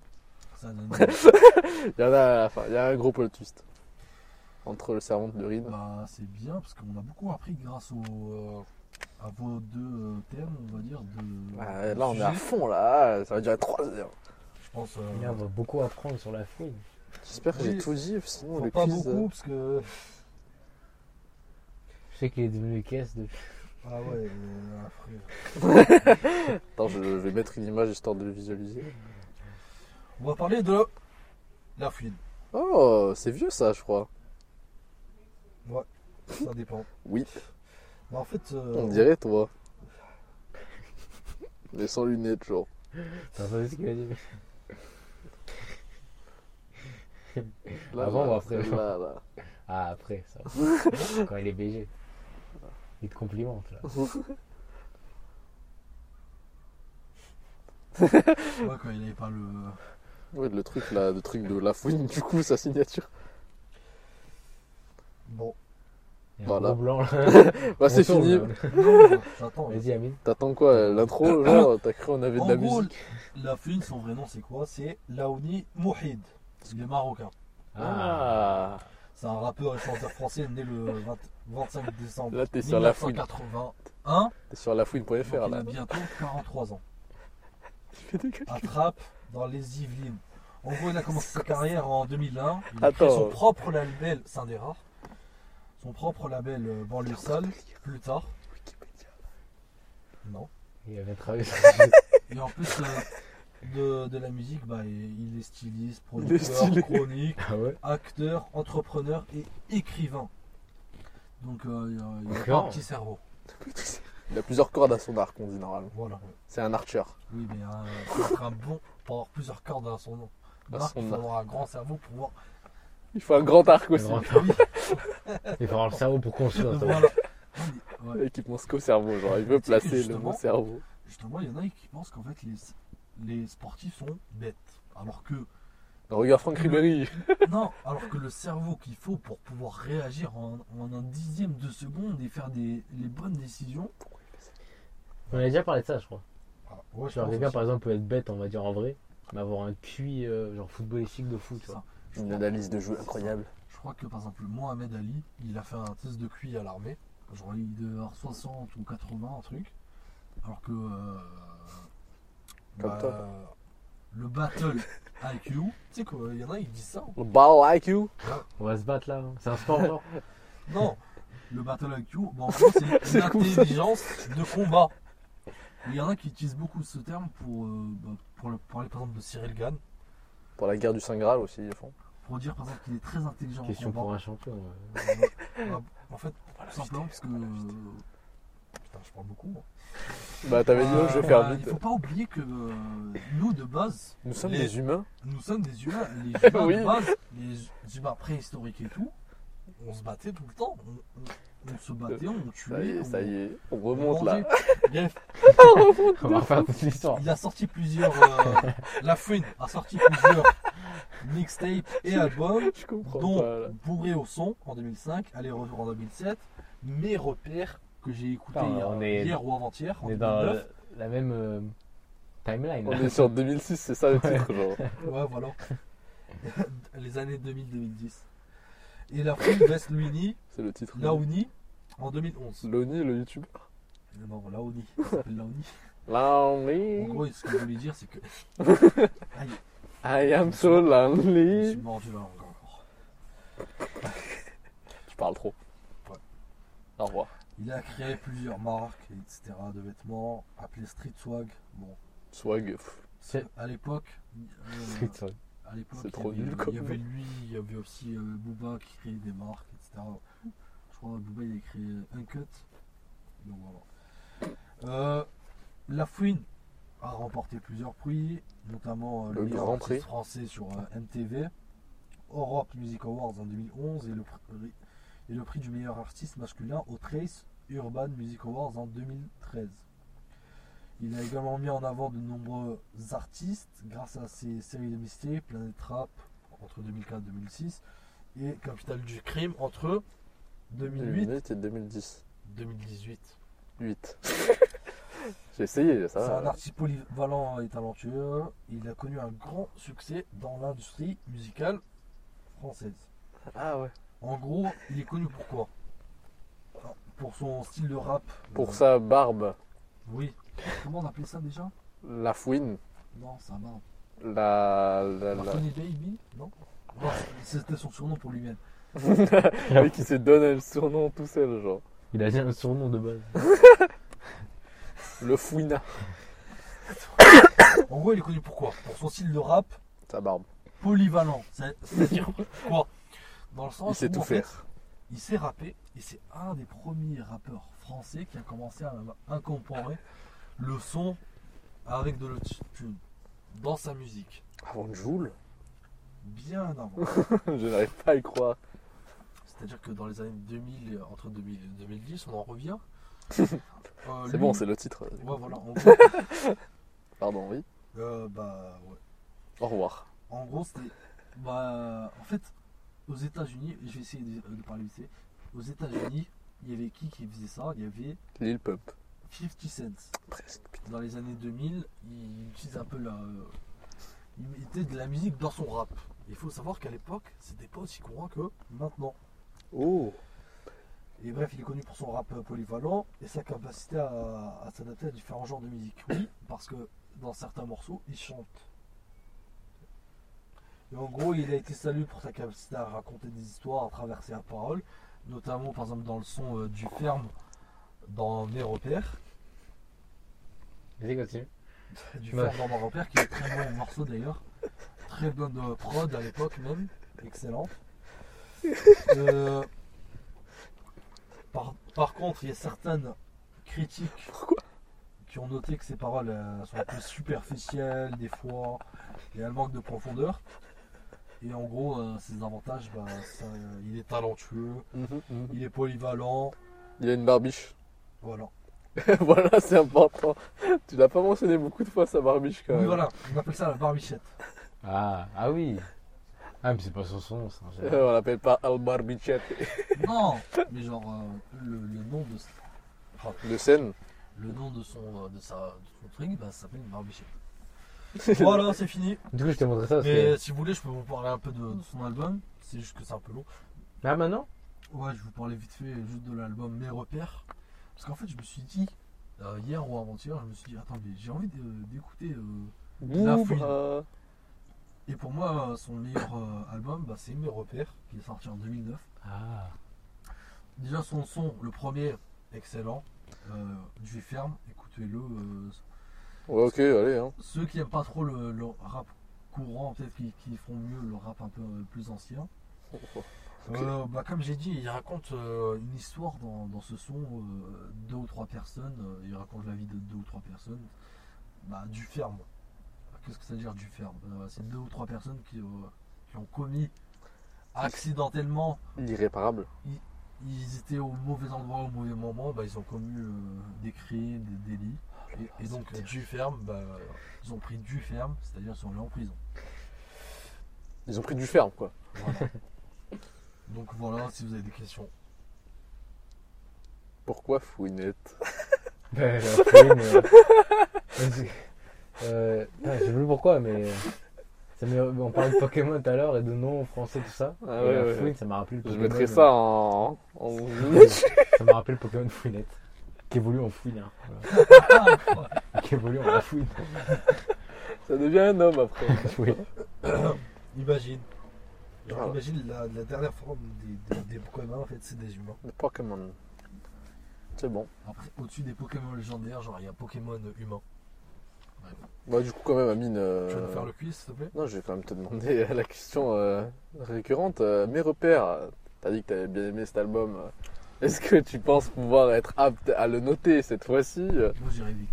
Speaker 3: C'est un animé.
Speaker 2: (laughs) Il y en a à la fin. Il y a un gros plot twist entre le servant de Rin.
Speaker 3: Bah, c'est bien parce qu'on a beaucoup appris grâce au, euh, à vos deux euh, thèmes, on va dire. De,
Speaker 2: Ah,
Speaker 3: de
Speaker 2: là, on est à
Speaker 3: sujet.
Speaker 2: fond là. Ça va durer 3 heures.
Speaker 3: Je pense. euh,
Speaker 1: Là, on va beaucoup apprendre sur la fouine.
Speaker 2: J'espère que
Speaker 3: Oui.
Speaker 2: j'ai tout dit. Sinon,
Speaker 3: enfin,
Speaker 2: le
Speaker 3: pas
Speaker 2: quiz. euh,
Speaker 3: beaucoup parce que.
Speaker 1: Je sais qu'il est devenu caisse depuis.
Speaker 3: Ah ouais, euh, affreux.
Speaker 2: Attends, je vais mettre une image histoire de le visualiser.
Speaker 3: On va parler de. La fouine.
Speaker 2: Oh, c'est vieux ça, je crois.
Speaker 3: Ça dépend.
Speaker 2: Oui,
Speaker 3: Bah, en fait. euh,
Speaker 2: on dirait toi. Mais sans lunettes, genre.
Speaker 1: T'as entendu ce qu'il a dit
Speaker 2: Là,
Speaker 1: Avant
Speaker 2: là,
Speaker 1: ou après
Speaker 2: Là, là.
Speaker 1: Ah, après, ça.
Speaker 2: (laughs)
Speaker 1: Quand il est BG. Il te complimente, là.
Speaker 3: ouais, quand il avait pas le.
Speaker 2: Ouais, le truc là, le truc de la fouine, du coup, sa signature.
Speaker 3: Bon.
Speaker 2: (laughs)
Speaker 1: Il y a un
Speaker 2: Voilà.
Speaker 1: gros blanc, là.
Speaker 2: Bah,
Speaker 1: On
Speaker 2: c'est
Speaker 1: tourne,
Speaker 2: fini.
Speaker 1: là.
Speaker 3: Non, J'attends.
Speaker 1: Vas-y, Amine.
Speaker 2: T'attends quoi euh, L'intro Genre, t'as cru on avait de
Speaker 3: En
Speaker 2: la
Speaker 3: gros,
Speaker 2: musique
Speaker 3: la fouine, son vrai nom, c'est quoi C'est Laouni Mouhid. Il est marocain.
Speaker 2: Ah
Speaker 3: C'est un rappeur et chanteur français né le 20 25
Speaker 2: (laughs)
Speaker 3: décembre
Speaker 2: Là, t'es sur la fouine.
Speaker 3: 1981.
Speaker 2: T'es sur
Speaker 3: Donc,
Speaker 2: lafouine.fr
Speaker 3: il
Speaker 2: là.
Speaker 3: a bientôt 43 ans.
Speaker 2: Tu (laughs) fais des calculs.
Speaker 3: Attrape dans les Yvelines. En gros, il a commencé sa carrière en 2001. Il a
Speaker 2: Attends.
Speaker 3: créé son propre label, c'est un des rares. Son propre label euh, banlieue sale, plus tard.
Speaker 2: Wikipédia.
Speaker 3: Non.
Speaker 1: Il avait travaillé sur
Speaker 3: Et en plus euh, de, de la musique, bah, il il est styliste,
Speaker 2: (laughs) Il est
Speaker 3: producteur,
Speaker 2: stylé.
Speaker 3: chronique,
Speaker 1: (laughs) Ah ouais
Speaker 3: acteur, entrepreneur et écrivain. Donc euh, il y a- il y a
Speaker 1: D'accord.
Speaker 3: un petit cerveau.
Speaker 2: Il a plusieurs cordes à son arc, on dit normalement.
Speaker 3: Voilà.
Speaker 2: C'est un archer.
Speaker 3: Oui, mais un, pour être un bon, pour avoir plusieurs cordes à son nom.
Speaker 2: À
Speaker 3: Marc,
Speaker 2: son
Speaker 3: il faut
Speaker 2: arc.
Speaker 3: avoir un grand cerveau pour voir.
Speaker 2: Il faut un grand arc
Speaker 1: Le
Speaker 2: aussi.
Speaker 1: grand
Speaker 3: Oui,
Speaker 1: Il faut avoir le cerveau pour construire, toi.
Speaker 2: (laughs)
Speaker 3: voilà. Ouais.
Speaker 2: L'équipement au cerveau, genre, il veut
Speaker 3: Tu sais que
Speaker 2: placer le mot
Speaker 3: justement,
Speaker 2: cerveau.
Speaker 3: Justement, il y en a qui pensent qu'en fait les, les sportifs sont bêtes. Alors que,
Speaker 2: Regarde Franck Ribéry.
Speaker 3: non, alors que le cerveau qu'il faut pour pouvoir réagir en, en un dixième de seconde et faire des, les bonnes décisions.
Speaker 1: On a déjà parlé de ça, je crois.
Speaker 3: Ah, ouais,
Speaker 1: Genre,
Speaker 3: pense
Speaker 1: quelqu'un,
Speaker 3: aussi.
Speaker 1: par exemple, peut être bête, on va dire en vrai, mais avoir un QI, euh, genre footballistique de fou, tu
Speaker 3: C'est
Speaker 1: vois.
Speaker 3: ça. Je
Speaker 2: Une
Speaker 3: crois-
Speaker 2: analyse de jeu incroyable.
Speaker 3: Je crois que par exemple Mohamed Ali, il a fait un test de QI à l'armée. Genre il devait avoir 60 ou 80, un truc. Alors que euh, bah,
Speaker 2: Comme toi,
Speaker 3: le battle IQ, tu sais quoi, il y en a, ils disent ça. hein.
Speaker 2: Le ball IQ
Speaker 1: On va se battre là, hein. c'est un sport,
Speaker 2: (laughs)
Speaker 1: genre.
Speaker 3: Non, le battle IQ, bah, en gros, c'est
Speaker 2: C'est cool, ça.
Speaker 3: l'intelligence de combat. Il y en a qui utilisent beaucoup ce terme pour, euh, bah, pour le- parler par exemple de Cyril Gann,
Speaker 2: Pour la guerre du Saint Graal aussi, ils font.
Speaker 3: pour dire par exemple qu'il est très intelligent en
Speaker 1: Question
Speaker 3: combat.
Speaker 1: pour un champion.
Speaker 2: (laughs)
Speaker 1: ouais.
Speaker 3: Bah, en fait,
Speaker 2: Ah,
Speaker 3: tout simplement hein, parce que. euh, Putain, je parle beaucoup. hein.
Speaker 2: Bah t'avais dit non, je vais faire
Speaker 3: Euh,
Speaker 2: vite.
Speaker 3: Il faut pas oublier que euh, nous de base,
Speaker 2: Nous sommes
Speaker 3: les-
Speaker 2: des humains.
Speaker 3: nous sommes des humains,
Speaker 2: (laughs)
Speaker 3: les humains
Speaker 2: Oui.
Speaker 3: de base, les humains préhistoriques et tout, on se battait tout le temps, on, on- on se battait, on
Speaker 2: Ça y
Speaker 3: tuait,
Speaker 2: est, ça y est. On
Speaker 3: on,
Speaker 2: remonte
Speaker 3: mangeait.
Speaker 2: là.
Speaker 3: Bref,
Speaker 2: (laughs)
Speaker 1: On va refaire toute l'histoire.
Speaker 3: il a sorti plusieurs, euh, la fouine a sorti plusieurs mixtape et album,
Speaker 2: Je comprends
Speaker 3: dont
Speaker 2: pas, là.
Speaker 3: Bourré au son en 2005, Aller au retour en 2007, Mes repères que j'ai écouté
Speaker 1: Putain,
Speaker 3: hier,
Speaker 1: on est-
Speaker 3: hier ou avant-hier, en
Speaker 1: On est dans
Speaker 3: 2009.
Speaker 1: le- la même euh, timeline.
Speaker 2: On
Speaker 1: là. (laughs)
Speaker 2: est sur 2006, c'est ça le
Speaker 1: Ouais.
Speaker 2: titre, genre.
Speaker 3: Ouais, voilà. (laughs) Les années 2000-2010. Et la fille Vest Luini,
Speaker 2: C'est le titre.
Speaker 3: Laouni, en 2011.
Speaker 2: Loni, le youtubeur.
Speaker 3: Non, Laouni. il s'appelle Laouni. En
Speaker 2: Lonely,
Speaker 3: gros, ce que je voulais dire, c'est que
Speaker 2: I am so
Speaker 3: je me suis
Speaker 2: lonely.
Speaker 3: mordu la langue encore.
Speaker 2: Tu parles trop.
Speaker 3: Ouais.
Speaker 2: Au revoir.
Speaker 3: Il a créé plusieurs marques, etc. de vêtements, appelées Street Swag. Bon,
Speaker 2: Swag. pff,
Speaker 1: C'est-
Speaker 3: à l'époque. euh,
Speaker 1: Street Song.
Speaker 3: à l'époque,
Speaker 2: C'est
Speaker 3: il y
Speaker 2: trop
Speaker 3: avait-
Speaker 2: nul comme
Speaker 3: Il y avait
Speaker 2: nom.
Speaker 3: lui, il y avait aussi euh, Booba qui créait des marques, etc. Je crois que Booba il a créé Uncut. Donc voilà. Euh, La Fouine a remporté plusieurs prix, notamment euh,
Speaker 2: Le
Speaker 3: meilleur
Speaker 2: Grand
Speaker 3: artiste
Speaker 2: Prix.
Speaker 3: français sur euh, MTV, Europe Music Awards en 2011 et le, prix- et le prix du meilleur artiste masculin au Trace Urban Music Awards en 2013. Il a également mis en avant de nombreux artistes grâce à ses séries de mixtapes, Planet Rap entre 2004 et 2006 et Capital du Crime entre 2008
Speaker 2: 2008 et 2010.
Speaker 3: 2018. (laughs)
Speaker 2: 8. J'ai essayé,
Speaker 3: C'est
Speaker 2: ça.
Speaker 3: un
Speaker 2: va.
Speaker 3: artiste polyvalent et talentueux. Il a connu un grand succès dans l'industrie musicale française.
Speaker 2: Ah ouais.
Speaker 3: En gros, il est connu pour quoi Pour son style de rap.
Speaker 2: Pour
Speaker 3: euh,
Speaker 2: sa barbe,
Speaker 3: Oui. Comment on appelait ça déjà
Speaker 2: la fouine,
Speaker 3: Non, ça va.
Speaker 2: la. la, la...
Speaker 3: Marconi Baby Non Non, c'était son surnom pour lui-même.
Speaker 2: Le mec qui se donne un surnom tout seul, genre.
Speaker 1: Il a déjà un surnom de base.
Speaker 2: Le fouina.
Speaker 3: En gros, il est connu pour quoi Pour son style de rap
Speaker 2: Sa barbe.
Speaker 3: polyvalent. C'est-
Speaker 2: (laughs)
Speaker 3: C'est-à-dire quoi Dans le sens
Speaker 2: Il sait
Speaker 3: où,
Speaker 2: tout
Speaker 3: en fait,
Speaker 2: faire.
Speaker 3: Il s'est rappé et c'est un des premiers rappeurs français qui a commencé à incorporer le son avec de l'autotune dans sa musique.
Speaker 2: Avant Joule
Speaker 3: Bien avant.
Speaker 2: (laughs) Je n'arrive pas à y croire.
Speaker 3: C'est-à-dire que dans les années 2000, euh, entre 2000 et 2010, on
Speaker 2: (laughs)
Speaker 3: en revient. Euh,
Speaker 2: C'est
Speaker 3: lui-
Speaker 2: bon, c'est le titre.
Speaker 3: Ouais, voilà.
Speaker 2: (laughs)
Speaker 3: En gros,
Speaker 2: Pardon, oui.
Speaker 3: euh, bah, ouais.
Speaker 2: Au revoir.
Speaker 3: En gros, c'était. Bah, en fait, aux États-Unis, je vais essayer de, de parler vite. fait. Aux États-Unis, il y avait qui qui faisait ça Il y avait
Speaker 2: Lil Pump.
Speaker 3: 50 Cent.
Speaker 2: Presque.
Speaker 3: dans les années 2000, il utilisait un peu la. Il mettait de la musique dans son rap. Il faut savoir qu'à l'époque, c'était pas aussi courant que maintenant.
Speaker 2: Oh
Speaker 3: Et bref, il est connu pour son rap polyvalent et sa capacité à, à s'adapter à différents genres de musique. Oui, parce que dans certains morceaux, il chante. Et en gros, il a été salué pour sa capacité à raconter des histoires, à traverser la parole, notamment par exemple dans le son euh, du ferme, dans Mes repères.
Speaker 1: Vas-y, continue.
Speaker 3: du
Speaker 1: Ouais.
Speaker 3: Fernand Mon Repère, qui est très bon morceau d'ailleurs. Très bonne de prod à l'époque même. Excellente. Euh, par, par contre, il y a certaines critiques qui ont noté que ses paroles euh, sont un peu superficielles des fois et elles manquent de profondeur. Et en gros, euh, ses avantages, bah, ça, euh, il est talentueux, il est polyvalent,
Speaker 2: Mhm, Il y a une barbiche. (laughs)
Speaker 3: voilà.
Speaker 2: voilà, c'est important. Tu l'as pas mentionné beaucoup de fois, sa barbiche, quand
Speaker 3: Oui,
Speaker 2: même.
Speaker 3: voilà, on appelle ça la barbichette.
Speaker 1: Ah, ah oui. Ah, mais c'est pas son surnom, ça. en général.
Speaker 2: Euh, (laughs) on l'appelle pas Al Barbichette.
Speaker 3: Non, mais genre euh, le, le nom de oh,
Speaker 2: De scène.
Speaker 3: le nom de son euh, de sa de son truc, bah, ça s'appelle une barbichette. (laughs) Voilà, c'est fini.
Speaker 1: Du coup, je te montré ça. Parce
Speaker 3: Mais
Speaker 1: que...
Speaker 3: si vous voulez, je peux vous parler un peu de, de son album. C'est juste que c'est un peu long.
Speaker 1: Ah, maintenant
Speaker 3: Ouais, je vais vous parler vite fait juste de l'album Mes repères. Parce qu'en fait, je me suis dit euh, hier ou avant-hier, je me suis dit attends, mais j'ai envie de- d'écouter. euh, La fouine.
Speaker 2: Boubra.
Speaker 3: Et pour moi, euh, son meilleur euh, album, bah, c'est Mes repères, qui est sorti en 2009.
Speaker 1: Ah.
Speaker 3: Déjà son son, le premier, excellent. Euh, du ferme, écoutez-le. euh,
Speaker 2: Ouais, ok, allez, hein.
Speaker 3: ceux qui aiment pas trop le, le rap courant, peut-être qui, qui font mieux le rap un peu euh, plus ancien.
Speaker 2: Ok.
Speaker 3: Euh, bah, comme j'ai dit, il raconte euh, une histoire dans, dans ce son, euh, deux ou trois personnes, euh, il raconte la vie de deux ou trois personnes. Bah, du ferme. Qu'est-ce que ça veut dire du ferme Euh, C'est deux ou trois personnes qui, euh, qui ont commis accidentellement
Speaker 2: L'irréparable.
Speaker 3: ils étaient au mauvais endroit au mauvais moment, bah, ils ont commis euh, des crimes, des délits. Et, euh, et donc, du ferme, bah, ils ont pris du ferme, c'est-à-dire ils sont allés en prison.
Speaker 2: Ils ont pris du ferme, quoi.
Speaker 3: Voilà. Donc voilà, si vous avez des questions.
Speaker 2: Pourquoi Fouinette
Speaker 1: Ben, la fouine, euh, euh, putain, je sais plus pourquoi, mais. euh, ça m'est- on parlait de Pokémon tout à l'heure et de noms français, tout ça.
Speaker 2: Ah
Speaker 1: Et
Speaker 2: ouais,
Speaker 1: la
Speaker 2: ouais,
Speaker 1: fouine,
Speaker 2: ouais.
Speaker 1: ça m'a rappelé le
Speaker 2: Je
Speaker 1: Pokémon.
Speaker 2: mettrai
Speaker 1: euh,
Speaker 2: ça en. (laughs) en...
Speaker 1: ça m'a rappelé le Pokémon Fouinette. Qui évolue en fouine. hein. (laughs) Voilà. qui évolue en fouine.
Speaker 2: ça devient un homme après.
Speaker 1: (laughs) Oui.
Speaker 3: Imagine. Genre,
Speaker 2: Voilà.
Speaker 3: imagine la, la dernière forme des, des- des Pokémon, en fait, c'est des humains.
Speaker 2: Le Pokémon. C'est bon.
Speaker 3: Après, au-dessus des Pokémon légendaires, genre, il y a Pokémon humain.
Speaker 2: Bah, du coup, quand même, Amine. euh,
Speaker 3: Tu vas nous faire le quiz, s'il te plaît
Speaker 2: Non, je vais quand même te demander euh, la question euh, récurrente. euh, mes repères, euh, t'as dit que t'avais bien aimé cet album. euh, Est-ce que tu penses pouvoir être apte à le noter cette fois-ci euh
Speaker 3: Moi, j'irai vite.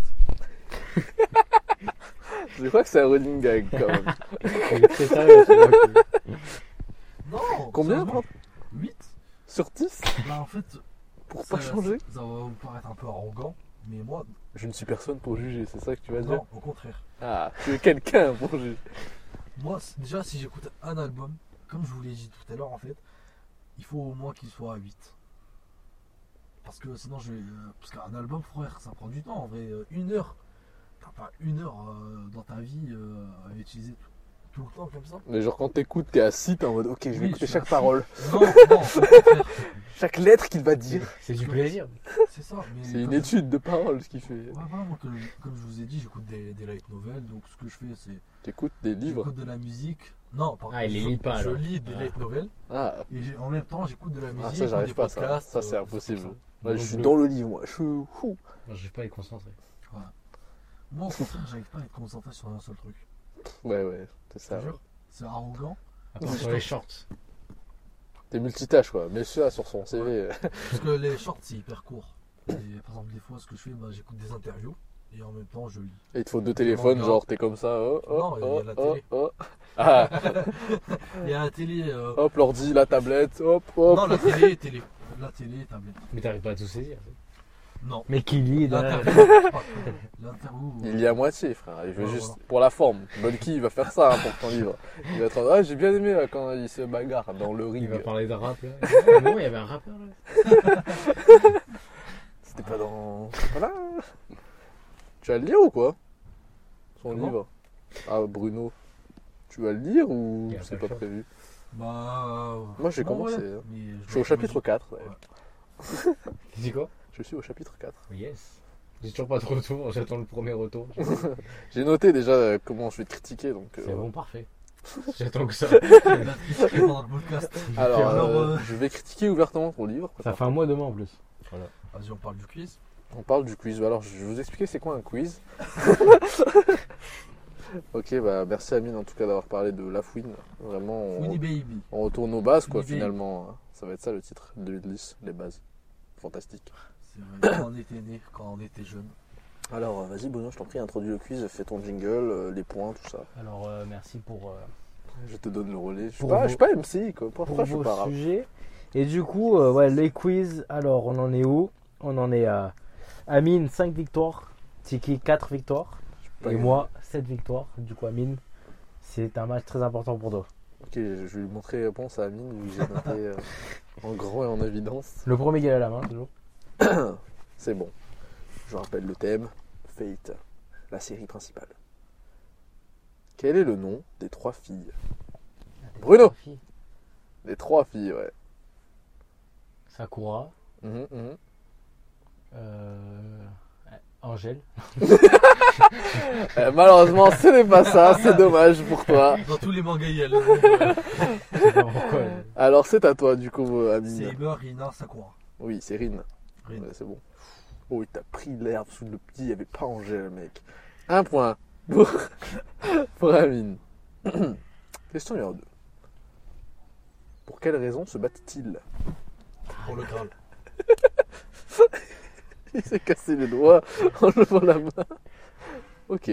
Speaker 2: Je crois que c'est un running gag quand même.
Speaker 1: Il est très sérieux, celui-là, qui-
Speaker 3: Non
Speaker 2: Combien
Speaker 3: sérieusement,
Speaker 2: Franck
Speaker 3: 8
Speaker 2: (laughs) Sur 10
Speaker 3: Bah, en fait,
Speaker 2: Pour
Speaker 3: ça-
Speaker 2: pas changer
Speaker 3: Ça va vous paraître un peu arrogant, mais moi,
Speaker 2: Je ne suis personne pour juger, c'est ça que tu vas dire
Speaker 3: non, au contraire.
Speaker 2: Ah, tu es quelqu'un pour juger.
Speaker 3: Moi, c- déjà, si j'écoute un album, comme je vous l'ai dit tout à l'heure, en fait, il faut au moins qu'il soit à 8. Parce que sinon, je vais. euh, Parce qu'un album, frère, ça prend du temps. En vrai, euh, une heure. T'as pas une heure euh, dans ta vie euh, à utiliser tout, tout le temps comme ça.
Speaker 2: Mais genre quand t'écoutes, t'es assis, t'es en mode ok, je vais
Speaker 3: Oui,
Speaker 2: écouter
Speaker 3: je suis
Speaker 2: chaque
Speaker 3: assis.
Speaker 2: parole,
Speaker 3: Non, non, au contraire,
Speaker 2: chaque lettre qu'il va dire.
Speaker 1: C'est du plaisir.
Speaker 3: (laughs) c'est ça. mais
Speaker 2: C'est une
Speaker 3: comme-
Speaker 2: étude de parole ce qu'il fait.
Speaker 3: Ouais, voilà, moi, comme, comme je vous ai dit, j'écoute des, des light novels. Donc, ce que je fais, c'est.
Speaker 2: T'écoutes des livres.
Speaker 3: J'écoute de la musique. Non, par
Speaker 1: Ah, il les
Speaker 3: je-
Speaker 1: lit pas,
Speaker 3: Je
Speaker 1: alors.
Speaker 3: lis des
Speaker 1: Ah.
Speaker 3: light novels.
Speaker 2: Ah,
Speaker 3: Et j'ai- en même temps, j'écoute de la musique.
Speaker 2: ça,
Speaker 3: ou
Speaker 2: j'arrive
Speaker 3: des
Speaker 2: pas, ça.
Speaker 3: podcasts,
Speaker 2: Ça, c'est
Speaker 3: euh,
Speaker 2: impossible.
Speaker 3: comme ça.
Speaker 2: là, je
Speaker 1: Non
Speaker 2: suis
Speaker 1: plus.
Speaker 2: dans le livre, moi. Je suis fou.
Speaker 1: Moi, je vais pas les concentrer.
Speaker 3: Moi, au contraire, j'arrive pas à être concentré sur un seul truc.
Speaker 2: Ouais, ouais, c'est
Speaker 3: Je te
Speaker 2: ça.
Speaker 3: jure, c'est arrogant.
Speaker 1: À part sur les shorts.
Speaker 2: T'es multitâche, quoi. Mais ça, sur son CV. euh,
Speaker 3: Parce que les shorts, c'est hyper court. Et, par exemple, des fois, ce que je fais, bah, j'écoute des interviews et en même temps, je lis.
Speaker 2: Il te faut deux téléphones,
Speaker 3: Manga.
Speaker 2: genre, t'es comme ça. Oh, oh,
Speaker 3: Non, il y a
Speaker 2: oh,
Speaker 3: la
Speaker 2: oh,
Speaker 3: télé.
Speaker 2: oh. Ah,
Speaker 3: Il y a la télé. euh,
Speaker 2: hop, l'ordi, la tablette, hop, hop.
Speaker 3: Non, la télé, télé. La télé, tablette.
Speaker 1: Mais t'arrives pas à tout saisir. Ah,
Speaker 3: Non.
Speaker 1: Mais qui lit derrière
Speaker 3: L'interview, c'est pas cool. L'interview. euh,
Speaker 2: Il y a moitié, frère. Il veut
Speaker 3: Ouais,
Speaker 2: juste
Speaker 3: voilà.
Speaker 2: pour la forme. Bulky, il va faire ça hein, pour ton livre. Il va être en- Ah, j'ai bien aimé euh, quand il se bagarre dans le
Speaker 1: Il va
Speaker 2: ring.
Speaker 1: parler de rap (laughs) là. À un moment, Ah, il y avait un rappeur là.
Speaker 2: C'était pas dans. Voilà. Tu vas le lire ou quoi Son
Speaker 3: Comment
Speaker 2: livre. Ah, Bruno. Tu vas le lire ou
Speaker 1: Il y a
Speaker 2: c'est
Speaker 1: pas
Speaker 2: pas
Speaker 1: le choix.
Speaker 2: prévu
Speaker 3: Bah. euh,
Speaker 2: Moi, j'ai
Speaker 3: non,
Speaker 2: commencé,
Speaker 3: ouais,
Speaker 2: hein.
Speaker 3: mais
Speaker 2: Je suis au
Speaker 3: me
Speaker 2: chapitre
Speaker 3: dis-
Speaker 2: 4. ouais.
Speaker 3: Ouais.
Speaker 1: Tu dis quoi
Speaker 2: Je suis au chapitre 4.
Speaker 1: Yes. J'ai toujours pas de retour, j'attends le premier retour.
Speaker 2: J'ai noté déjà euh, comment je vais te critiquer. Donc, euh,
Speaker 1: C'est bon, parfait. (laughs) J'attends que ça.
Speaker 3: Il va te critiquer pendant le podcast.
Speaker 2: Alors,
Speaker 3: Alors,
Speaker 2: euh,
Speaker 3: euh,
Speaker 2: je vais critiquer ouvertement ton livre.
Speaker 1: Ça fait un mois demain en plus.
Speaker 3: Ah, Vas-y, on parle du quiz.
Speaker 2: On parle du quiz. Alors, je vais vous expliquer c'est quoi un quiz. ok, bah merci Amine en tout cas d'avoir parlé de La Fouine. Vraiment,
Speaker 3: Winnie
Speaker 2: on,
Speaker 3: Baby.
Speaker 2: on retourne aux bases quoi
Speaker 3: Fouini.
Speaker 2: finalement. hein. Ça va être ça le titre de Ulysse, les bases. Fantastique.
Speaker 3: C'est vrai, quand on était né, quand on était jeune.
Speaker 2: Alors, euh, vas-y Bruno, je t'en prie, introduis le quiz, fais ton jingle, euh, les points, tout ça.
Speaker 1: Alors euh, merci pour, euh,
Speaker 2: Je te donne le relais. Je suis
Speaker 1: Pour
Speaker 2: pas,
Speaker 1: vos-
Speaker 2: je suis pas MC quoi. Pourquoi
Speaker 1: pour
Speaker 2: je suis
Speaker 1: vos
Speaker 2: pas rap
Speaker 1: sujets. Et du coup, euh, ouais, les quiz, alors on en est où On en est à Amine 5 victoires, Tiki 4 victoires,
Speaker 2: Pas
Speaker 1: et
Speaker 2: gagné.
Speaker 1: moi 7 victoires. Du coup Amine, c'est un match très important pour toi.
Speaker 2: Ok, je vais lui montrer les réponses à Amine, vu que j'ai noté (laughs) euh, en grand et en évidence.
Speaker 1: Le premier gars à la main toujours.
Speaker 2: C'est bon. Je rappelle le thème Fate, la série principale. Quel est le nom des trois filles Bruno Des trois filles, ouais.
Speaker 1: Sakura,
Speaker 2: Mhm, mhm.
Speaker 1: euh, Angèle.
Speaker 2: Euh, malheureusement, ce n'est pas ça, c'est dommage pour toi.
Speaker 3: Dans tous les mangas, il y a le
Speaker 1: Je sais pas pourquoi. elle-
Speaker 2: Alors, c'est à toi, du coup, euh,
Speaker 3: C'est
Speaker 2: Amine.
Speaker 3: Emer, Rina, Sakura.
Speaker 2: Oui, c'est Rin.
Speaker 3: Rin.
Speaker 2: Ouais, c'est bon. Oh, il t'a pris l'herbe sous le pied, il n'y avait pas Angèle, mec. Un point pour, (laughs) pour Amine. (clears throat) Question numéro 2. Pour quelle raison se battent-ils (laughs)
Speaker 3: Pour le Graal.
Speaker 2: Il s'est cassé les doigts (laughs) en levant la main. Ok.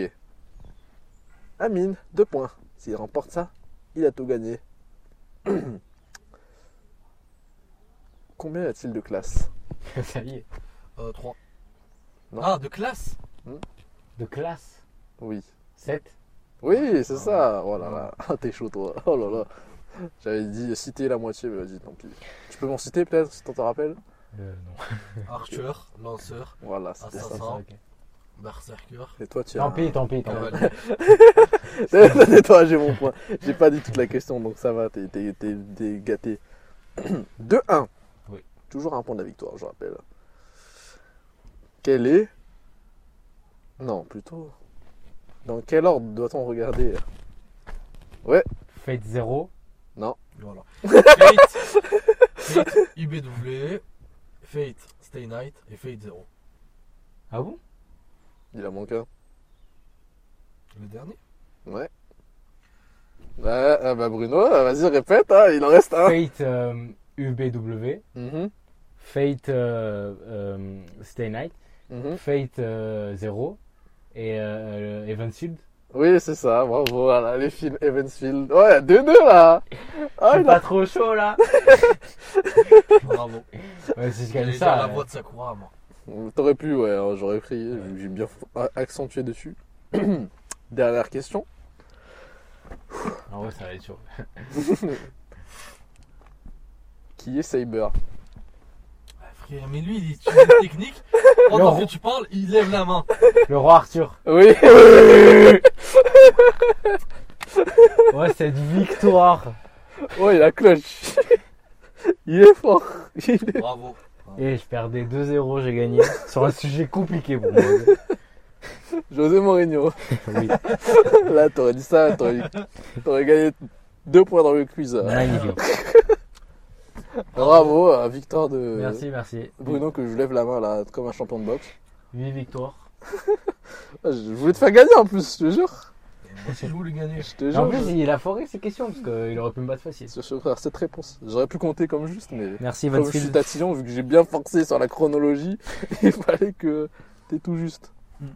Speaker 2: Amine, deux points. S'il remporte ça, il a tout gagné. (clears throat) Combien y a-t-il de classes
Speaker 1: Ça y est.
Speaker 3: Euh, 3.
Speaker 2: Non.
Speaker 3: Ah, de classe
Speaker 1: De classe
Speaker 2: Oui.
Speaker 1: 7
Speaker 2: Oui,
Speaker 1: Ah
Speaker 2: c'est ça. Oh là là, (laughs) Ah, t'es chaud toi. Oh là là. J'avais dit citer la moitié, mais vas-y, tant pis. Tu peux m'en citer peut-être, si t'en te rappelles
Speaker 1: Euh, non.
Speaker 3: Archer, lanceur,
Speaker 2: Voilà, c'était ça.
Speaker 3: Assassin.
Speaker 1: Ah, ok.
Speaker 3: berserker,
Speaker 2: Et toi, tu as.
Speaker 1: Tant pis, tant
Speaker 2: Ah
Speaker 1: pis, tant pis.
Speaker 3: cavalier.
Speaker 2: Et (laughs) toi, j'ai mon point. J'ai pas dit toute la question, donc ça va, t'es, t'es- t'es- t'es gâté. (clears throat) 2-1.
Speaker 1: Oui.
Speaker 2: Toujours un point de la victoire, je rappelle. Quel est. Non, plutôt. Dans quel ordre doit-on regarder
Speaker 1: Fate 0.
Speaker 2: (laughs)
Speaker 3: Voilà. Fate, Fate, IBW, Fate, Stay Night et Fate Zero.
Speaker 1: Ah bon
Speaker 2: Il en manque un.
Speaker 3: Le dernier
Speaker 2: Ouais. Bah, ah bah, Bruno, vas-y, répète, hein, il en reste un.
Speaker 1: Fate euh, UBW.
Speaker 2: Mhm,
Speaker 1: Fate euh, euh, Stay Night. Mm-hmm.
Speaker 2: mhm.
Speaker 1: Fate euh, 0. Et euh, Evansfield.
Speaker 2: Oui, c'est ça, bravo, voilà, les films Evansfield. Ouais, 2-2 là.
Speaker 1: Je
Speaker 2: Ah,
Speaker 1: suis
Speaker 2: il a-
Speaker 1: pas trop chaud là
Speaker 3: Bravo.
Speaker 1: Ouais, si je gagne
Speaker 3: J'allais
Speaker 1: ça.
Speaker 3: dire la
Speaker 1: ouais.
Speaker 3: voix de Sakura, moi.
Speaker 2: T'aurais pu, ouais, hein, j'aurais pris, vu que j'ai bien f- accentué dessus. (clears throat) Dernière question.
Speaker 1: Ah ouais, ça va être chaud.
Speaker 2: Qui est Saber
Speaker 3: Ah, Frère, mais lui, il utilise
Speaker 2: (laughs)
Speaker 3: une technique. Pendant
Speaker 1: Non.
Speaker 3: que tu parles, il lève la main.
Speaker 1: Le roi Arthur. (laughs)
Speaker 2: Oui
Speaker 1: Ouais, cette victoire.
Speaker 2: Oh, il a clutch (laughs) Il est fort Il est- (laughs)
Speaker 3: Bravo.
Speaker 1: Et je perdais 2-0, j'ai gagné. Sur un sujet compliqué pour moi.
Speaker 2: José Mourinho. (laughs)
Speaker 1: Oui.
Speaker 2: Là, t'aurais dit ça, t'aurais t'aurais gagné deux points dans le quiz.
Speaker 1: Magnifique.
Speaker 2: Bravo, euh, victoire de
Speaker 1: Merci, merci.
Speaker 2: Bruno, que je lève la main là, comme un champion de boxe.
Speaker 1: 8 victoires.
Speaker 2: Ah, Je voulais te faire gagner en plus, je te jure.
Speaker 3: Si je voulais gagner.
Speaker 2: Je te
Speaker 1: Et en
Speaker 2: jure.
Speaker 1: plus,
Speaker 2: je-
Speaker 1: il a foré ses questions parce qu'il aurait pu me battre facile.
Speaker 2: je- je vais faire (laughs) cette réponse. J'aurais pu compter comme juste, mais.
Speaker 1: Merci,
Speaker 2: Comme je suis
Speaker 1: Vansfield.
Speaker 2: tatillon, vu que j'ai bien forcé sur la chronologie, (laughs) il fallait que t'aies tout juste.
Speaker 3: Mm.
Speaker 2: Hmm.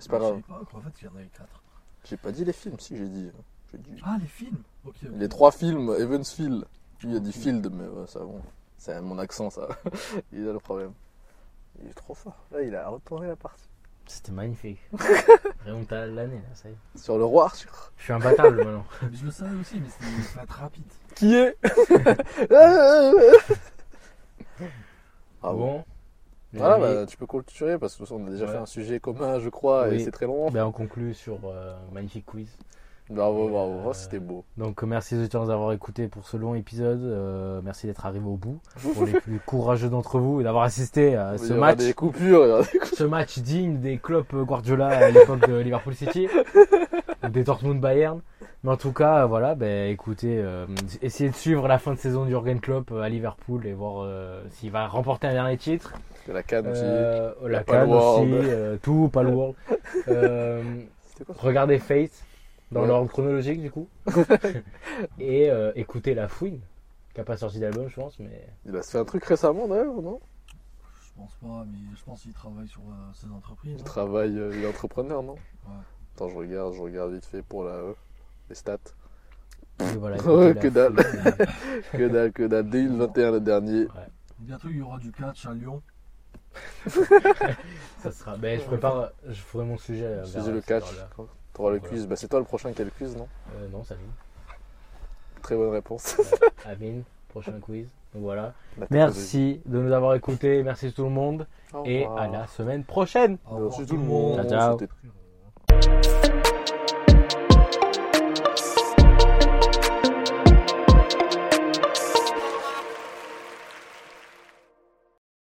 Speaker 2: C'est pas
Speaker 3: Je
Speaker 2: grave.
Speaker 3: savais pas qu'en fait, il y en avait quatre.
Speaker 2: J'ai pas dit les films, si j'ai dit. euh, j'ai dit-
Speaker 3: Ah, les films Ok. ok.
Speaker 2: Les trois films, Evansfield. Lui, il a dit Field, mais ouais, ça bon. C'est mon accent, ça. (laughs) il a le problème. Il est trop fort. Là, il a retourné la partie.
Speaker 1: C'était
Speaker 2: (laughs)
Speaker 1: magnifique. Remonte à l'année, là, ça y est.
Speaker 2: Sur le roi Arthur.
Speaker 1: Je suis imbattable maintenant.
Speaker 3: Mais je le savais aussi, mais c'était ça va être rapide.
Speaker 2: Qui (laughs) est Ah
Speaker 1: Ah
Speaker 2: bon
Speaker 1: bon
Speaker 2: Voilà,
Speaker 1: Désolé.
Speaker 2: bah, tu peux clôturer parce que on a déjà
Speaker 1: Ouais.
Speaker 2: fait un sujet commun, je crois, et
Speaker 1: Oui.
Speaker 2: c'est très long.
Speaker 1: Ben, on conclut sur euh, magnifique quiz.
Speaker 2: Bravo, bravo, Oh,
Speaker 1: Euh,
Speaker 2: c'était beau.
Speaker 1: Donc euh, merci aux auditeurs d'avoir écouté pour ce long épisode. Euh, merci d'être arrivé au
Speaker 2: (laughs)
Speaker 1: bout. Pour les plus courageux d'entre vous et d'avoir assisté à
Speaker 2: Il
Speaker 1: Euh, ce
Speaker 2: y aura
Speaker 1: match,
Speaker 2: des coupures, il y aura des-
Speaker 1: ce match digne des clubs Guardiola à l'époque de Liverpool City ou des Dortmund Bayern. Mais en tout cas, euh, voilà, ben écoutez, euh, essayez de suivre la fin de saison de Jurgen Klopp euh, à Liverpool et voir euh, s'il va remporter un dernier titre.
Speaker 2: (laughs) de la canne aussi.
Speaker 1: Euh, la
Speaker 2: Palworld.
Speaker 1: Cannes aussi, euh, tout, pas le World. Euh,
Speaker 2: C'était quoi
Speaker 1: Regardez Fate dans
Speaker 2: Ouais.
Speaker 1: l'ordre chronologique
Speaker 2: (laughs)
Speaker 1: du coup. et euh, écoutez La Fouine, qui a pas sorti d'album je pense, mais
Speaker 2: Il a fait un truc récemment d'ailleurs, non
Speaker 3: Je pense pas, mais je pense qu'il travaille sur euh, ses entreprises.
Speaker 2: Il
Speaker 3: hein.
Speaker 2: travaille, euh, il est entrepreneur, non
Speaker 3: Ouais.
Speaker 2: Attends, je regarde, je regarde vite fait pour la, euh, les stats.
Speaker 1: mais
Speaker 2: (laughs)
Speaker 1: voilà.
Speaker 2: Oh,
Speaker 1: écoutez
Speaker 2: que
Speaker 1: La
Speaker 2: dalle.
Speaker 1: Fouine.
Speaker 2: Que dalle, que dalle, 2021 le dernier.
Speaker 3: Bientôt, il y aura du catch à Lyon.
Speaker 1: Ça sera. Ben, je prépare, je ferai mon sujet. euh,
Speaker 2: Si
Speaker 1: vers
Speaker 2: j'ai le
Speaker 1: cette
Speaker 2: catch,
Speaker 1: heure-là.
Speaker 2: t'auras le
Speaker 1: Voilà.
Speaker 2: quiz. Bah, c'est toi le prochain qui a le quiz, non
Speaker 1: Euh, non, ça vient.
Speaker 2: Très bonne réponse. (laughs)
Speaker 1: Amine, prochain quiz. Donc voilà.
Speaker 2: La technologie.
Speaker 1: Merci de nous avoir écoutés, merci tout le monde
Speaker 2: Au
Speaker 1: et
Speaker 2: revoir.
Speaker 1: à la semaine prochaine.
Speaker 3: Au revoir
Speaker 2: Merci
Speaker 3: tout le monde.
Speaker 1: Ciao, ciao.
Speaker 2: C'était
Speaker 3: Ciao.